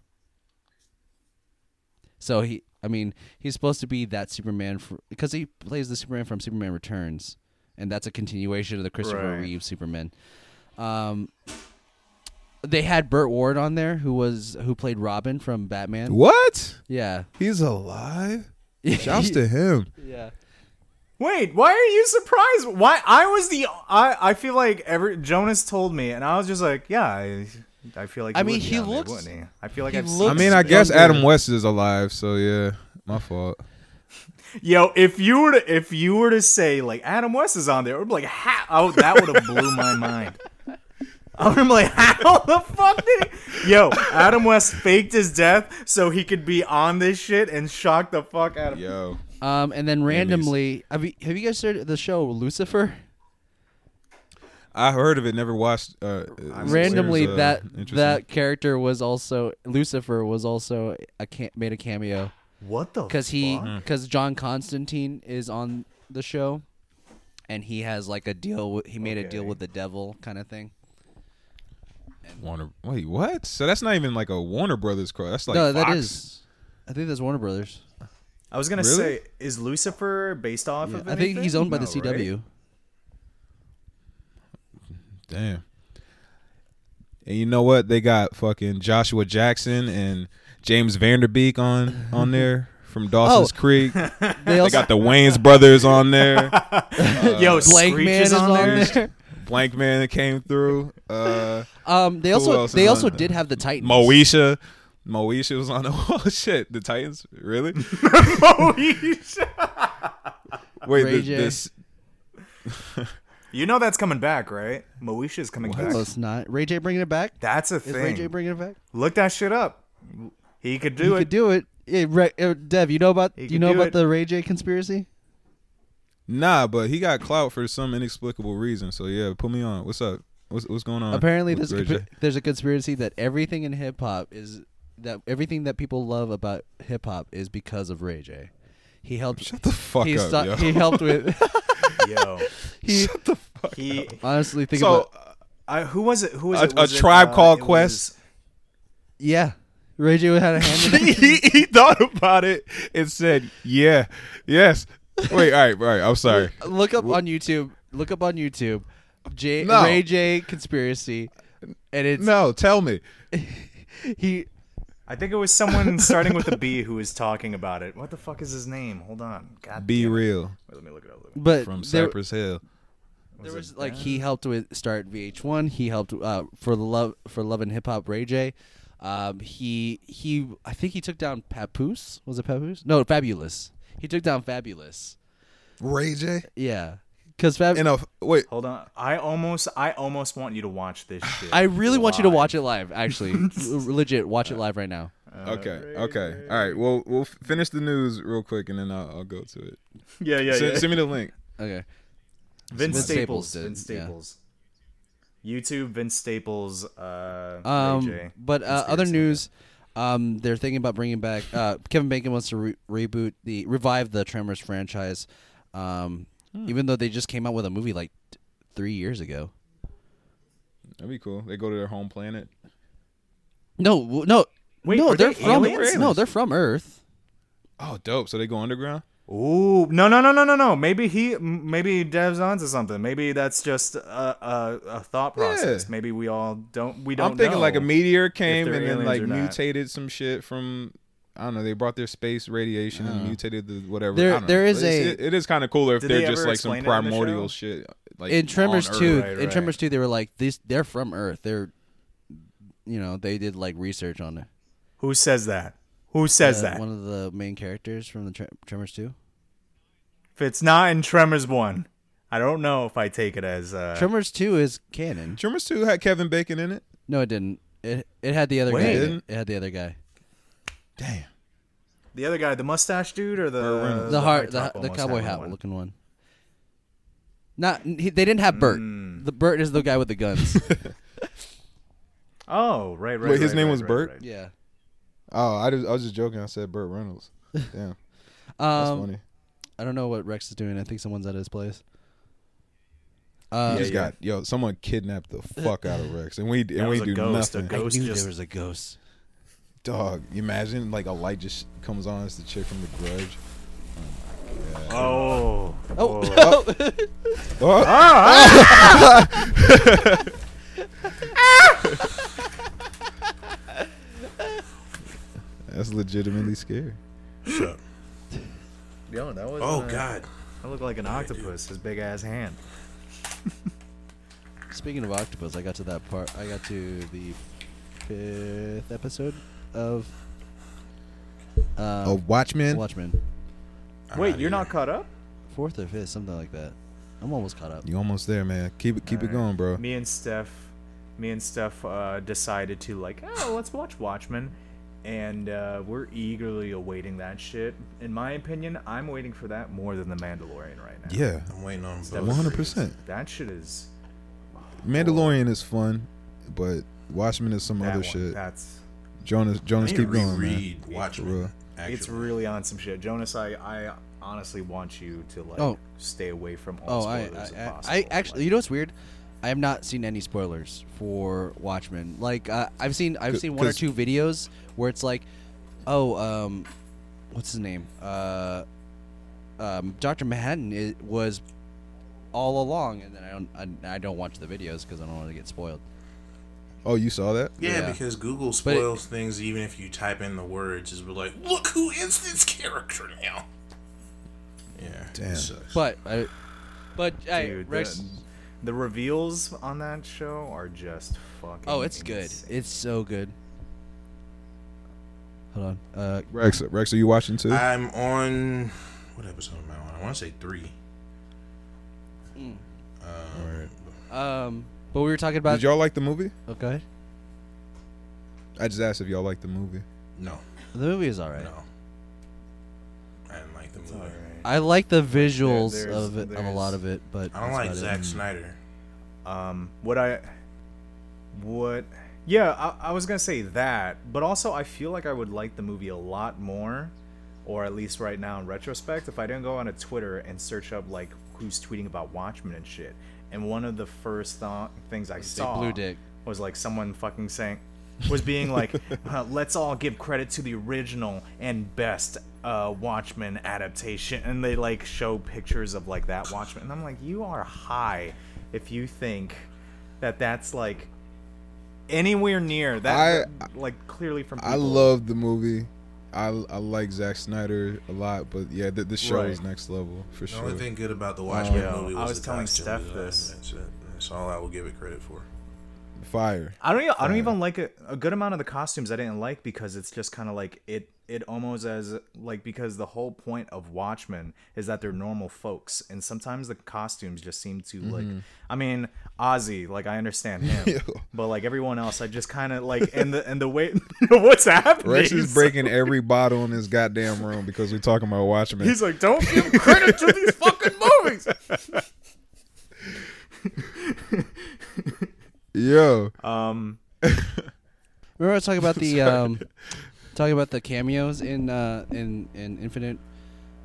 [SPEAKER 3] So he, I mean, he's supposed to be that Superman for, because he plays the Superman from Superman Returns, and that's a continuation of the Christopher
[SPEAKER 4] Right.
[SPEAKER 3] Reeve Superman. Um, they had Burt Ward on there, who was who played Robin from Batman.
[SPEAKER 5] What?
[SPEAKER 3] Yeah.
[SPEAKER 5] He's alive. Shouts to him.
[SPEAKER 3] Yeah.
[SPEAKER 4] Wait, why are you surprised? Why I was the I I feel like every Jonas told me, and I was just like, yeah, I, I feel like.
[SPEAKER 3] I
[SPEAKER 4] he
[SPEAKER 3] mean,
[SPEAKER 4] would be
[SPEAKER 3] he
[SPEAKER 4] on there,
[SPEAKER 3] looks-
[SPEAKER 4] wouldn't he? I feel like
[SPEAKER 3] he
[SPEAKER 4] I've seen
[SPEAKER 5] I mean, I guess Adam West is alive, so yeah, my fault.
[SPEAKER 4] Yo, if you were to if you were to say like Adam West is on there, it would be like how oh, that would have blew my mind. I'm like, how the fuck did he? Yo, Adam West faked his death so he could be on this shit and shock the fuck out of
[SPEAKER 5] Yo.
[SPEAKER 3] Um, and then randomly, have you, have you guys heard the show Lucifer?
[SPEAKER 5] I heard of it, never watched. Uh,
[SPEAKER 3] randomly,
[SPEAKER 5] seems, uh,
[SPEAKER 3] that
[SPEAKER 5] interesting.
[SPEAKER 3] that character was also Lucifer was also a ca- made a cameo.
[SPEAKER 4] What the?
[SPEAKER 3] Because he
[SPEAKER 4] fuck?
[SPEAKER 3] because John Constantine is on the show, and he has like a deal. With, he made a deal with the devil kind of thing.
[SPEAKER 5] Warner. Wait, what? So that's not even like a Warner Brothers cross. That's like
[SPEAKER 3] no,
[SPEAKER 5] Fox.
[SPEAKER 3] that is. I think that's Warner Brothers.
[SPEAKER 4] I was gonna
[SPEAKER 5] Really?
[SPEAKER 4] say, is Lucifer based off of?
[SPEAKER 3] I think he's
[SPEAKER 4] anything?
[SPEAKER 3] owned by the
[SPEAKER 4] No, right?
[SPEAKER 3] CW.
[SPEAKER 5] Damn. And you know what? They got fucking Joshua Jackson and James Vanderbeek on on there from Dawson's
[SPEAKER 3] Oh.
[SPEAKER 5] Creek.
[SPEAKER 3] They
[SPEAKER 5] they
[SPEAKER 3] also-
[SPEAKER 5] got the Wayne's brothers on there.
[SPEAKER 4] Yo,
[SPEAKER 3] Blank
[SPEAKER 4] Screech
[SPEAKER 3] Man
[SPEAKER 4] Uh,
[SPEAKER 3] is
[SPEAKER 4] is on,
[SPEAKER 3] on
[SPEAKER 4] there.
[SPEAKER 3] there.
[SPEAKER 5] Blank man that came through. Uh,
[SPEAKER 3] Um, they
[SPEAKER 5] who
[SPEAKER 3] also
[SPEAKER 5] else
[SPEAKER 3] they
[SPEAKER 5] is
[SPEAKER 3] also
[SPEAKER 5] on
[SPEAKER 3] did
[SPEAKER 5] there?
[SPEAKER 3] have the Titans.
[SPEAKER 5] Moesha. Moesha was on the wall. Shit, the Titans? Really? Wait,
[SPEAKER 3] Ray
[SPEAKER 5] the,
[SPEAKER 3] J.
[SPEAKER 5] this.
[SPEAKER 4] you know that's coming back, right? Moesha's coming back.
[SPEAKER 3] No, it's not. Ray J bringing it back.
[SPEAKER 4] That's a
[SPEAKER 3] Is
[SPEAKER 4] thing.
[SPEAKER 3] Ray J bringing it back?
[SPEAKER 4] Look that shit up. He could do
[SPEAKER 3] he
[SPEAKER 4] it.
[SPEAKER 3] could do it. Yeah, Re- uh, Dev, you know about
[SPEAKER 4] He
[SPEAKER 3] you
[SPEAKER 4] could
[SPEAKER 3] know
[SPEAKER 4] do
[SPEAKER 3] about
[SPEAKER 4] it.
[SPEAKER 3] the Ray J conspiracy?
[SPEAKER 5] Nah, but he got clout for some inexplicable reason. So yeah, put me on. What's up? What's what's going on?
[SPEAKER 3] Apparently,
[SPEAKER 5] with
[SPEAKER 3] there's a
[SPEAKER 5] Ray
[SPEAKER 3] consp-
[SPEAKER 5] J?
[SPEAKER 3] there's a conspiracy that everything in hip hop is that everything that people love about hip hop is because of Ray J. He helped. Shut the
[SPEAKER 5] fuck
[SPEAKER 3] he
[SPEAKER 5] up,
[SPEAKER 3] sto-
[SPEAKER 5] yo.
[SPEAKER 3] He helped with.
[SPEAKER 4] Yo,
[SPEAKER 3] he,
[SPEAKER 4] he.
[SPEAKER 3] honestly think
[SPEAKER 4] so,
[SPEAKER 3] about.
[SPEAKER 4] I, who was it? Who was
[SPEAKER 5] A-
[SPEAKER 4] it?
[SPEAKER 5] a
[SPEAKER 4] Was it,
[SPEAKER 5] Tribe
[SPEAKER 4] uh,
[SPEAKER 5] Called
[SPEAKER 4] it
[SPEAKER 5] Quest?
[SPEAKER 4] was-
[SPEAKER 3] Yeah, Ray J had a hand. in it.
[SPEAKER 5] he, he thought about it and said, "Yeah, yes." Wait, all right, all right. I'm sorry.
[SPEAKER 3] Look up on YouTube. Look up on YouTube. J-
[SPEAKER 5] No.
[SPEAKER 3] Ray J conspiracy, and it's
[SPEAKER 5] No, tell me.
[SPEAKER 3] he
[SPEAKER 4] I think it was someone starting with a B who was talking about it. What the fuck is his name? Hold on. God
[SPEAKER 5] Be
[SPEAKER 4] damn it.
[SPEAKER 5] real.
[SPEAKER 4] Wait, let me look it up.
[SPEAKER 3] But
[SPEAKER 5] from
[SPEAKER 3] there-
[SPEAKER 5] Cypress Hill.
[SPEAKER 3] There was like he helped with start VH1. He helped uh, for the love for love and hip hop Ray J. Um, he he I think he took down Papoose. Was it Papoose? No, Fabulous. He took down Fabulous.
[SPEAKER 5] Ray J.
[SPEAKER 3] Yeah, because Fab.
[SPEAKER 5] And wait,
[SPEAKER 4] Hold on. I almost I almost want you to watch this shit.
[SPEAKER 3] I really want you to watch it live. Actually, legit, watch it live right now.
[SPEAKER 4] Uh,
[SPEAKER 5] Okay. Okay. All right. Well, we'll f- finish the news real quick, and then I'll, I'll go to it.
[SPEAKER 4] Yeah, yeah,
[SPEAKER 5] send,
[SPEAKER 4] yeah.
[SPEAKER 5] Send me the link.
[SPEAKER 3] Okay.
[SPEAKER 4] Vince
[SPEAKER 3] Vince
[SPEAKER 4] Staples.
[SPEAKER 3] Staples did,
[SPEAKER 4] Vince
[SPEAKER 3] yeah.
[SPEAKER 4] Staples. YouTube, Vince Staples, uh, Ray J.
[SPEAKER 3] Um, but uh,
[SPEAKER 4] Conspiracy.
[SPEAKER 3] other news, um, they're thinking about bringing back. Uh, Kevin Bacon wants to re- reboot the revive the Tremors franchise, um, even though they just came out with a movie like t- three years ago.
[SPEAKER 5] That'd be cool. They go to their home planet.
[SPEAKER 3] No, w- no,
[SPEAKER 4] Wait,
[SPEAKER 3] no,
[SPEAKER 4] are
[SPEAKER 3] they're
[SPEAKER 4] they
[SPEAKER 3] from
[SPEAKER 4] aliens?
[SPEAKER 3] no, they're from Earth.
[SPEAKER 5] Oh, dope. So they go underground.
[SPEAKER 4] Ooh, no, no, no, no, no, no. Maybe he, m- maybe Dev's onto something. Maybe that's just a, a, a thought process.
[SPEAKER 5] Yeah.
[SPEAKER 4] Maybe we all don't, we don't.
[SPEAKER 5] I'm thinking like a
[SPEAKER 4] know
[SPEAKER 5] meteor
[SPEAKER 4] if
[SPEAKER 5] came
[SPEAKER 4] they're
[SPEAKER 5] and then
[SPEAKER 4] aliens
[SPEAKER 5] like
[SPEAKER 4] or not.
[SPEAKER 5] mutated some shit from. I don't know. They brought their space radiation and mutated the whatever.
[SPEAKER 3] Uh. There-
[SPEAKER 5] I don't know.
[SPEAKER 3] there is
[SPEAKER 5] It's-
[SPEAKER 3] a-
[SPEAKER 5] It, it is kind of cooler if
[SPEAKER 4] Did
[SPEAKER 5] they're
[SPEAKER 4] they
[SPEAKER 5] just
[SPEAKER 4] ever
[SPEAKER 5] like some
[SPEAKER 4] explain it in the
[SPEAKER 5] primordial
[SPEAKER 4] show?
[SPEAKER 5] shit. Like
[SPEAKER 3] in Tremors
[SPEAKER 5] on Earth.
[SPEAKER 3] two,
[SPEAKER 4] Right,
[SPEAKER 3] in
[SPEAKER 4] right.
[SPEAKER 3] Tremors two, they were like these. They're from Earth. They're, you know, they did like research on it.
[SPEAKER 4] Who says that? Who says
[SPEAKER 3] Uh,
[SPEAKER 4] that?
[SPEAKER 3] one of the main characters from the Tre- Tremors two?
[SPEAKER 4] If it's not in Tremors one, I don't know if I take it as. Uh,
[SPEAKER 3] Tremors two is canon.
[SPEAKER 5] Tremors two had Kevin Bacon in it.
[SPEAKER 3] No, it didn't. It it had the other
[SPEAKER 4] Wait.
[SPEAKER 3] guy. in It
[SPEAKER 5] Didn't?
[SPEAKER 3] It had the other guy.
[SPEAKER 5] Damn.
[SPEAKER 4] the other guy, the mustache dude, or the
[SPEAKER 5] Reynolds.
[SPEAKER 3] the heart,
[SPEAKER 4] high
[SPEAKER 3] the,
[SPEAKER 4] top
[SPEAKER 3] the
[SPEAKER 4] almost
[SPEAKER 3] cowboy
[SPEAKER 4] hat
[SPEAKER 3] hat
[SPEAKER 4] one.
[SPEAKER 3] looking one. Not he, they didn't have Bert.
[SPEAKER 4] Mm.
[SPEAKER 3] The Bert is the guy with the guns.
[SPEAKER 4] Oh, right, right.
[SPEAKER 5] Wait, his
[SPEAKER 4] right,
[SPEAKER 5] name
[SPEAKER 4] right,
[SPEAKER 5] was
[SPEAKER 4] right,
[SPEAKER 5] Bert?
[SPEAKER 4] right.
[SPEAKER 3] yeah.
[SPEAKER 5] Oh, I, just, I was just joking. I said Burt Reynolds. Damn, that's
[SPEAKER 3] Um,
[SPEAKER 5] funny.
[SPEAKER 3] I don't know what Rex is doing. I think someone's at his place.
[SPEAKER 5] He
[SPEAKER 3] Uh,
[SPEAKER 5] just got yo. Someone kidnapped the fuck out of Rex, and we and
[SPEAKER 4] was
[SPEAKER 5] we
[SPEAKER 4] a
[SPEAKER 5] do
[SPEAKER 4] ghost, a
[SPEAKER 5] nothing.
[SPEAKER 3] I knew
[SPEAKER 4] Ghost just-
[SPEAKER 3] there was a ghost.
[SPEAKER 5] Dog, you imagine like a light just comes on. It's the chick from The Grudge.
[SPEAKER 4] Oh.
[SPEAKER 3] Oh,
[SPEAKER 4] Whoa.
[SPEAKER 5] Oh, that's legitimately
[SPEAKER 3] Mm-hmm.
[SPEAKER 5] scary.
[SPEAKER 2] Shut up.
[SPEAKER 4] Yo, that was.
[SPEAKER 2] Oh
[SPEAKER 4] uh,
[SPEAKER 2] God.
[SPEAKER 4] That looked like an octopus. His big ass hand.
[SPEAKER 3] Speaking of octopus, I got to that part. I got to the fifth episode of Uh,
[SPEAKER 5] A Watchman.
[SPEAKER 3] Watchmen,
[SPEAKER 4] Wait, you're not caught up?
[SPEAKER 3] fourth or fifth, something like that. I'm almost caught up.
[SPEAKER 5] You almost there, man. Keep it, keep it
[SPEAKER 4] Alright.
[SPEAKER 5] going, bro.
[SPEAKER 4] Me and Steph, me and Steph uh, decided to like, oh, let's watch Watchmen, and uh, we're eagerly awaiting that shit. In my opinion, I'm waiting for that more than the Mandalorian right now.
[SPEAKER 5] Yeah,
[SPEAKER 2] I'm waiting on
[SPEAKER 4] Steph
[SPEAKER 2] both.
[SPEAKER 5] One hundred
[SPEAKER 4] agrees.
[SPEAKER 5] percent.
[SPEAKER 4] That shit is
[SPEAKER 5] Mandalorian is fun, but Watchmen is some
[SPEAKER 4] that
[SPEAKER 5] other
[SPEAKER 4] one.
[SPEAKER 5] shit.
[SPEAKER 4] That's
[SPEAKER 5] Jonas,
[SPEAKER 2] I
[SPEAKER 5] Jonas,
[SPEAKER 2] need to
[SPEAKER 5] keep going, man.
[SPEAKER 2] reread
[SPEAKER 5] For
[SPEAKER 2] Watchmen.
[SPEAKER 5] real.
[SPEAKER 2] Actually.
[SPEAKER 4] it's really on some shit, Jonas. I I honestly want you to like
[SPEAKER 3] Oh.
[SPEAKER 4] stay away from all
[SPEAKER 3] Oh, I,
[SPEAKER 4] spoilers
[SPEAKER 3] I,
[SPEAKER 4] if
[SPEAKER 3] I,
[SPEAKER 4] possible.
[SPEAKER 3] I actually,
[SPEAKER 4] Like,
[SPEAKER 3] you know what's weird? I have not seen any spoilers for Watchmen. Like, uh, I've seen, I've
[SPEAKER 5] C-
[SPEAKER 3] seen one or
[SPEAKER 5] 'cause-
[SPEAKER 3] two videos where it's like, oh, um, what's his name? Uh, um, Doctor Manhattan i was all along, and then I don't, I, I don't watch the videos because I don't want to get spoiled.
[SPEAKER 5] Oh, you saw that?
[SPEAKER 2] Yeah,
[SPEAKER 3] Yeah.
[SPEAKER 2] because Google
[SPEAKER 3] it-
[SPEAKER 2] spoils things even if you type in the words. Is like, look who is this character now? Yeah,
[SPEAKER 5] Damn.
[SPEAKER 2] It sucks.
[SPEAKER 3] But, I, but I,
[SPEAKER 4] dude,
[SPEAKER 3] Rex,
[SPEAKER 4] the, the reveals on that show are just fucking.
[SPEAKER 3] oh, it's good.
[SPEAKER 4] insane.
[SPEAKER 3] It's so good. Hold on. Uh,
[SPEAKER 5] Rex, Rex, are you watching too?
[SPEAKER 2] I'm on what episode am I on? I want to say three.
[SPEAKER 3] um, but we were talking about. Oh,
[SPEAKER 5] Did y'all like the movie?
[SPEAKER 3] okay.
[SPEAKER 5] I just asked if y'all liked the movie.
[SPEAKER 2] No,
[SPEAKER 3] The movie is alright.
[SPEAKER 2] no, I didn't like the movie.
[SPEAKER 3] I like the visuals
[SPEAKER 4] there's-
[SPEAKER 3] of it, of a lot
[SPEAKER 4] there's-
[SPEAKER 3] of it, but
[SPEAKER 2] I don't like
[SPEAKER 3] that's about it.
[SPEAKER 2] Zack Snyder.
[SPEAKER 4] Um, what I, what, yeah, I, I was gonna say that, but also I feel like I would like the movie a lot more, or at least right now in retrospect, if I didn't go on to Twitter and search up like who's tweeting about Watchmen and shit. And one of the first th- things I
[SPEAKER 3] Say
[SPEAKER 4] saw
[SPEAKER 3] blue dick.
[SPEAKER 4] was like someone fucking saying, was being like, uh, let's all give credit to the original and best uh, Watchmen adaptation. And they like show pictures of like that Watchmen. And I'm like, you are high if you think that that's like anywhere near that. like clearly from.
[SPEAKER 5] I
[SPEAKER 4] people.
[SPEAKER 5] love the movie. I, I like Zack Snyder a lot, but yeah, the, the show is
[SPEAKER 2] Right.
[SPEAKER 5] next level for
[SPEAKER 2] the
[SPEAKER 5] sure.
[SPEAKER 2] only thing good about the Watchmen
[SPEAKER 5] Um,
[SPEAKER 2] movie
[SPEAKER 4] I
[SPEAKER 2] was
[SPEAKER 4] was
[SPEAKER 2] the
[SPEAKER 4] telling
[SPEAKER 2] costume
[SPEAKER 4] Steph
[SPEAKER 2] design.
[SPEAKER 4] this.
[SPEAKER 2] That's it. That's all I will give it credit for.
[SPEAKER 5] Fire.
[SPEAKER 4] I don't. Even, I don't even like a, a good amount of the costumes. I didn't like because it's just kind of like it. It almost as like because the whole point of Watchmen is that they're normal folks, and sometimes the costumes just seem to like.
[SPEAKER 5] Mhm.
[SPEAKER 4] I mean, Ozzy, like I understand him, but like everyone else, I just kind of like and the and the way what's happening.
[SPEAKER 5] Rex is breaking every bottle in his goddamn room because we're talking about Watchmen.
[SPEAKER 4] He's like, don't give credit to these fucking movies.
[SPEAKER 5] Yo.
[SPEAKER 4] Um.
[SPEAKER 3] Remember I was talking about the
[SPEAKER 5] Sorry.
[SPEAKER 3] um, talking about the cameos in uh, in in Infinite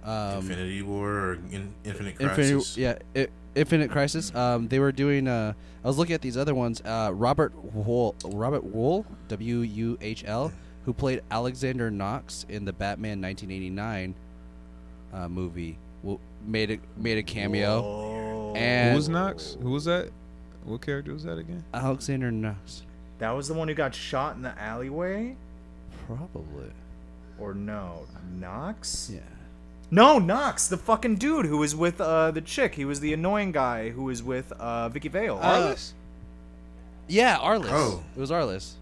[SPEAKER 3] um,
[SPEAKER 2] Infinity War or in, Infinite Crisis.
[SPEAKER 3] Infinity, yeah, I, Infinite Crisis. Um, they were doing. Uh, I was looking at these other ones. Uh, Robert Wool, Robert Wool, W U H L, who played Alexander Knox in the Batman 1989 uh, movie, w- made a made a cameo.
[SPEAKER 5] Who
[SPEAKER 3] Uh, And
[SPEAKER 5] was Knox? Who was that? What character was that again?
[SPEAKER 3] Alexander Knox,
[SPEAKER 4] That was the one who got shot in the alleyway,
[SPEAKER 3] probably.
[SPEAKER 4] or no, Knox?
[SPEAKER 3] Yeah.
[SPEAKER 4] No, Knox, the fucking dude who was with uh the chick. He was the annoying guy who was with uh Vicky Vale.
[SPEAKER 3] Uh, Yeah, Arliss.
[SPEAKER 4] Oh.
[SPEAKER 3] It was Arliss.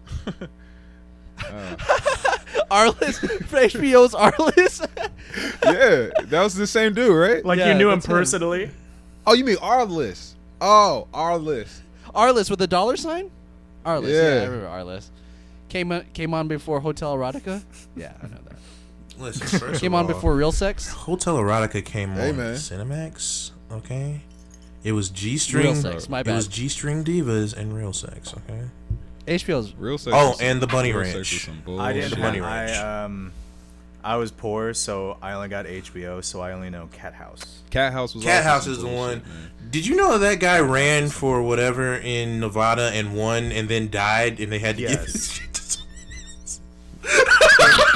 [SPEAKER 3] Oh. Arliss, HBO's Arliss.
[SPEAKER 5] yeah, that was the same dude, right?
[SPEAKER 4] Like, you Yeah, knew him that's him. personally?
[SPEAKER 5] Oh, you mean our list? Oh, our list.
[SPEAKER 3] Arliss with a dollar sign? Arliss. Yeah,
[SPEAKER 5] Yeah.
[SPEAKER 3] I remember Arliss. Came on, came on before Hotel Erotica. Yeah, I know that.
[SPEAKER 2] Listen, first
[SPEAKER 3] came
[SPEAKER 2] of
[SPEAKER 3] on
[SPEAKER 2] all,
[SPEAKER 3] before Real Sex.
[SPEAKER 2] Hotel Erotica came
[SPEAKER 3] Hey,
[SPEAKER 2] on
[SPEAKER 3] man.
[SPEAKER 2] Cinemax. Okay, it was G string.
[SPEAKER 3] Sex, my
[SPEAKER 2] It was
[SPEAKER 3] bad.
[SPEAKER 2] G string divas and real sex. Okay.
[SPEAKER 3] HBO's
[SPEAKER 5] Real Sex.
[SPEAKER 2] Oh,
[SPEAKER 5] is-
[SPEAKER 2] and the Bunny
[SPEAKER 5] Real Sex is
[SPEAKER 2] Ranch.
[SPEAKER 5] some
[SPEAKER 4] I didn't.
[SPEAKER 2] The Bunny
[SPEAKER 4] I,
[SPEAKER 2] Ranch.
[SPEAKER 4] um, I was poor, so I only got HBO, so I only know Cat House.
[SPEAKER 5] Cat House was.
[SPEAKER 2] Cat
[SPEAKER 5] also
[SPEAKER 2] House
[SPEAKER 5] some
[SPEAKER 2] is the
[SPEAKER 5] bullshit,
[SPEAKER 2] one.
[SPEAKER 5] man.
[SPEAKER 2] Did you know that guy ran for whatever in Nevada and won, and then died, and they had to give
[SPEAKER 4] Yes.
[SPEAKER 2] his shit to someone else?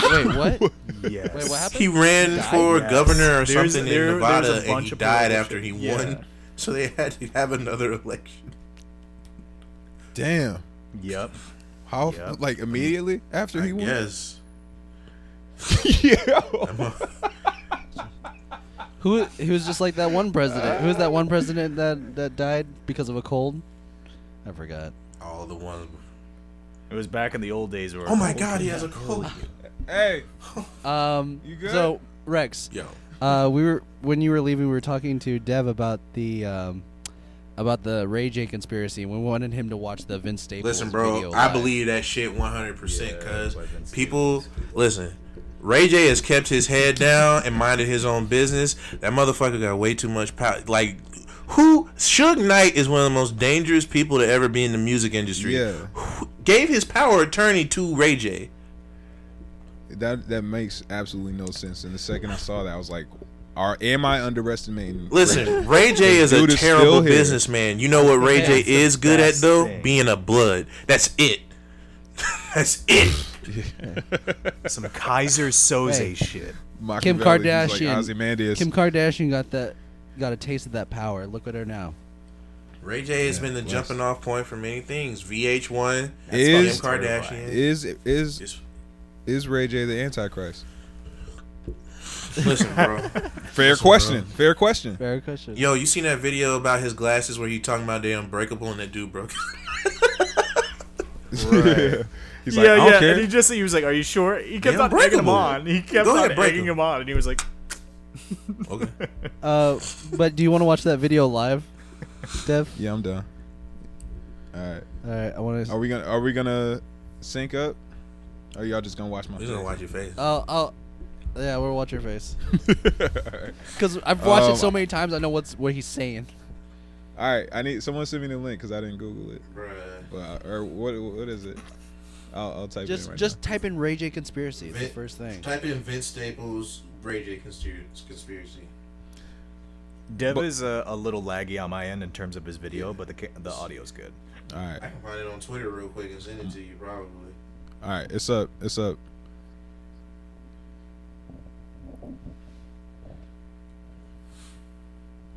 [SPEAKER 3] Wait, what?
[SPEAKER 4] Yes.
[SPEAKER 3] Wait, what happened?
[SPEAKER 2] He ran
[SPEAKER 3] died?
[SPEAKER 2] for
[SPEAKER 3] Yes.
[SPEAKER 2] governor or
[SPEAKER 4] There's-
[SPEAKER 2] something
[SPEAKER 4] there-
[SPEAKER 2] in
[SPEAKER 4] there's a
[SPEAKER 2] Nevada, and
[SPEAKER 4] bunch
[SPEAKER 2] he
[SPEAKER 4] of
[SPEAKER 2] died
[SPEAKER 4] political
[SPEAKER 2] after he
[SPEAKER 4] shit. Yeah.
[SPEAKER 2] won. So they had to have another election.
[SPEAKER 5] Damn.
[SPEAKER 4] Yep.
[SPEAKER 5] How?
[SPEAKER 4] Yep.
[SPEAKER 5] Like immediately after he won?
[SPEAKER 2] Yes.
[SPEAKER 3] Who who was just like that one president? Who was that one president that that died because of a cold? I forgot.
[SPEAKER 2] All the ones.
[SPEAKER 4] It was back in the old days where.
[SPEAKER 2] Oh my God, he has a cold.
[SPEAKER 5] Hey.
[SPEAKER 3] Um.
[SPEAKER 5] You good?
[SPEAKER 3] So Rex.
[SPEAKER 2] Yo.
[SPEAKER 3] Uh, we were when you were leaving, we were talking to Dev about the um, about the Ray J conspiracy, and we wanted him to watch the Vince Staples.
[SPEAKER 2] Listen, bro,
[SPEAKER 3] video
[SPEAKER 2] I
[SPEAKER 3] live.
[SPEAKER 2] believe that shit 100% because people, listen, Ray J has kept his head down and minded his own business. That motherfucker got way too much power. Like, who? Suge Knight is one of the most dangerous people to ever be in the music industry.
[SPEAKER 5] Yeah.
[SPEAKER 2] Who gave his power attorney to Ray J.
[SPEAKER 5] That that makes absolutely no sense. And the second I saw that, I was like, "Are am I underestimating?"
[SPEAKER 2] Listen, Ray J is a
[SPEAKER 5] Dude
[SPEAKER 2] terrible
[SPEAKER 5] still here.
[SPEAKER 2] businessman. You know what Ray J
[SPEAKER 4] That's the
[SPEAKER 2] is good at,
[SPEAKER 4] best
[SPEAKER 2] though?
[SPEAKER 4] thing.
[SPEAKER 2] Being a blood. That's it. That's it.
[SPEAKER 4] Some Kaiser Soze
[SPEAKER 3] Hey.
[SPEAKER 4] shit.
[SPEAKER 3] Kim
[SPEAKER 5] Machiavelli,
[SPEAKER 3] Kardashian.
[SPEAKER 5] he's like Ozymandias.
[SPEAKER 3] Kim Kardashian got that got a taste of that power. Look at her now.
[SPEAKER 2] Ray J has been the
[SPEAKER 5] bless.
[SPEAKER 2] jumping off point for many things. VH1,
[SPEAKER 5] is
[SPEAKER 2] Kim Kardashian.
[SPEAKER 5] is is is Ray J the Antichrist?
[SPEAKER 2] Listen, bro.
[SPEAKER 5] Fair
[SPEAKER 2] Listen,
[SPEAKER 5] question. Fair question.
[SPEAKER 3] Very question.
[SPEAKER 2] Yo, you seen that video about his glasses where he talking about they unbreakable and that dude broke?
[SPEAKER 5] He's like, I don't care.
[SPEAKER 4] And he just he was like, "Are you sure?" He kept
[SPEAKER 2] Yeah,
[SPEAKER 4] on egging him
[SPEAKER 2] breakable.
[SPEAKER 4] on. He kept
[SPEAKER 2] Go
[SPEAKER 4] on
[SPEAKER 2] ahead, break
[SPEAKER 4] egging
[SPEAKER 2] him.
[SPEAKER 4] him on, and he was like,
[SPEAKER 2] okay.
[SPEAKER 3] Uh, but do you want to watch that video live, Dev?
[SPEAKER 5] yeah, I'm done. All right.
[SPEAKER 3] All right, I want to.
[SPEAKER 5] Are we gonna Are we gonna sync up? Or y'all just gonna watch my?
[SPEAKER 2] He's gonna
[SPEAKER 5] face?
[SPEAKER 2] watch your face.
[SPEAKER 3] Oh, oh, yeah, we'll watch your face because I've watched it
[SPEAKER 5] Um,
[SPEAKER 3] so many times. I know what's what he's saying.
[SPEAKER 5] All right, I need someone send me the link because I didn't Google it.
[SPEAKER 2] Bruh.
[SPEAKER 5] But, or what? What is it? I'll, I'll type it in
[SPEAKER 3] Just
[SPEAKER 5] right
[SPEAKER 3] just type in Ray J conspiracy. It's the
[SPEAKER 2] Vin-
[SPEAKER 3] first thing.
[SPEAKER 2] Type in Vince Staples Ray J conspir- conspiracy.
[SPEAKER 4] "Dev is uh, a, a little laggy on my end in terms of his video, but the ca- the audio's good."
[SPEAKER 5] now. All right,
[SPEAKER 2] I can find it on Twitter real quick and send it to you probably.
[SPEAKER 5] all right. It's up. It's up.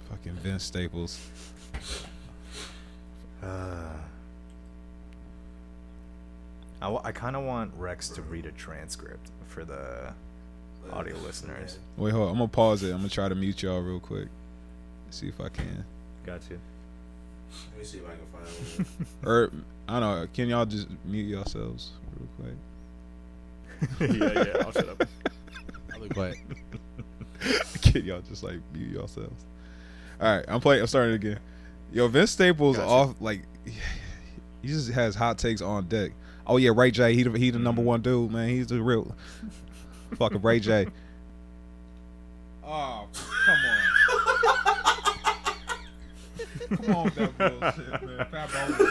[SPEAKER 5] Fucking Vince
[SPEAKER 4] Uh.
[SPEAKER 5] Staples.
[SPEAKER 4] I, w- I kind of want Rex to read a transcript for the audio listeners.
[SPEAKER 5] Wait, hold. on. I'm gonna pause it. I'm gonna try to mute y'all real quick. See if I can.
[SPEAKER 4] Got you.
[SPEAKER 2] Let me see if I can find one.
[SPEAKER 5] Or I don't know. Can y'all just mute yourselves real quick?
[SPEAKER 6] yeah, yeah, I'll shut up.
[SPEAKER 3] I'll be quiet.
[SPEAKER 5] Can y'all just like mute yourselves? All right, I'm playing. I'm starting again. Yo, Vince Staples off like he just has hot takes on deck. Oh yeah, Ray J. He the, he the number one dude, man. He's the real fucking Ray J. Oh come on. Come on with that bullshit, man. Pop over.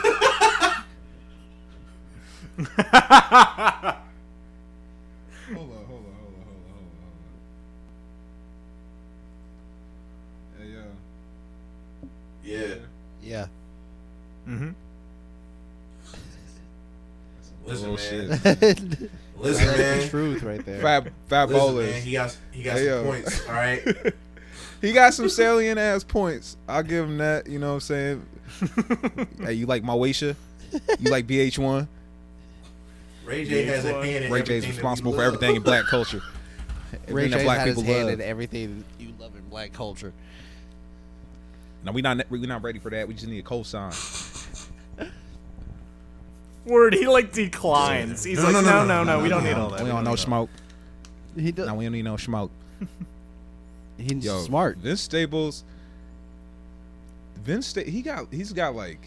[SPEAKER 5] hold on, hold on, hold on, hold on, hold on, hold on. Hey, yo.
[SPEAKER 2] Yeah.
[SPEAKER 3] Yeah.
[SPEAKER 4] Mm-hmm.
[SPEAKER 2] Listen,
[SPEAKER 5] Bullshit.
[SPEAKER 2] man. Listen,
[SPEAKER 6] That's
[SPEAKER 2] man.
[SPEAKER 6] the truth right there.
[SPEAKER 5] Fat fat
[SPEAKER 2] Listen,
[SPEAKER 5] bowlers.
[SPEAKER 2] man, he got- he got some points, all
[SPEAKER 5] right. he got some salient ass points. I'll give him that. You know what I'm saying? hey, you like my Waisha? You like BH1?
[SPEAKER 2] Ray J has a hand in
[SPEAKER 5] Ray
[SPEAKER 2] everything
[SPEAKER 5] J's
[SPEAKER 2] that we
[SPEAKER 5] responsible for
[SPEAKER 2] love.
[SPEAKER 5] everything in black culture.
[SPEAKER 3] Ray
[SPEAKER 5] Everything that
[SPEAKER 3] J
[SPEAKER 5] black
[SPEAKER 3] had his
[SPEAKER 5] people
[SPEAKER 3] hand in
[SPEAKER 5] love.
[SPEAKER 3] everything you love in black culture.
[SPEAKER 5] No, we not we not ready for that. We just need a cosign.
[SPEAKER 4] Word, he like declines. He's like, no, no, no, no, we don't need all that.
[SPEAKER 5] We don't
[SPEAKER 4] need
[SPEAKER 5] know
[SPEAKER 4] all
[SPEAKER 5] smoke.
[SPEAKER 3] He does.
[SPEAKER 5] No, we don't need no smoke.
[SPEAKER 3] He's
[SPEAKER 5] Yo, smart. Vince Staples. Vince, Sta- he got he's got like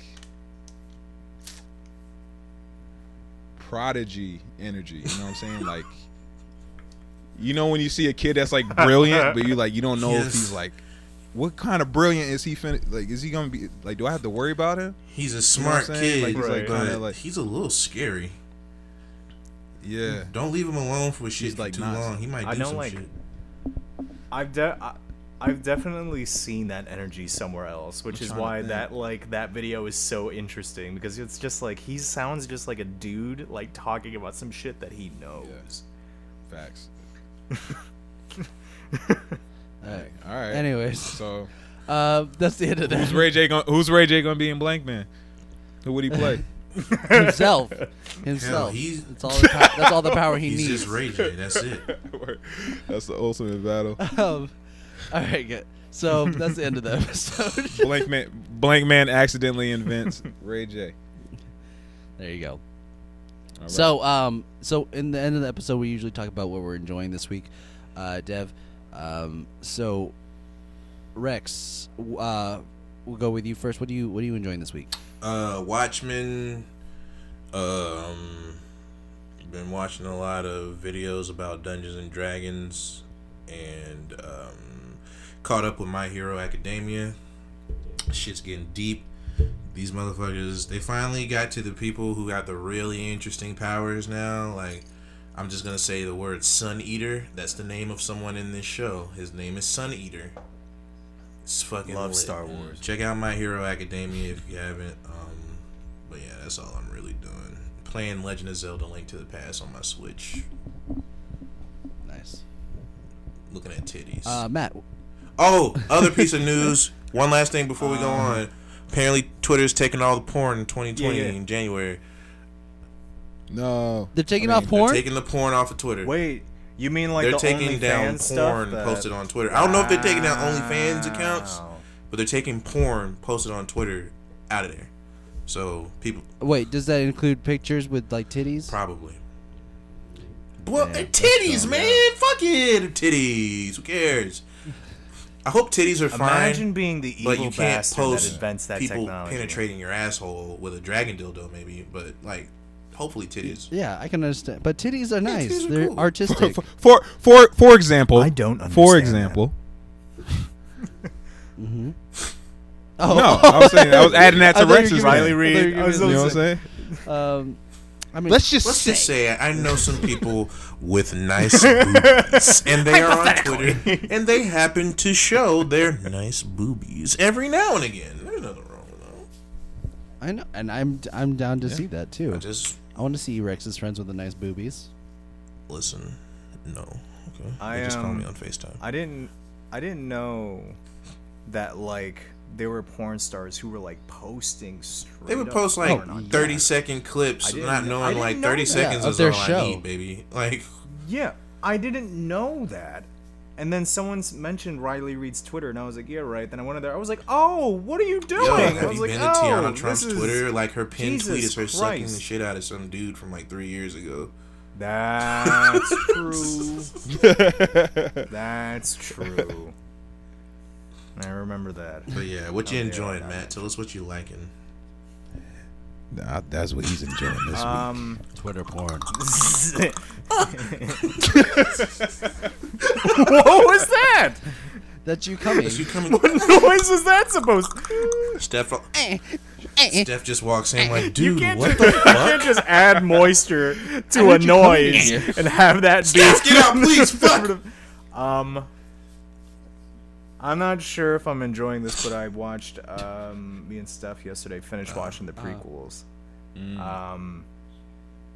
[SPEAKER 5] prodigy energy. You know what I'm saying? Like, you know when you see a kid that's like brilliant, but you like you don't know if
[SPEAKER 2] Yes.
[SPEAKER 5] he's like, what kind of brilliant is he? Fin- like, is he gonna be like? Do I have to worry about him?
[SPEAKER 2] He's a
[SPEAKER 5] You know what I'm
[SPEAKER 2] smart
[SPEAKER 5] saying?
[SPEAKER 2] kid,
[SPEAKER 5] Like, he's like
[SPEAKER 2] but
[SPEAKER 5] kinda like
[SPEAKER 2] he's a little scary.
[SPEAKER 5] yeah.
[SPEAKER 2] Don't leave him alone for shit for
[SPEAKER 5] like
[SPEAKER 2] too
[SPEAKER 5] not-
[SPEAKER 2] long. He might do
[SPEAKER 4] I know,
[SPEAKER 2] some
[SPEAKER 4] like,
[SPEAKER 2] shit.
[SPEAKER 4] I've de- I, I've definitely seen that energy somewhere else, which
[SPEAKER 5] I'm
[SPEAKER 4] is
[SPEAKER 5] trying to
[SPEAKER 4] why
[SPEAKER 5] think.
[SPEAKER 4] that like that video is so interesting because it's just like he sounds just like a dude like talking about some shit that he knows.
[SPEAKER 5] Facts.
[SPEAKER 3] All right.
[SPEAKER 5] All right.
[SPEAKER 3] Anyways.
[SPEAKER 5] so
[SPEAKER 3] Uh, that's the end of that.
[SPEAKER 5] who's Ray J? Gonna, who's Ray J gonna be in Blank Man? Who would he play?
[SPEAKER 3] himself.
[SPEAKER 2] Hell,
[SPEAKER 3] Himself.
[SPEAKER 2] he's
[SPEAKER 3] that's all. The pow- that's all the power he
[SPEAKER 2] he's
[SPEAKER 3] needs.
[SPEAKER 2] just Ray J. That's it.
[SPEAKER 5] That's the ultimate battle.
[SPEAKER 3] Um, all right, good. So that's the end of the episode.
[SPEAKER 5] blank man, blank man accidentally invents Ray J.
[SPEAKER 3] There you go.
[SPEAKER 5] All right.
[SPEAKER 3] So, um, so in the end of the episode, we usually talk about what we're enjoying this week, uh, Dev. Um, so, Rex, w- uh, we'll go with you first. What do you What are you enjoying this week?
[SPEAKER 2] Uh, Watchmen. Um, been watching a lot of videos about Dungeons and Dragons, and um, caught up with My Hero Academia. Shit's getting deep. These motherfuckers, they finally got to the people who got the really interesting powers now. Like, I'm just gonna say the word Sun Eater. That's the name of someone in this show. His name is Sun Eater. It's fucking
[SPEAKER 4] Love
[SPEAKER 2] lit.
[SPEAKER 4] Star Wars.
[SPEAKER 2] Check out My Hero Academia if you haven't. Um, but yeah, that's all I'm really doing. Playing Legend of Zelda: Link to the Past on my Switch.
[SPEAKER 3] Nice.
[SPEAKER 2] Looking at titties.
[SPEAKER 3] Uh, Matt.
[SPEAKER 2] Oh, other piece of news. One last thing before we go on. Apparently, Twitter's taking all the porn in 2020
[SPEAKER 4] Uh-huh. Yeah, yeah.
[SPEAKER 2] in January.
[SPEAKER 5] No,
[SPEAKER 3] They're taking
[SPEAKER 5] I
[SPEAKER 3] off
[SPEAKER 5] mean,
[SPEAKER 3] porn.
[SPEAKER 2] Taking the porn off of Twitter.
[SPEAKER 4] Wait, you mean like
[SPEAKER 2] they're
[SPEAKER 4] the
[SPEAKER 2] taking
[SPEAKER 4] OnlyFans
[SPEAKER 2] down
[SPEAKER 4] stuff
[SPEAKER 2] porn
[SPEAKER 4] that-
[SPEAKER 2] posted on Twitter. I don't know if they're taking down OnlyFans accounts,
[SPEAKER 4] Wow.
[SPEAKER 2] but they're taking porn posted on Twitter out of there. So people
[SPEAKER 3] Wait, does that include pictures with like titties?
[SPEAKER 2] probably. Well,
[SPEAKER 3] Man, that's
[SPEAKER 2] titties, man. Fuck it, titties. Who cares? I hope titties are fine.
[SPEAKER 4] Imagine being the evil
[SPEAKER 2] but you can't
[SPEAKER 4] bastard that
[SPEAKER 2] post
[SPEAKER 4] invents that
[SPEAKER 2] people
[SPEAKER 4] technology.
[SPEAKER 2] penetrating your asshole with a dragon dildo, maybe. But like, hopefully titties.
[SPEAKER 3] Yeah, I can understand. But titties are nice.
[SPEAKER 2] titties are
[SPEAKER 3] They're
[SPEAKER 2] cool.
[SPEAKER 3] artistic.
[SPEAKER 5] For for for example,
[SPEAKER 4] I don't
[SPEAKER 5] For
[SPEAKER 4] understand
[SPEAKER 5] example,
[SPEAKER 3] Mm-hmm. Oh.
[SPEAKER 5] no, I was saying I was adding that
[SPEAKER 3] I
[SPEAKER 5] to
[SPEAKER 3] thought you were
[SPEAKER 5] Rex's.
[SPEAKER 3] giving-
[SPEAKER 5] name.
[SPEAKER 4] Riley
[SPEAKER 3] I
[SPEAKER 4] Reid,
[SPEAKER 3] thought you were
[SPEAKER 4] I was
[SPEAKER 5] You
[SPEAKER 3] giving-
[SPEAKER 5] know what I'm saying?
[SPEAKER 3] Um, I mean,
[SPEAKER 6] Let's just
[SPEAKER 2] Let's
[SPEAKER 6] say
[SPEAKER 2] just say I know some people with nice boobies, and they are on Twitter, and they happen to show their nice boobies every now and again. There's nothing wrong with that.
[SPEAKER 3] I know, and I'm I'm down to see that too. I,
[SPEAKER 2] I just
[SPEAKER 3] want to see Rex's friends with the nice boobies.
[SPEAKER 2] listen. No, okay.
[SPEAKER 4] I,
[SPEAKER 2] they just call
[SPEAKER 4] um,
[SPEAKER 2] me on Facetime.
[SPEAKER 4] I didn't I didn't know that like there were porn stars who were like posting straight.
[SPEAKER 2] They would
[SPEAKER 4] up
[SPEAKER 2] post like
[SPEAKER 4] porn on
[SPEAKER 2] thirty second
[SPEAKER 4] I
[SPEAKER 2] clips,
[SPEAKER 4] didn't
[SPEAKER 2] not
[SPEAKER 4] know-
[SPEAKER 2] knowing
[SPEAKER 4] I didn't
[SPEAKER 2] like
[SPEAKER 4] know
[SPEAKER 2] thirty
[SPEAKER 4] that.
[SPEAKER 2] seconds
[SPEAKER 4] Of
[SPEAKER 2] is
[SPEAKER 4] their
[SPEAKER 2] all I
[SPEAKER 4] show.
[SPEAKER 2] need, baby. Like
[SPEAKER 4] Yeah, I didn't know that. And then someone's mentioned Riley Reed's Twitter, and I was like, "Yeah, right." Then I went in there. I was like, "Oh, what are you doing?"
[SPEAKER 2] Yo,
[SPEAKER 4] I
[SPEAKER 2] have
[SPEAKER 4] was
[SPEAKER 2] you
[SPEAKER 4] like,
[SPEAKER 2] been
[SPEAKER 4] "Oh,
[SPEAKER 2] to Tiana
[SPEAKER 4] this
[SPEAKER 2] Trump's
[SPEAKER 4] is-
[SPEAKER 2] Twitter? Like her pinned tweet is
[SPEAKER 4] Jesus
[SPEAKER 2] her sucking the
[SPEAKER 4] Christ.
[SPEAKER 2] shit out of some dude from like three years ago.
[SPEAKER 4] That's true. That's true. I remember that.
[SPEAKER 2] But yeah, what you
[SPEAKER 4] Oh, yeah,
[SPEAKER 2] enjoying,
[SPEAKER 4] that-
[SPEAKER 2] Matt? Tell us what you liking.
[SPEAKER 9] Nah, that's what he's enjoying this
[SPEAKER 4] Um,
[SPEAKER 9] week. Twitter porn.
[SPEAKER 4] what was that?
[SPEAKER 3] That you coming?
[SPEAKER 2] That you coming?
[SPEAKER 4] What noise was that supposed?
[SPEAKER 2] Steph, uh, Steph just walks in like,
[SPEAKER 4] You
[SPEAKER 2] dude,
[SPEAKER 4] can't,
[SPEAKER 2] what
[SPEAKER 4] just,
[SPEAKER 2] the
[SPEAKER 4] you
[SPEAKER 2] fuck?
[SPEAKER 4] can't just add moisture
[SPEAKER 2] I
[SPEAKER 4] to a
[SPEAKER 2] heard you coming
[SPEAKER 4] noise
[SPEAKER 2] in here.
[SPEAKER 4] and have that be.
[SPEAKER 2] Steph, get out, please, fuck!
[SPEAKER 4] Um, I'm not sure if I'm enjoying this, but I watched um, me and Steph yesterday finished watching the prequels. Um,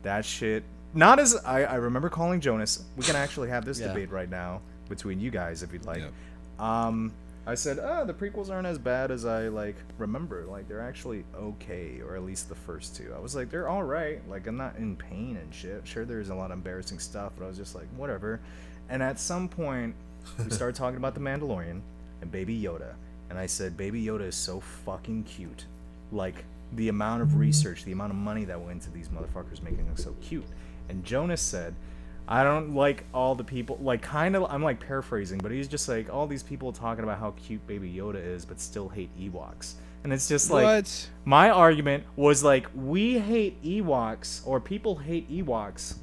[SPEAKER 4] that shit. Not as I, I remember calling Jonas. We can actually have this
[SPEAKER 3] Yeah.
[SPEAKER 4] debate right now between you guys if you'd like. Um, I said, oh, the prequels aren't as bad as I like remember. Like they're actually okay, or at least the first two. I was like, they're all right. Like I'm not in pain and shit. Sure, there's a lot of embarrassing stuff, but I was just like, whatever. And at some point, we started talking about the Mandalorian and Baby Yoda, and I said, Baby Yoda is so fucking cute. Like the amount of research, the amount of money that went into these motherfuckers making them so cute. And Jonas said, I don't like all the people, like, kind of, I'm like paraphrasing, but he's just like, all these people talking about how cute Baby Yoda is, but still hate Ewoks. And it's just like,
[SPEAKER 5] What?
[SPEAKER 4] my argument was like, we hate Ewoks, or people hate Ewoks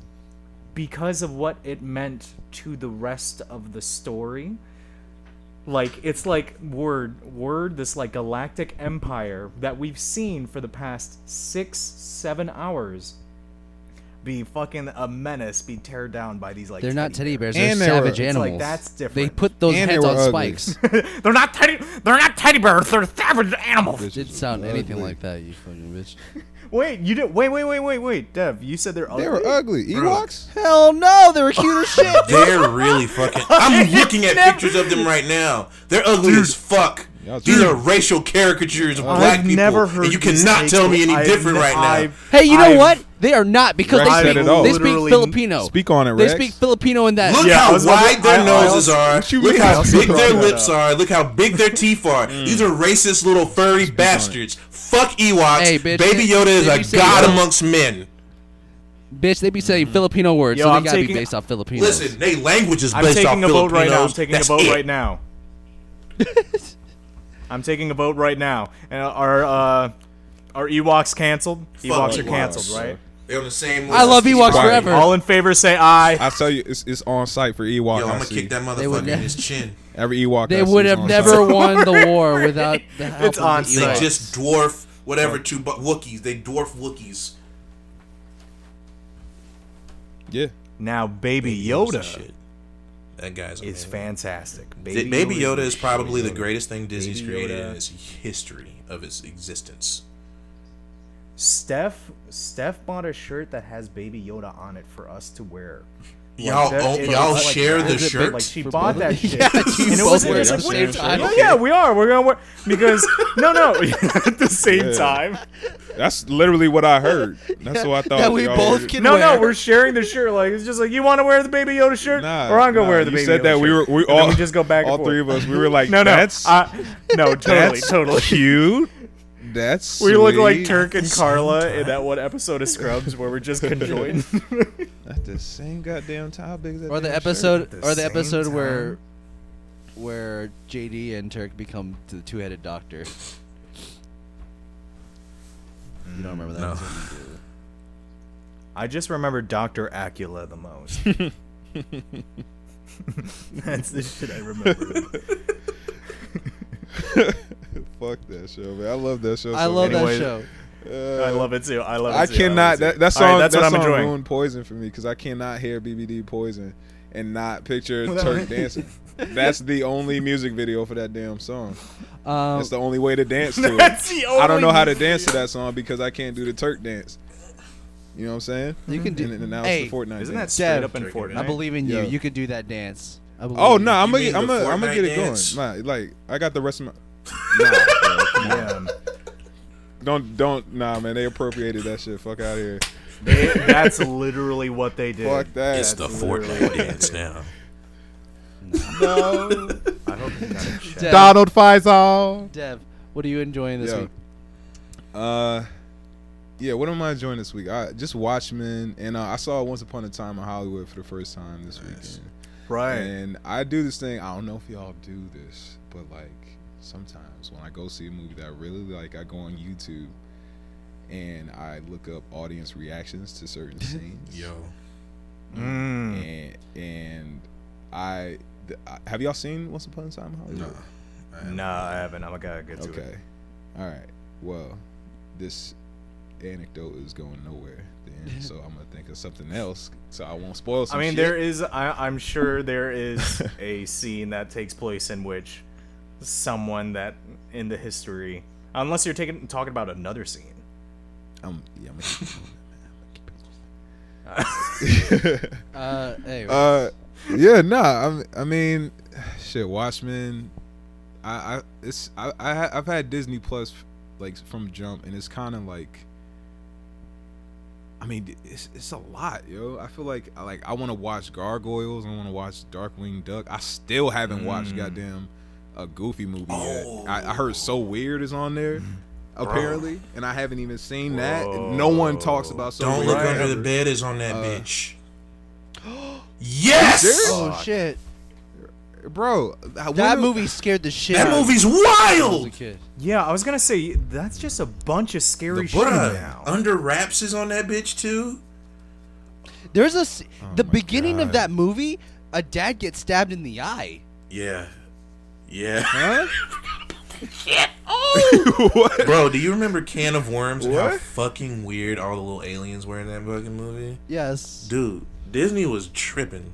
[SPEAKER 4] because of what it meant to the rest of the story. Like it's like word word this like galactic empire that we've seen for the past six seven hours be fucking a menace, be teared down by these like
[SPEAKER 3] They're not teddy bears. They're
[SPEAKER 5] And they were-
[SPEAKER 3] savage
[SPEAKER 5] It's
[SPEAKER 4] like,
[SPEAKER 3] animals.
[SPEAKER 4] that's
[SPEAKER 3] They
[SPEAKER 4] different.
[SPEAKER 3] put those
[SPEAKER 5] And they
[SPEAKER 3] heads
[SPEAKER 5] were
[SPEAKER 3] on
[SPEAKER 5] ugly.
[SPEAKER 3] spikes.
[SPEAKER 4] they're not teddy they're not teddy bears they're savage animals.
[SPEAKER 5] This
[SPEAKER 3] Didn't
[SPEAKER 5] was
[SPEAKER 3] sound anything
[SPEAKER 5] ugly.
[SPEAKER 3] like that, you fucking bitch.
[SPEAKER 4] Wait, you did wait wait wait wait wait Dev you said they're ugly.
[SPEAKER 5] They were ugly. Ewoks?
[SPEAKER 3] Hell no, they were cute as shit.
[SPEAKER 2] They're really fucking. I'm looking at pictures of them right now. They're ugly as fuck.
[SPEAKER 5] Yeah,
[SPEAKER 2] These
[SPEAKER 5] dude.
[SPEAKER 2] are racial caricatures of
[SPEAKER 4] I've
[SPEAKER 2] black people.
[SPEAKER 4] never heard
[SPEAKER 2] and you
[SPEAKER 4] these
[SPEAKER 2] cannot
[SPEAKER 4] take-
[SPEAKER 2] tell me any
[SPEAKER 4] I've
[SPEAKER 2] different
[SPEAKER 4] ne-
[SPEAKER 2] right now.
[SPEAKER 4] I've-
[SPEAKER 3] Hey, you know
[SPEAKER 4] I've-
[SPEAKER 3] what? They are not because
[SPEAKER 5] Rex
[SPEAKER 3] they
[SPEAKER 5] said
[SPEAKER 3] speak,
[SPEAKER 5] it all.
[SPEAKER 3] they speak
[SPEAKER 4] Literally-
[SPEAKER 3] Filipino.
[SPEAKER 5] Speak on it,
[SPEAKER 3] They
[SPEAKER 5] Rex.
[SPEAKER 3] speak Filipino in that.
[SPEAKER 2] Look
[SPEAKER 4] Yeah, I
[SPEAKER 2] how
[SPEAKER 4] was about to-
[SPEAKER 2] wide their
[SPEAKER 4] I- I
[SPEAKER 2] noses
[SPEAKER 4] also-
[SPEAKER 2] are.
[SPEAKER 5] What you
[SPEAKER 2] Look
[SPEAKER 5] mean? I
[SPEAKER 2] how
[SPEAKER 5] also
[SPEAKER 2] big
[SPEAKER 5] brought
[SPEAKER 2] their
[SPEAKER 5] that
[SPEAKER 2] lips are. Look how big their teeth are. These are racist little furry bastards. Fuck Ewoks.
[SPEAKER 3] Hey, bitch,
[SPEAKER 2] Baby
[SPEAKER 3] did-
[SPEAKER 2] Yoda is
[SPEAKER 3] did you
[SPEAKER 2] a
[SPEAKER 3] say
[SPEAKER 2] god
[SPEAKER 3] Ewoks?
[SPEAKER 2] amongst men.
[SPEAKER 3] Bitch, they be saying Filipino words,
[SPEAKER 4] Yo,
[SPEAKER 3] so they
[SPEAKER 4] I'm
[SPEAKER 3] gotta
[SPEAKER 4] taking-
[SPEAKER 3] be based off Filipinos.
[SPEAKER 2] Listen, they language is
[SPEAKER 4] I'm
[SPEAKER 2] based off
[SPEAKER 4] taking a vote
[SPEAKER 2] Filipinos.
[SPEAKER 4] right now. I'm taking
[SPEAKER 2] That's
[SPEAKER 4] a vote
[SPEAKER 2] it.
[SPEAKER 4] right now. I'm taking a vote right now. And are uh, are Ewoks canceled? Ewoks are
[SPEAKER 2] Ewoks.
[SPEAKER 4] canceled, right?
[SPEAKER 2] They're on the same.
[SPEAKER 3] I love
[SPEAKER 2] list.
[SPEAKER 3] Ewoks
[SPEAKER 5] Right.
[SPEAKER 3] forever.
[SPEAKER 4] All in favor, say aye.
[SPEAKER 5] I tell you, it's, it's on site for Ewok.
[SPEAKER 2] Yo,
[SPEAKER 5] I
[SPEAKER 2] I'm gonna
[SPEAKER 5] see.
[SPEAKER 2] kick that
[SPEAKER 3] would
[SPEAKER 2] motherfucker in
[SPEAKER 3] never-
[SPEAKER 2] his chin.
[SPEAKER 5] Every Ewok. I
[SPEAKER 3] they
[SPEAKER 5] see
[SPEAKER 3] would
[SPEAKER 5] is
[SPEAKER 3] have
[SPEAKER 5] on
[SPEAKER 3] never
[SPEAKER 5] site.
[SPEAKER 3] won the war without the help
[SPEAKER 4] It's
[SPEAKER 3] of
[SPEAKER 4] on
[SPEAKER 3] the
[SPEAKER 4] site.
[SPEAKER 2] They
[SPEAKER 3] Ewoks.
[SPEAKER 4] Right.
[SPEAKER 2] just dwarf whatever two bu- Wookiees. They dwarf Wookiees.
[SPEAKER 5] Yeah.
[SPEAKER 4] Now, Baby
[SPEAKER 2] Piece of
[SPEAKER 4] Yoda
[SPEAKER 2] shit. That guy's
[SPEAKER 4] is
[SPEAKER 2] amazing.
[SPEAKER 4] fantastic.
[SPEAKER 2] Th- Baby Yoda is
[SPEAKER 4] the
[SPEAKER 2] probably the
[SPEAKER 4] shit.
[SPEAKER 2] greatest thing Disney's
[SPEAKER 4] Baby
[SPEAKER 2] created
[SPEAKER 4] Yoda.
[SPEAKER 2] in its history of its existence.
[SPEAKER 4] Steph Steph bought a shirt that has Baby Yoda on it for us to wear. Like,
[SPEAKER 2] y'all
[SPEAKER 4] that
[SPEAKER 2] own-
[SPEAKER 4] is-
[SPEAKER 2] y'all
[SPEAKER 4] like,
[SPEAKER 2] share
[SPEAKER 4] that
[SPEAKER 2] the
[SPEAKER 4] is a big-
[SPEAKER 2] shirt?
[SPEAKER 4] Like she
[SPEAKER 3] For
[SPEAKER 4] bought
[SPEAKER 3] both?
[SPEAKER 4] that shit.
[SPEAKER 3] Yeah,
[SPEAKER 4] and
[SPEAKER 3] you
[SPEAKER 4] it was
[SPEAKER 3] both
[SPEAKER 4] it was
[SPEAKER 3] wear
[SPEAKER 4] like,
[SPEAKER 3] it
[SPEAKER 4] wait,
[SPEAKER 3] at the same time.
[SPEAKER 4] Yeah, yeah, we are. We're gonna wear because no, no, at the same time.
[SPEAKER 5] That's literally what I heard. That's what I thought.
[SPEAKER 3] That we
[SPEAKER 5] y'all
[SPEAKER 3] both
[SPEAKER 5] were-
[SPEAKER 3] can
[SPEAKER 4] No,
[SPEAKER 3] wear.
[SPEAKER 4] no, we're sharing the shirt. Like it's just like you want to wear the baby Yoda shirt,
[SPEAKER 5] Nah,
[SPEAKER 4] or I'm gonna
[SPEAKER 5] nah,
[SPEAKER 4] wear the
[SPEAKER 5] you
[SPEAKER 4] baby.
[SPEAKER 5] said
[SPEAKER 4] Yoda
[SPEAKER 5] that we were
[SPEAKER 4] shirt.
[SPEAKER 5] we
[SPEAKER 4] And then
[SPEAKER 5] all
[SPEAKER 4] we just go back.
[SPEAKER 5] All
[SPEAKER 4] and
[SPEAKER 5] three
[SPEAKER 4] forth.
[SPEAKER 5] of us. We were like,
[SPEAKER 4] No, no,
[SPEAKER 5] that's
[SPEAKER 4] I, no, totally,
[SPEAKER 5] that's
[SPEAKER 4] totally.
[SPEAKER 5] cute. That's
[SPEAKER 4] We look like
[SPEAKER 5] sweet."
[SPEAKER 4] Turk and Carla in that one episode of Scrubs where we're just conjoined.
[SPEAKER 5] At the same goddamn time, big as that
[SPEAKER 3] or the
[SPEAKER 5] damn shirt.
[SPEAKER 3] episode,
[SPEAKER 4] At the
[SPEAKER 3] or the
[SPEAKER 4] same
[SPEAKER 3] episode where, where JD and Turk become the two-headed doctor. You don't remember that?
[SPEAKER 2] no.
[SPEAKER 3] episode, do you?
[SPEAKER 4] I just remember Doctor Acula the most. That's the shit I remember.
[SPEAKER 5] Fuck that show, man. I love that show.
[SPEAKER 3] I
[SPEAKER 5] so
[SPEAKER 3] love
[SPEAKER 5] much.
[SPEAKER 3] that
[SPEAKER 4] Anyways,
[SPEAKER 3] show.
[SPEAKER 5] Uh,
[SPEAKER 4] I love it too. I love it.
[SPEAKER 5] I
[SPEAKER 4] too. love it
[SPEAKER 5] cannot. That,
[SPEAKER 4] too.
[SPEAKER 5] that
[SPEAKER 4] All
[SPEAKER 5] song.
[SPEAKER 4] right, that's
[SPEAKER 5] that
[SPEAKER 4] what I'm
[SPEAKER 5] song
[SPEAKER 4] enjoying.
[SPEAKER 5] ruined poison for me because I cannot hear BBD poison and not picture
[SPEAKER 4] Well, that-
[SPEAKER 5] Turk dancing. That's the only music video for that damn song.
[SPEAKER 3] Um,
[SPEAKER 5] That's the only way to dance to
[SPEAKER 4] That's
[SPEAKER 5] it.
[SPEAKER 4] the
[SPEAKER 5] I don't
[SPEAKER 4] only
[SPEAKER 5] know how to dance to that song because I can't do the Turk dance. You know what I'm saying?
[SPEAKER 3] You can do-
[SPEAKER 5] And, and now
[SPEAKER 3] Hey,
[SPEAKER 5] it's the Fortnite.
[SPEAKER 4] Isn't that
[SPEAKER 5] dance.
[SPEAKER 4] straight
[SPEAKER 3] Dev,
[SPEAKER 4] up in
[SPEAKER 2] Turkey,
[SPEAKER 4] Fortnite?
[SPEAKER 3] I believe in
[SPEAKER 5] Yeah.
[SPEAKER 3] you. You could do that dance. I believe
[SPEAKER 5] Oh
[SPEAKER 3] in
[SPEAKER 5] no!
[SPEAKER 3] you.
[SPEAKER 5] I'm gonna,
[SPEAKER 2] mean
[SPEAKER 5] I'm
[SPEAKER 2] the
[SPEAKER 5] gonna, I'm gonna
[SPEAKER 2] Fortnite
[SPEAKER 5] get it
[SPEAKER 2] dance?
[SPEAKER 5] going. Nah, like I got the rest of my. Nah, bro, come on.
[SPEAKER 4] Yeah.
[SPEAKER 5] Don't don't nah, man. They appropriated that shit. Fuck out of here.
[SPEAKER 4] They- that's literally what they did.
[SPEAKER 5] Fuck that.
[SPEAKER 2] It's the Fortnite dance now.
[SPEAKER 5] No.
[SPEAKER 4] I hope you got a
[SPEAKER 3] Dev.
[SPEAKER 4] check.
[SPEAKER 6] Donald Faisal.
[SPEAKER 3] Dev, what are you enjoying this
[SPEAKER 5] Yo.
[SPEAKER 3] week?
[SPEAKER 5] Uh, yeah. What am I enjoying this week? I just Watchmen, and uh, I saw Once Upon a Time in Hollywood for the first time this weekend.
[SPEAKER 4] Right.
[SPEAKER 5] And I do this thing. I don't know if y'all do this, but like sometimes when I go see a movie that I really like, I go on YouTube and I look up audience reactions to certain scenes.
[SPEAKER 2] Yo.
[SPEAKER 4] Mm.
[SPEAKER 5] And, and I, th- I have y'all seen Once Upon a Time in Hollywood?
[SPEAKER 4] Nah, I haven't. I'm gonna get to it.
[SPEAKER 5] Okay. All right. Well, this anecdote is going nowhere. Then, so I'm gonna think of something else. So I won't spoil.
[SPEAKER 4] I
[SPEAKER 5] Some
[SPEAKER 4] mean,
[SPEAKER 5] shit.
[SPEAKER 4] there is. I, I'm sure there is a scene that takes place in which someone that in the history, unless you're taking talking about another scene.
[SPEAKER 5] I'm, yeah, I'm gonna keep it moving, man. I'm gonna keep it moving.
[SPEAKER 3] Uh, hey,
[SPEAKER 5] Uh, yeah, nah. I'm, I mean, shit, Watchmen. I, I, it's, I, I, ha- I've had Disney Plus like from jump, and it's kind of like. I mean, it's it's a lot, yo. I feel like I like I want to watch Gargoyles. I want to watch Darkwing Duck. I still haven't
[SPEAKER 2] Mm.
[SPEAKER 5] watched goddamn a Goofy movie yet. I, I
[SPEAKER 2] Oh.
[SPEAKER 5] heard So Weird is on there, apparently, and I haven't even seen that. And no one talks about So
[SPEAKER 2] Don't
[SPEAKER 5] Weird
[SPEAKER 2] look
[SPEAKER 5] ever.
[SPEAKER 2] under the bed is on that bitch. Yes,
[SPEAKER 3] Oh,
[SPEAKER 5] Serious?
[SPEAKER 3] shit.
[SPEAKER 5] bro. I
[SPEAKER 3] That
[SPEAKER 5] wonder-
[SPEAKER 3] movie scared the shit
[SPEAKER 2] that
[SPEAKER 3] out of me
[SPEAKER 2] movie's
[SPEAKER 3] when I was a
[SPEAKER 2] wild.
[SPEAKER 3] kid.
[SPEAKER 4] Yeah, I was gonna say that's just a bunch of scary shit
[SPEAKER 2] Bruh,
[SPEAKER 4] now.
[SPEAKER 2] under wraps is on that bitch too.
[SPEAKER 3] There's a s-
[SPEAKER 5] Oh
[SPEAKER 3] the beginning of that movie. A dad gets stabbed in the eye.
[SPEAKER 2] Yeah, yeah,
[SPEAKER 5] Huh? Oh!
[SPEAKER 2] bro. Do you remember Can of Worms and how
[SPEAKER 5] What?
[SPEAKER 2] fucking weird all the little aliens were in that fucking movie?
[SPEAKER 3] Yes.
[SPEAKER 2] Dude, Disney was tripping.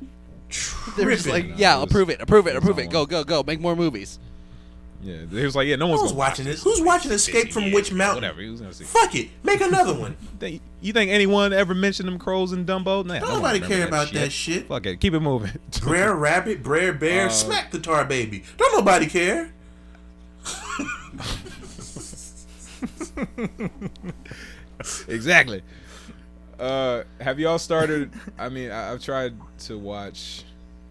[SPEAKER 3] They're
[SPEAKER 2] Tripping.
[SPEAKER 3] just like, yeah,
[SPEAKER 5] It was-
[SPEAKER 3] approve it, approve it,
[SPEAKER 5] it was
[SPEAKER 3] approve
[SPEAKER 5] on
[SPEAKER 3] it. Go, go, go. Make more movies.
[SPEAKER 5] Yeah, he was like, yeah, no one's
[SPEAKER 2] Who's
[SPEAKER 5] gonna watch
[SPEAKER 2] watching this? Who's watching Escape from Witch Mountain?
[SPEAKER 5] whatever. He was gonna see.
[SPEAKER 2] Fuck it, make another one.
[SPEAKER 5] Think- You think anyone ever mentioned them crows and Dumbo? Nah, no one
[SPEAKER 2] Nobody
[SPEAKER 5] remember
[SPEAKER 2] care about that shit.
[SPEAKER 5] Fuck it, keep it moving.
[SPEAKER 2] Brer Rabbit, Brer Bear, smack the tar baby. Don't nobody care.
[SPEAKER 5] exactly. Uh, have y'all started? I mean, I, I've tried to watch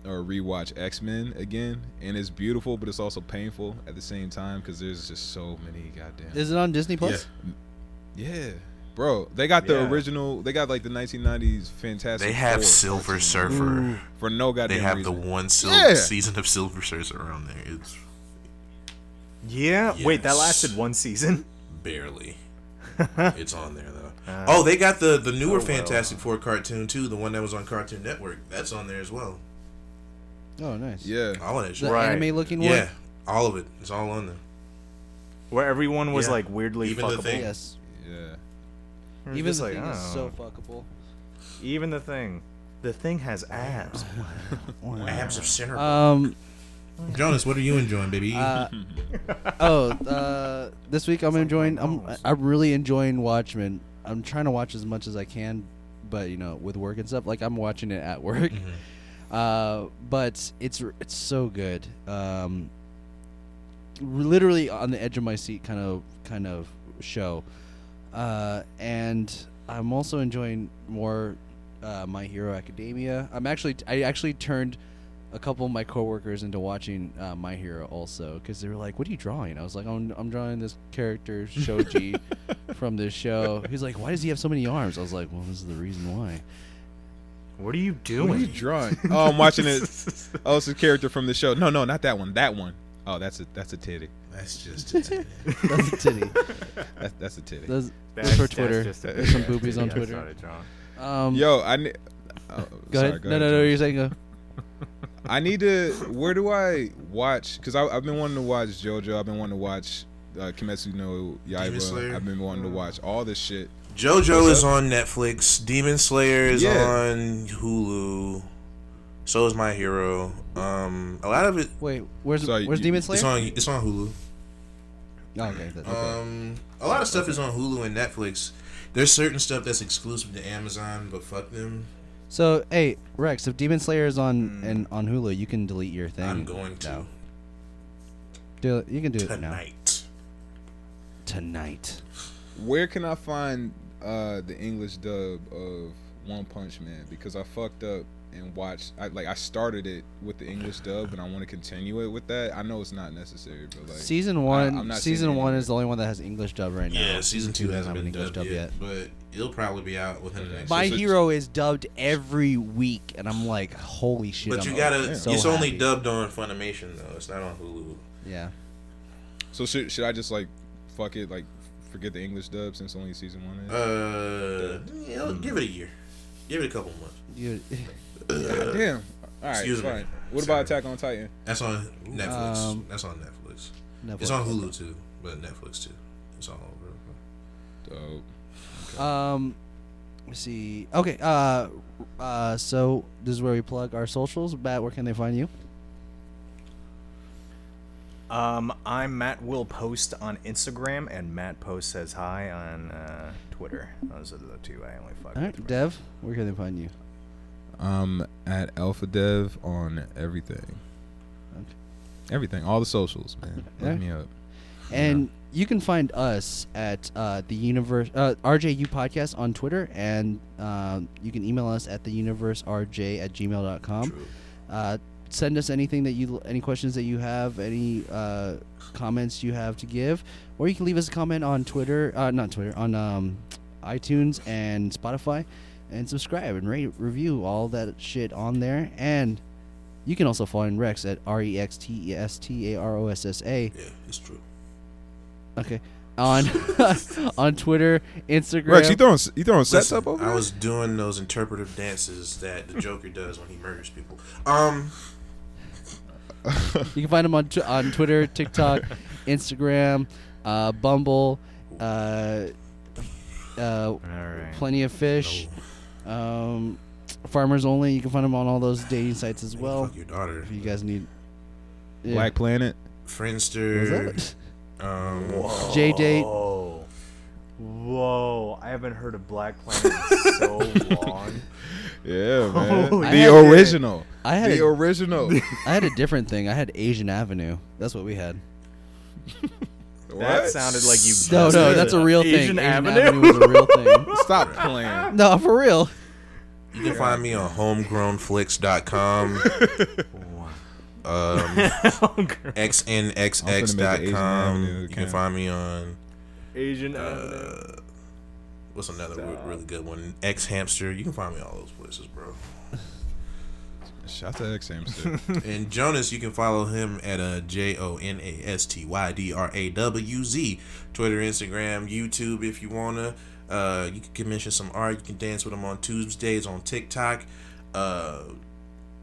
[SPEAKER 5] or rewatch X Men again, and it's beautiful, but it's also painful at the same time because there's just so many goddamn.
[SPEAKER 3] Is it on Disney Plus?
[SPEAKER 5] yeah, bro, they got the
[SPEAKER 4] Yeah.
[SPEAKER 5] original. They got like the 1990s Fantastic.
[SPEAKER 2] They have
[SPEAKER 5] Four
[SPEAKER 2] Silver Surfer.
[SPEAKER 5] for no goddamn.
[SPEAKER 2] They have
[SPEAKER 5] reason.
[SPEAKER 2] the one sil-
[SPEAKER 5] Yeah.
[SPEAKER 2] season of Silver Surfer on there. It's
[SPEAKER 4] Yeah. Wait, that
[SPEAKER 2] Yes.
[SPEAKER 4] lasted one season.
[SPEAKER 2] barely. it's on there though. oh, they got the the newer Fantastic Four cartoon too. The one that was on Cartoon Network. That's on there as well.
[SPEAKER 3] Oh, nice.
[SPEAKER 5] Yeah,
[SPEAKER 2] All of that shit.
[SPEAKER 3] The
[SPEAKER 4] Right.
[SPEAKER 3] anime looking one.
[SPEAKER 2] Yeah, all of it. It's all on there.
[SPEAKER 4] Where everyone was
[SPEAKER 2] Yeah.
[SPEAKER 4] like weirdly
[SPEAKER 2] Even the
[SPEAKER 4] fuckable.
[SPEAKER 2] thing.
[SPEAKER 3] Yes.
[SPEAKER 5] yeah.
[SPEAKER 4] We were
[SPEAKER 3] Even
[SPEAKER 4] just
[SPEAKER 3] the
[SPEAKER 4] like,
[SPEAKER 3] thing is
[SPEAKER 4] oh.
[SPEAKER 3] so fuckable.
[SPEAKER 4] Even the thing. The thing has abs.
[SPEAKER 2] Abs of Center.
[SPEAKER 3] Um.
[SPEAKER 2] Jonas, what are you enjoying, baby?
[SPEAKER 3] Uh, oh, uh, this week I'm enjoying. I'm I'm really enjoying Watchmen. I'm trying to watch as much as I can, but you know, with work and stuff, like I'm watching it at work. Uh, but it's r- it's so good. Um, r- literally on the edge of my seat, kind of kind of show. Uh, and I'm also enjoying more uh, My Hero Academia. I'm actually I actually turned a couple of my coworkers into watching uh, My Hero also because they were like, "What are you drawing?" I was like, "I'm, I'm drawing this character Shoji from this show." He's like, "Why does he have so many arms?" I was like, "Well, this is the reason why."
[SPEAKER 4] What are you
[SPEAKER 5] What are
[SPEAKER 4] doing?
[SPEAKER 5] you drawing? Oh, I'm watching it. Oh, it's a character from the show. No, no, not that one. That one. Oh, that's a that's a titty.
[SPEAKER 2] That's just. it.
[SPEAKER 3] That's a titty.
[SPEAKER 5] That's that's a titty.
[SPEAKER 3] Those, those for Twitter. There's some boobies on Twitter. Um,
[SPEAKER 5] Yo, I need. Oh,
[SPEAKER 3] go
[SPEAKER 5] sorry,
[SPEAKER 3] ahead. no, no, no.
[SPEAKER 5] Jonas.
[SPEAKER 3] You're saying uh, go.
[SPEAKER 5] I need to. Where do I watch? Because I've been wanting to watch JoJo. I've been wanting to watch uh, Kimetsu no
[SPEAKER 2] Demon Slayer. Mm.
[SPEAKER 5] Yaiba. I've been wanting to watch all this shit.
[SPEAKER 2] JoJo is on Netflix. Demon Slayer is
[SPEAKER 5] Yeah.
[SPEAKER 2] on Hulu. So is My Hero. Um, a lot of it.
[SPEAKER 3] Wait, where's
[SPEAKER 5] Sorry,
[SPEAKER 3] where's
[SPEAKER 5] you-
[SPEAKER 3] Demon
[SPEAKER 2] It's
[SPEAKER 3] Slayer?
[SPEAKER 2] on. It's on Hulu.
[SPEAKER 3] Oh, okay, that- okay.
[SPEAKER 2] Um, a lot of stuff is on Hulu and Netflix. There's certain stuff that's exclusive to Amazon, but fuck them.
[SPEAKER 3] So hey, Rex,
[SPEAKER 2] Hmm.
[SPEAKER 3] if Demon Slayer is on and on Hulu, you can delete your thing.
[SPEAKER 2] I'm going to.
[SPEAKER 3] Do it. You can do it now.
[SPEAKER 2] Tonight.
[SPEAKER 3] Tonight.
[SPEAKER 5] Where can I find uh, the English dub of One Punch Man? Because I fucked up and watched. I like I started it with the English dub, and I want to continue it with that. I know it's not necessary, but like
[SPEAKER 3] season
[SPEAKER 5] I, I'm
[SPEAKER 3] one.
[SPEAKER 5] not
[SPEAKER 3] season
[SPEAKER 5] seeing it.
[SPEAKER 3] one is the only one that has English dub right now.
[SPEAKER 2] Yeah, season two
[SPEAKER 3] doesn't
[SPEAKER 2] hasn't
[SPEAKER 3] have
[SPEAKER 2] been
[SPEAKER 3] an English
[SPEAKER 2] dubbed yet, but it'll probably be out within the next.
[SPEAKER 3] My
[SPEAKER 2] so-
[SPEAKER 3] Hero is dubbed every week, and I'm like, holy shit!
[SPEAKER 2] But
[SPEAKER 3] I'm
[SPEAKER 2] you gotta.
[SPEAKER 3] so
[SPEAKER 2] it's only
[SPEAKER 3] happy.
[SPEAKER 2] dubbed on Funimation though. It's not on Hulu.
[SPEAKER 3] Yeah.
[SPEAKER 5] So should should I just like fuck it, like forget the English dub since only season one is?
[SPEAKER 2] Uh, yeah, give it a year. Give it a couple months.
[SPEAKER 3] You-
[SPEAKER 5] Damn. All right,
[SPEAKER 2] Excuse me.
[SPEAKER 5] fine. What
[SPEAKER 2] Sorry.
[SPEAKER 5] about Attack on Titan?
[SPEAKER 2] That's on Netflix.
[SPEAKER 3] Um,
[SPEAKER 2] That's on Netflix.
[SPEAKER 3] Netflix.
[SPEAKER 2] It's on Hulu too, but Netflix too. It's all over.
[SPEAKER 5] Dope.
[SPEAKER 3] Um, let's see. Okay. Uh, uh, so this is where we plug our socials. Matt, where can they find you?
[SPEAKER 4] Um, I'm Matt Will Post on Instagram, and Matt Post says hi on uh, Twitter. Those are the two I only fuck
[SPEAKER 3] All
[SPEAKER 4] with.
[SPEAKER 3] right, Dev, where can they find you?
[SPEAKER 5] Um, at Alpha Dev on everything. Everything, all the socials, man. Hit
[SPEAKER 3] Yeah.
[SPEAKER 5] me up.
[SPEAKER 3] And you can find us at uh, the universe uh, RJU podcast on Twitter, and um, you can email us at the universe RJ at gmail.com. Uh, send us anything that you any questions that you have, any uh, comments you have to give, or you can leave us a comment on Twitter, uh, not Twitter, on um, iTunes and Spotify, and subscribe and rate, review all that shit on there, and. You can also find Rex at R E X T E S T A R O S S A.
[SPEAKER 2] Yeah, it's true.
[SPEAKER 3] Okay. On on Twitter, Instagram.
[SPEAKER 5] Rex, you throwing you throwing sets
[SPEAKER 2] Listen,
[SPEAKER 5] up over
[SPEAKER 2] I
[SPEAKER 5] there?
[SPEAKER 2] was doing those interpretive dances that the Joker does when he murders people. Um,
[SPEAKER 3] You can find him on tw- on Twitter, TikTok, Instagram, uh, Bumble, uh, uh,
[SPEAKER 4] right.
[SPEAKER 3] Plenty of Fish, um, Farmers Only. You can find him on all those dating sites as well.
[SPEAKER 2] fuck your daughter,
[SPEAKER 3] If you guys need yeah.
[SPEAKER 5] Black Planet.
[SPEAKER 3] What was
[SPEAKER 2] Friendster.
[SPEAKER 3] that?
[SPEAKER 2] Um,
[SPEAKER 3] J date.
[SPEAKER 4] Whoa. Whoa. I haven't heard of Black Planet in so long.
[SPEAKER 5] Yeah, man.
[SPEAKER 4] Holy
[SPEAKER 5] the
[SPEAKER 3] shit.
[SPEAKER 5] original.
[SPEAKER 3] I had
[SPEAKER 5] the
[SPEAKER 3] a-
[SPEAKER 5] original.
[SPEAKER 3] I had a different thing. I had Asian Avenue. That's what we had.
[SPEAKER 4] That
[SPEAKER 5] What?
[SPEAKER 4] sounded like you.
[SPEAKER 3] No,
[SPEAKER 4] just
[SPEAKER 3] no,
[SPEAKER 4] did
[SPEAKER 3] that's
[SPEAKER 4] it.
[SPEAKER 3] a real thing.
[SPEAKER 4] Asian Avenue?
[SPEAKER 3] was a real thing.
[SPEAKER 5] Stop playing.
[SPEAKER 3] No, for real.
[SPEAKER 2] You can find me on homegrownflix.com. um,
[SPEAKER 5] Avenue
[SPEAKER 2] xnxx.com. You can
[SPEAKER 5] account.
[SPEAKER 2] find me on
[SPEAKER 4] Asian
[SPEAKER 3] Uh,
[SPEAKER 4] Avenue.
[SPEAKER 2] what's another re- really good one? X Hamster. You can find me all those places, bro.
[SPEAKER 5] Shout to X Hamster.
[SPEAKER 2] and Jonas, you can follow him at uh, J O N A S T Y D R A W Z. Twitter, Instagram, YouTube, if you wanna. Uh, you can commission some art. You can dance with him on Tuesdays on TikTok. Uh,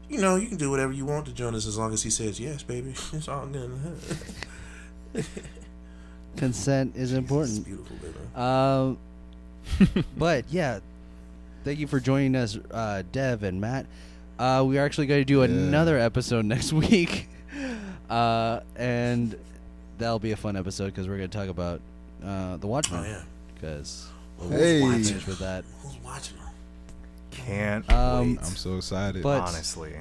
[SPEAKER 2] you know, you can do whatever you want to Jonas as long as he says yes, baby. It's all good.
[SPEAKER 3] Consent is
[SPEAKER 2] it's
[SPEAKER 3] important.
[SPEAKER 2] beautiful, baby.
[SPEAKER 3] Um, but yeah, thank you for joining us, uh, Dev and Matt. Uh, we are actually going to do another episode next week, uh, and that'll be a fun episode because we're going to talk about uh, the Watchmen.
[SPEAKER 2] Oh yeah.
[SPEAKER 3] Because
[SPEAKER 5] hey,
[SPEAKER 3] we'll finish with that.
[SPEAKER 2] Who's watching him?
[SPEAKER 4] Can't
[SPEAKER 3] Um,
[SPEAKER 4] wait.
[SPEAKER 5] I'm so excited.
[SPEAKER 3] But
[SPEAKER 4] Honestly,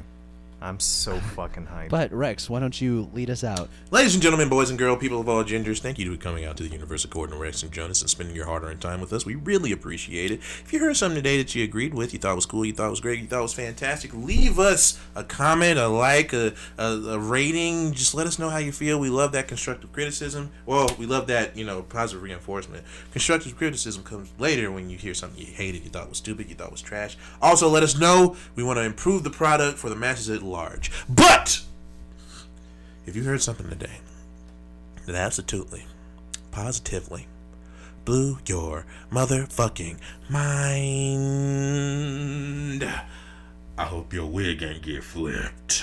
[SPEAKER 4] I'm so fucking hyped.
[SPEAKER 3] but Rex, why don't you lead us out?
[SPEAKER 2] Ladies and gentlemen, boys and girls, people of all genders, thank you for coming out to the Universe of Gordon Rex and Jonas and spending your hard-earned time with us. We really appreciate it. If you heard something today that you agreed with, you thought was cool, you thought was great, you thought was fantastic, leave us a comment, a like, a, a, a rating. Just let us know how you feel. We love that constructive criticism. Well, we love that, you know, positive reinforcement. Constructive criticism comes later when you hear something you hated, you thought was stupid, you thought was trash. Also, let us know. We want to improve the product for the masses at large. But... If you heard something today that absolutely, positively blew your motherfucking mind, I hope your wig ain't get flipped.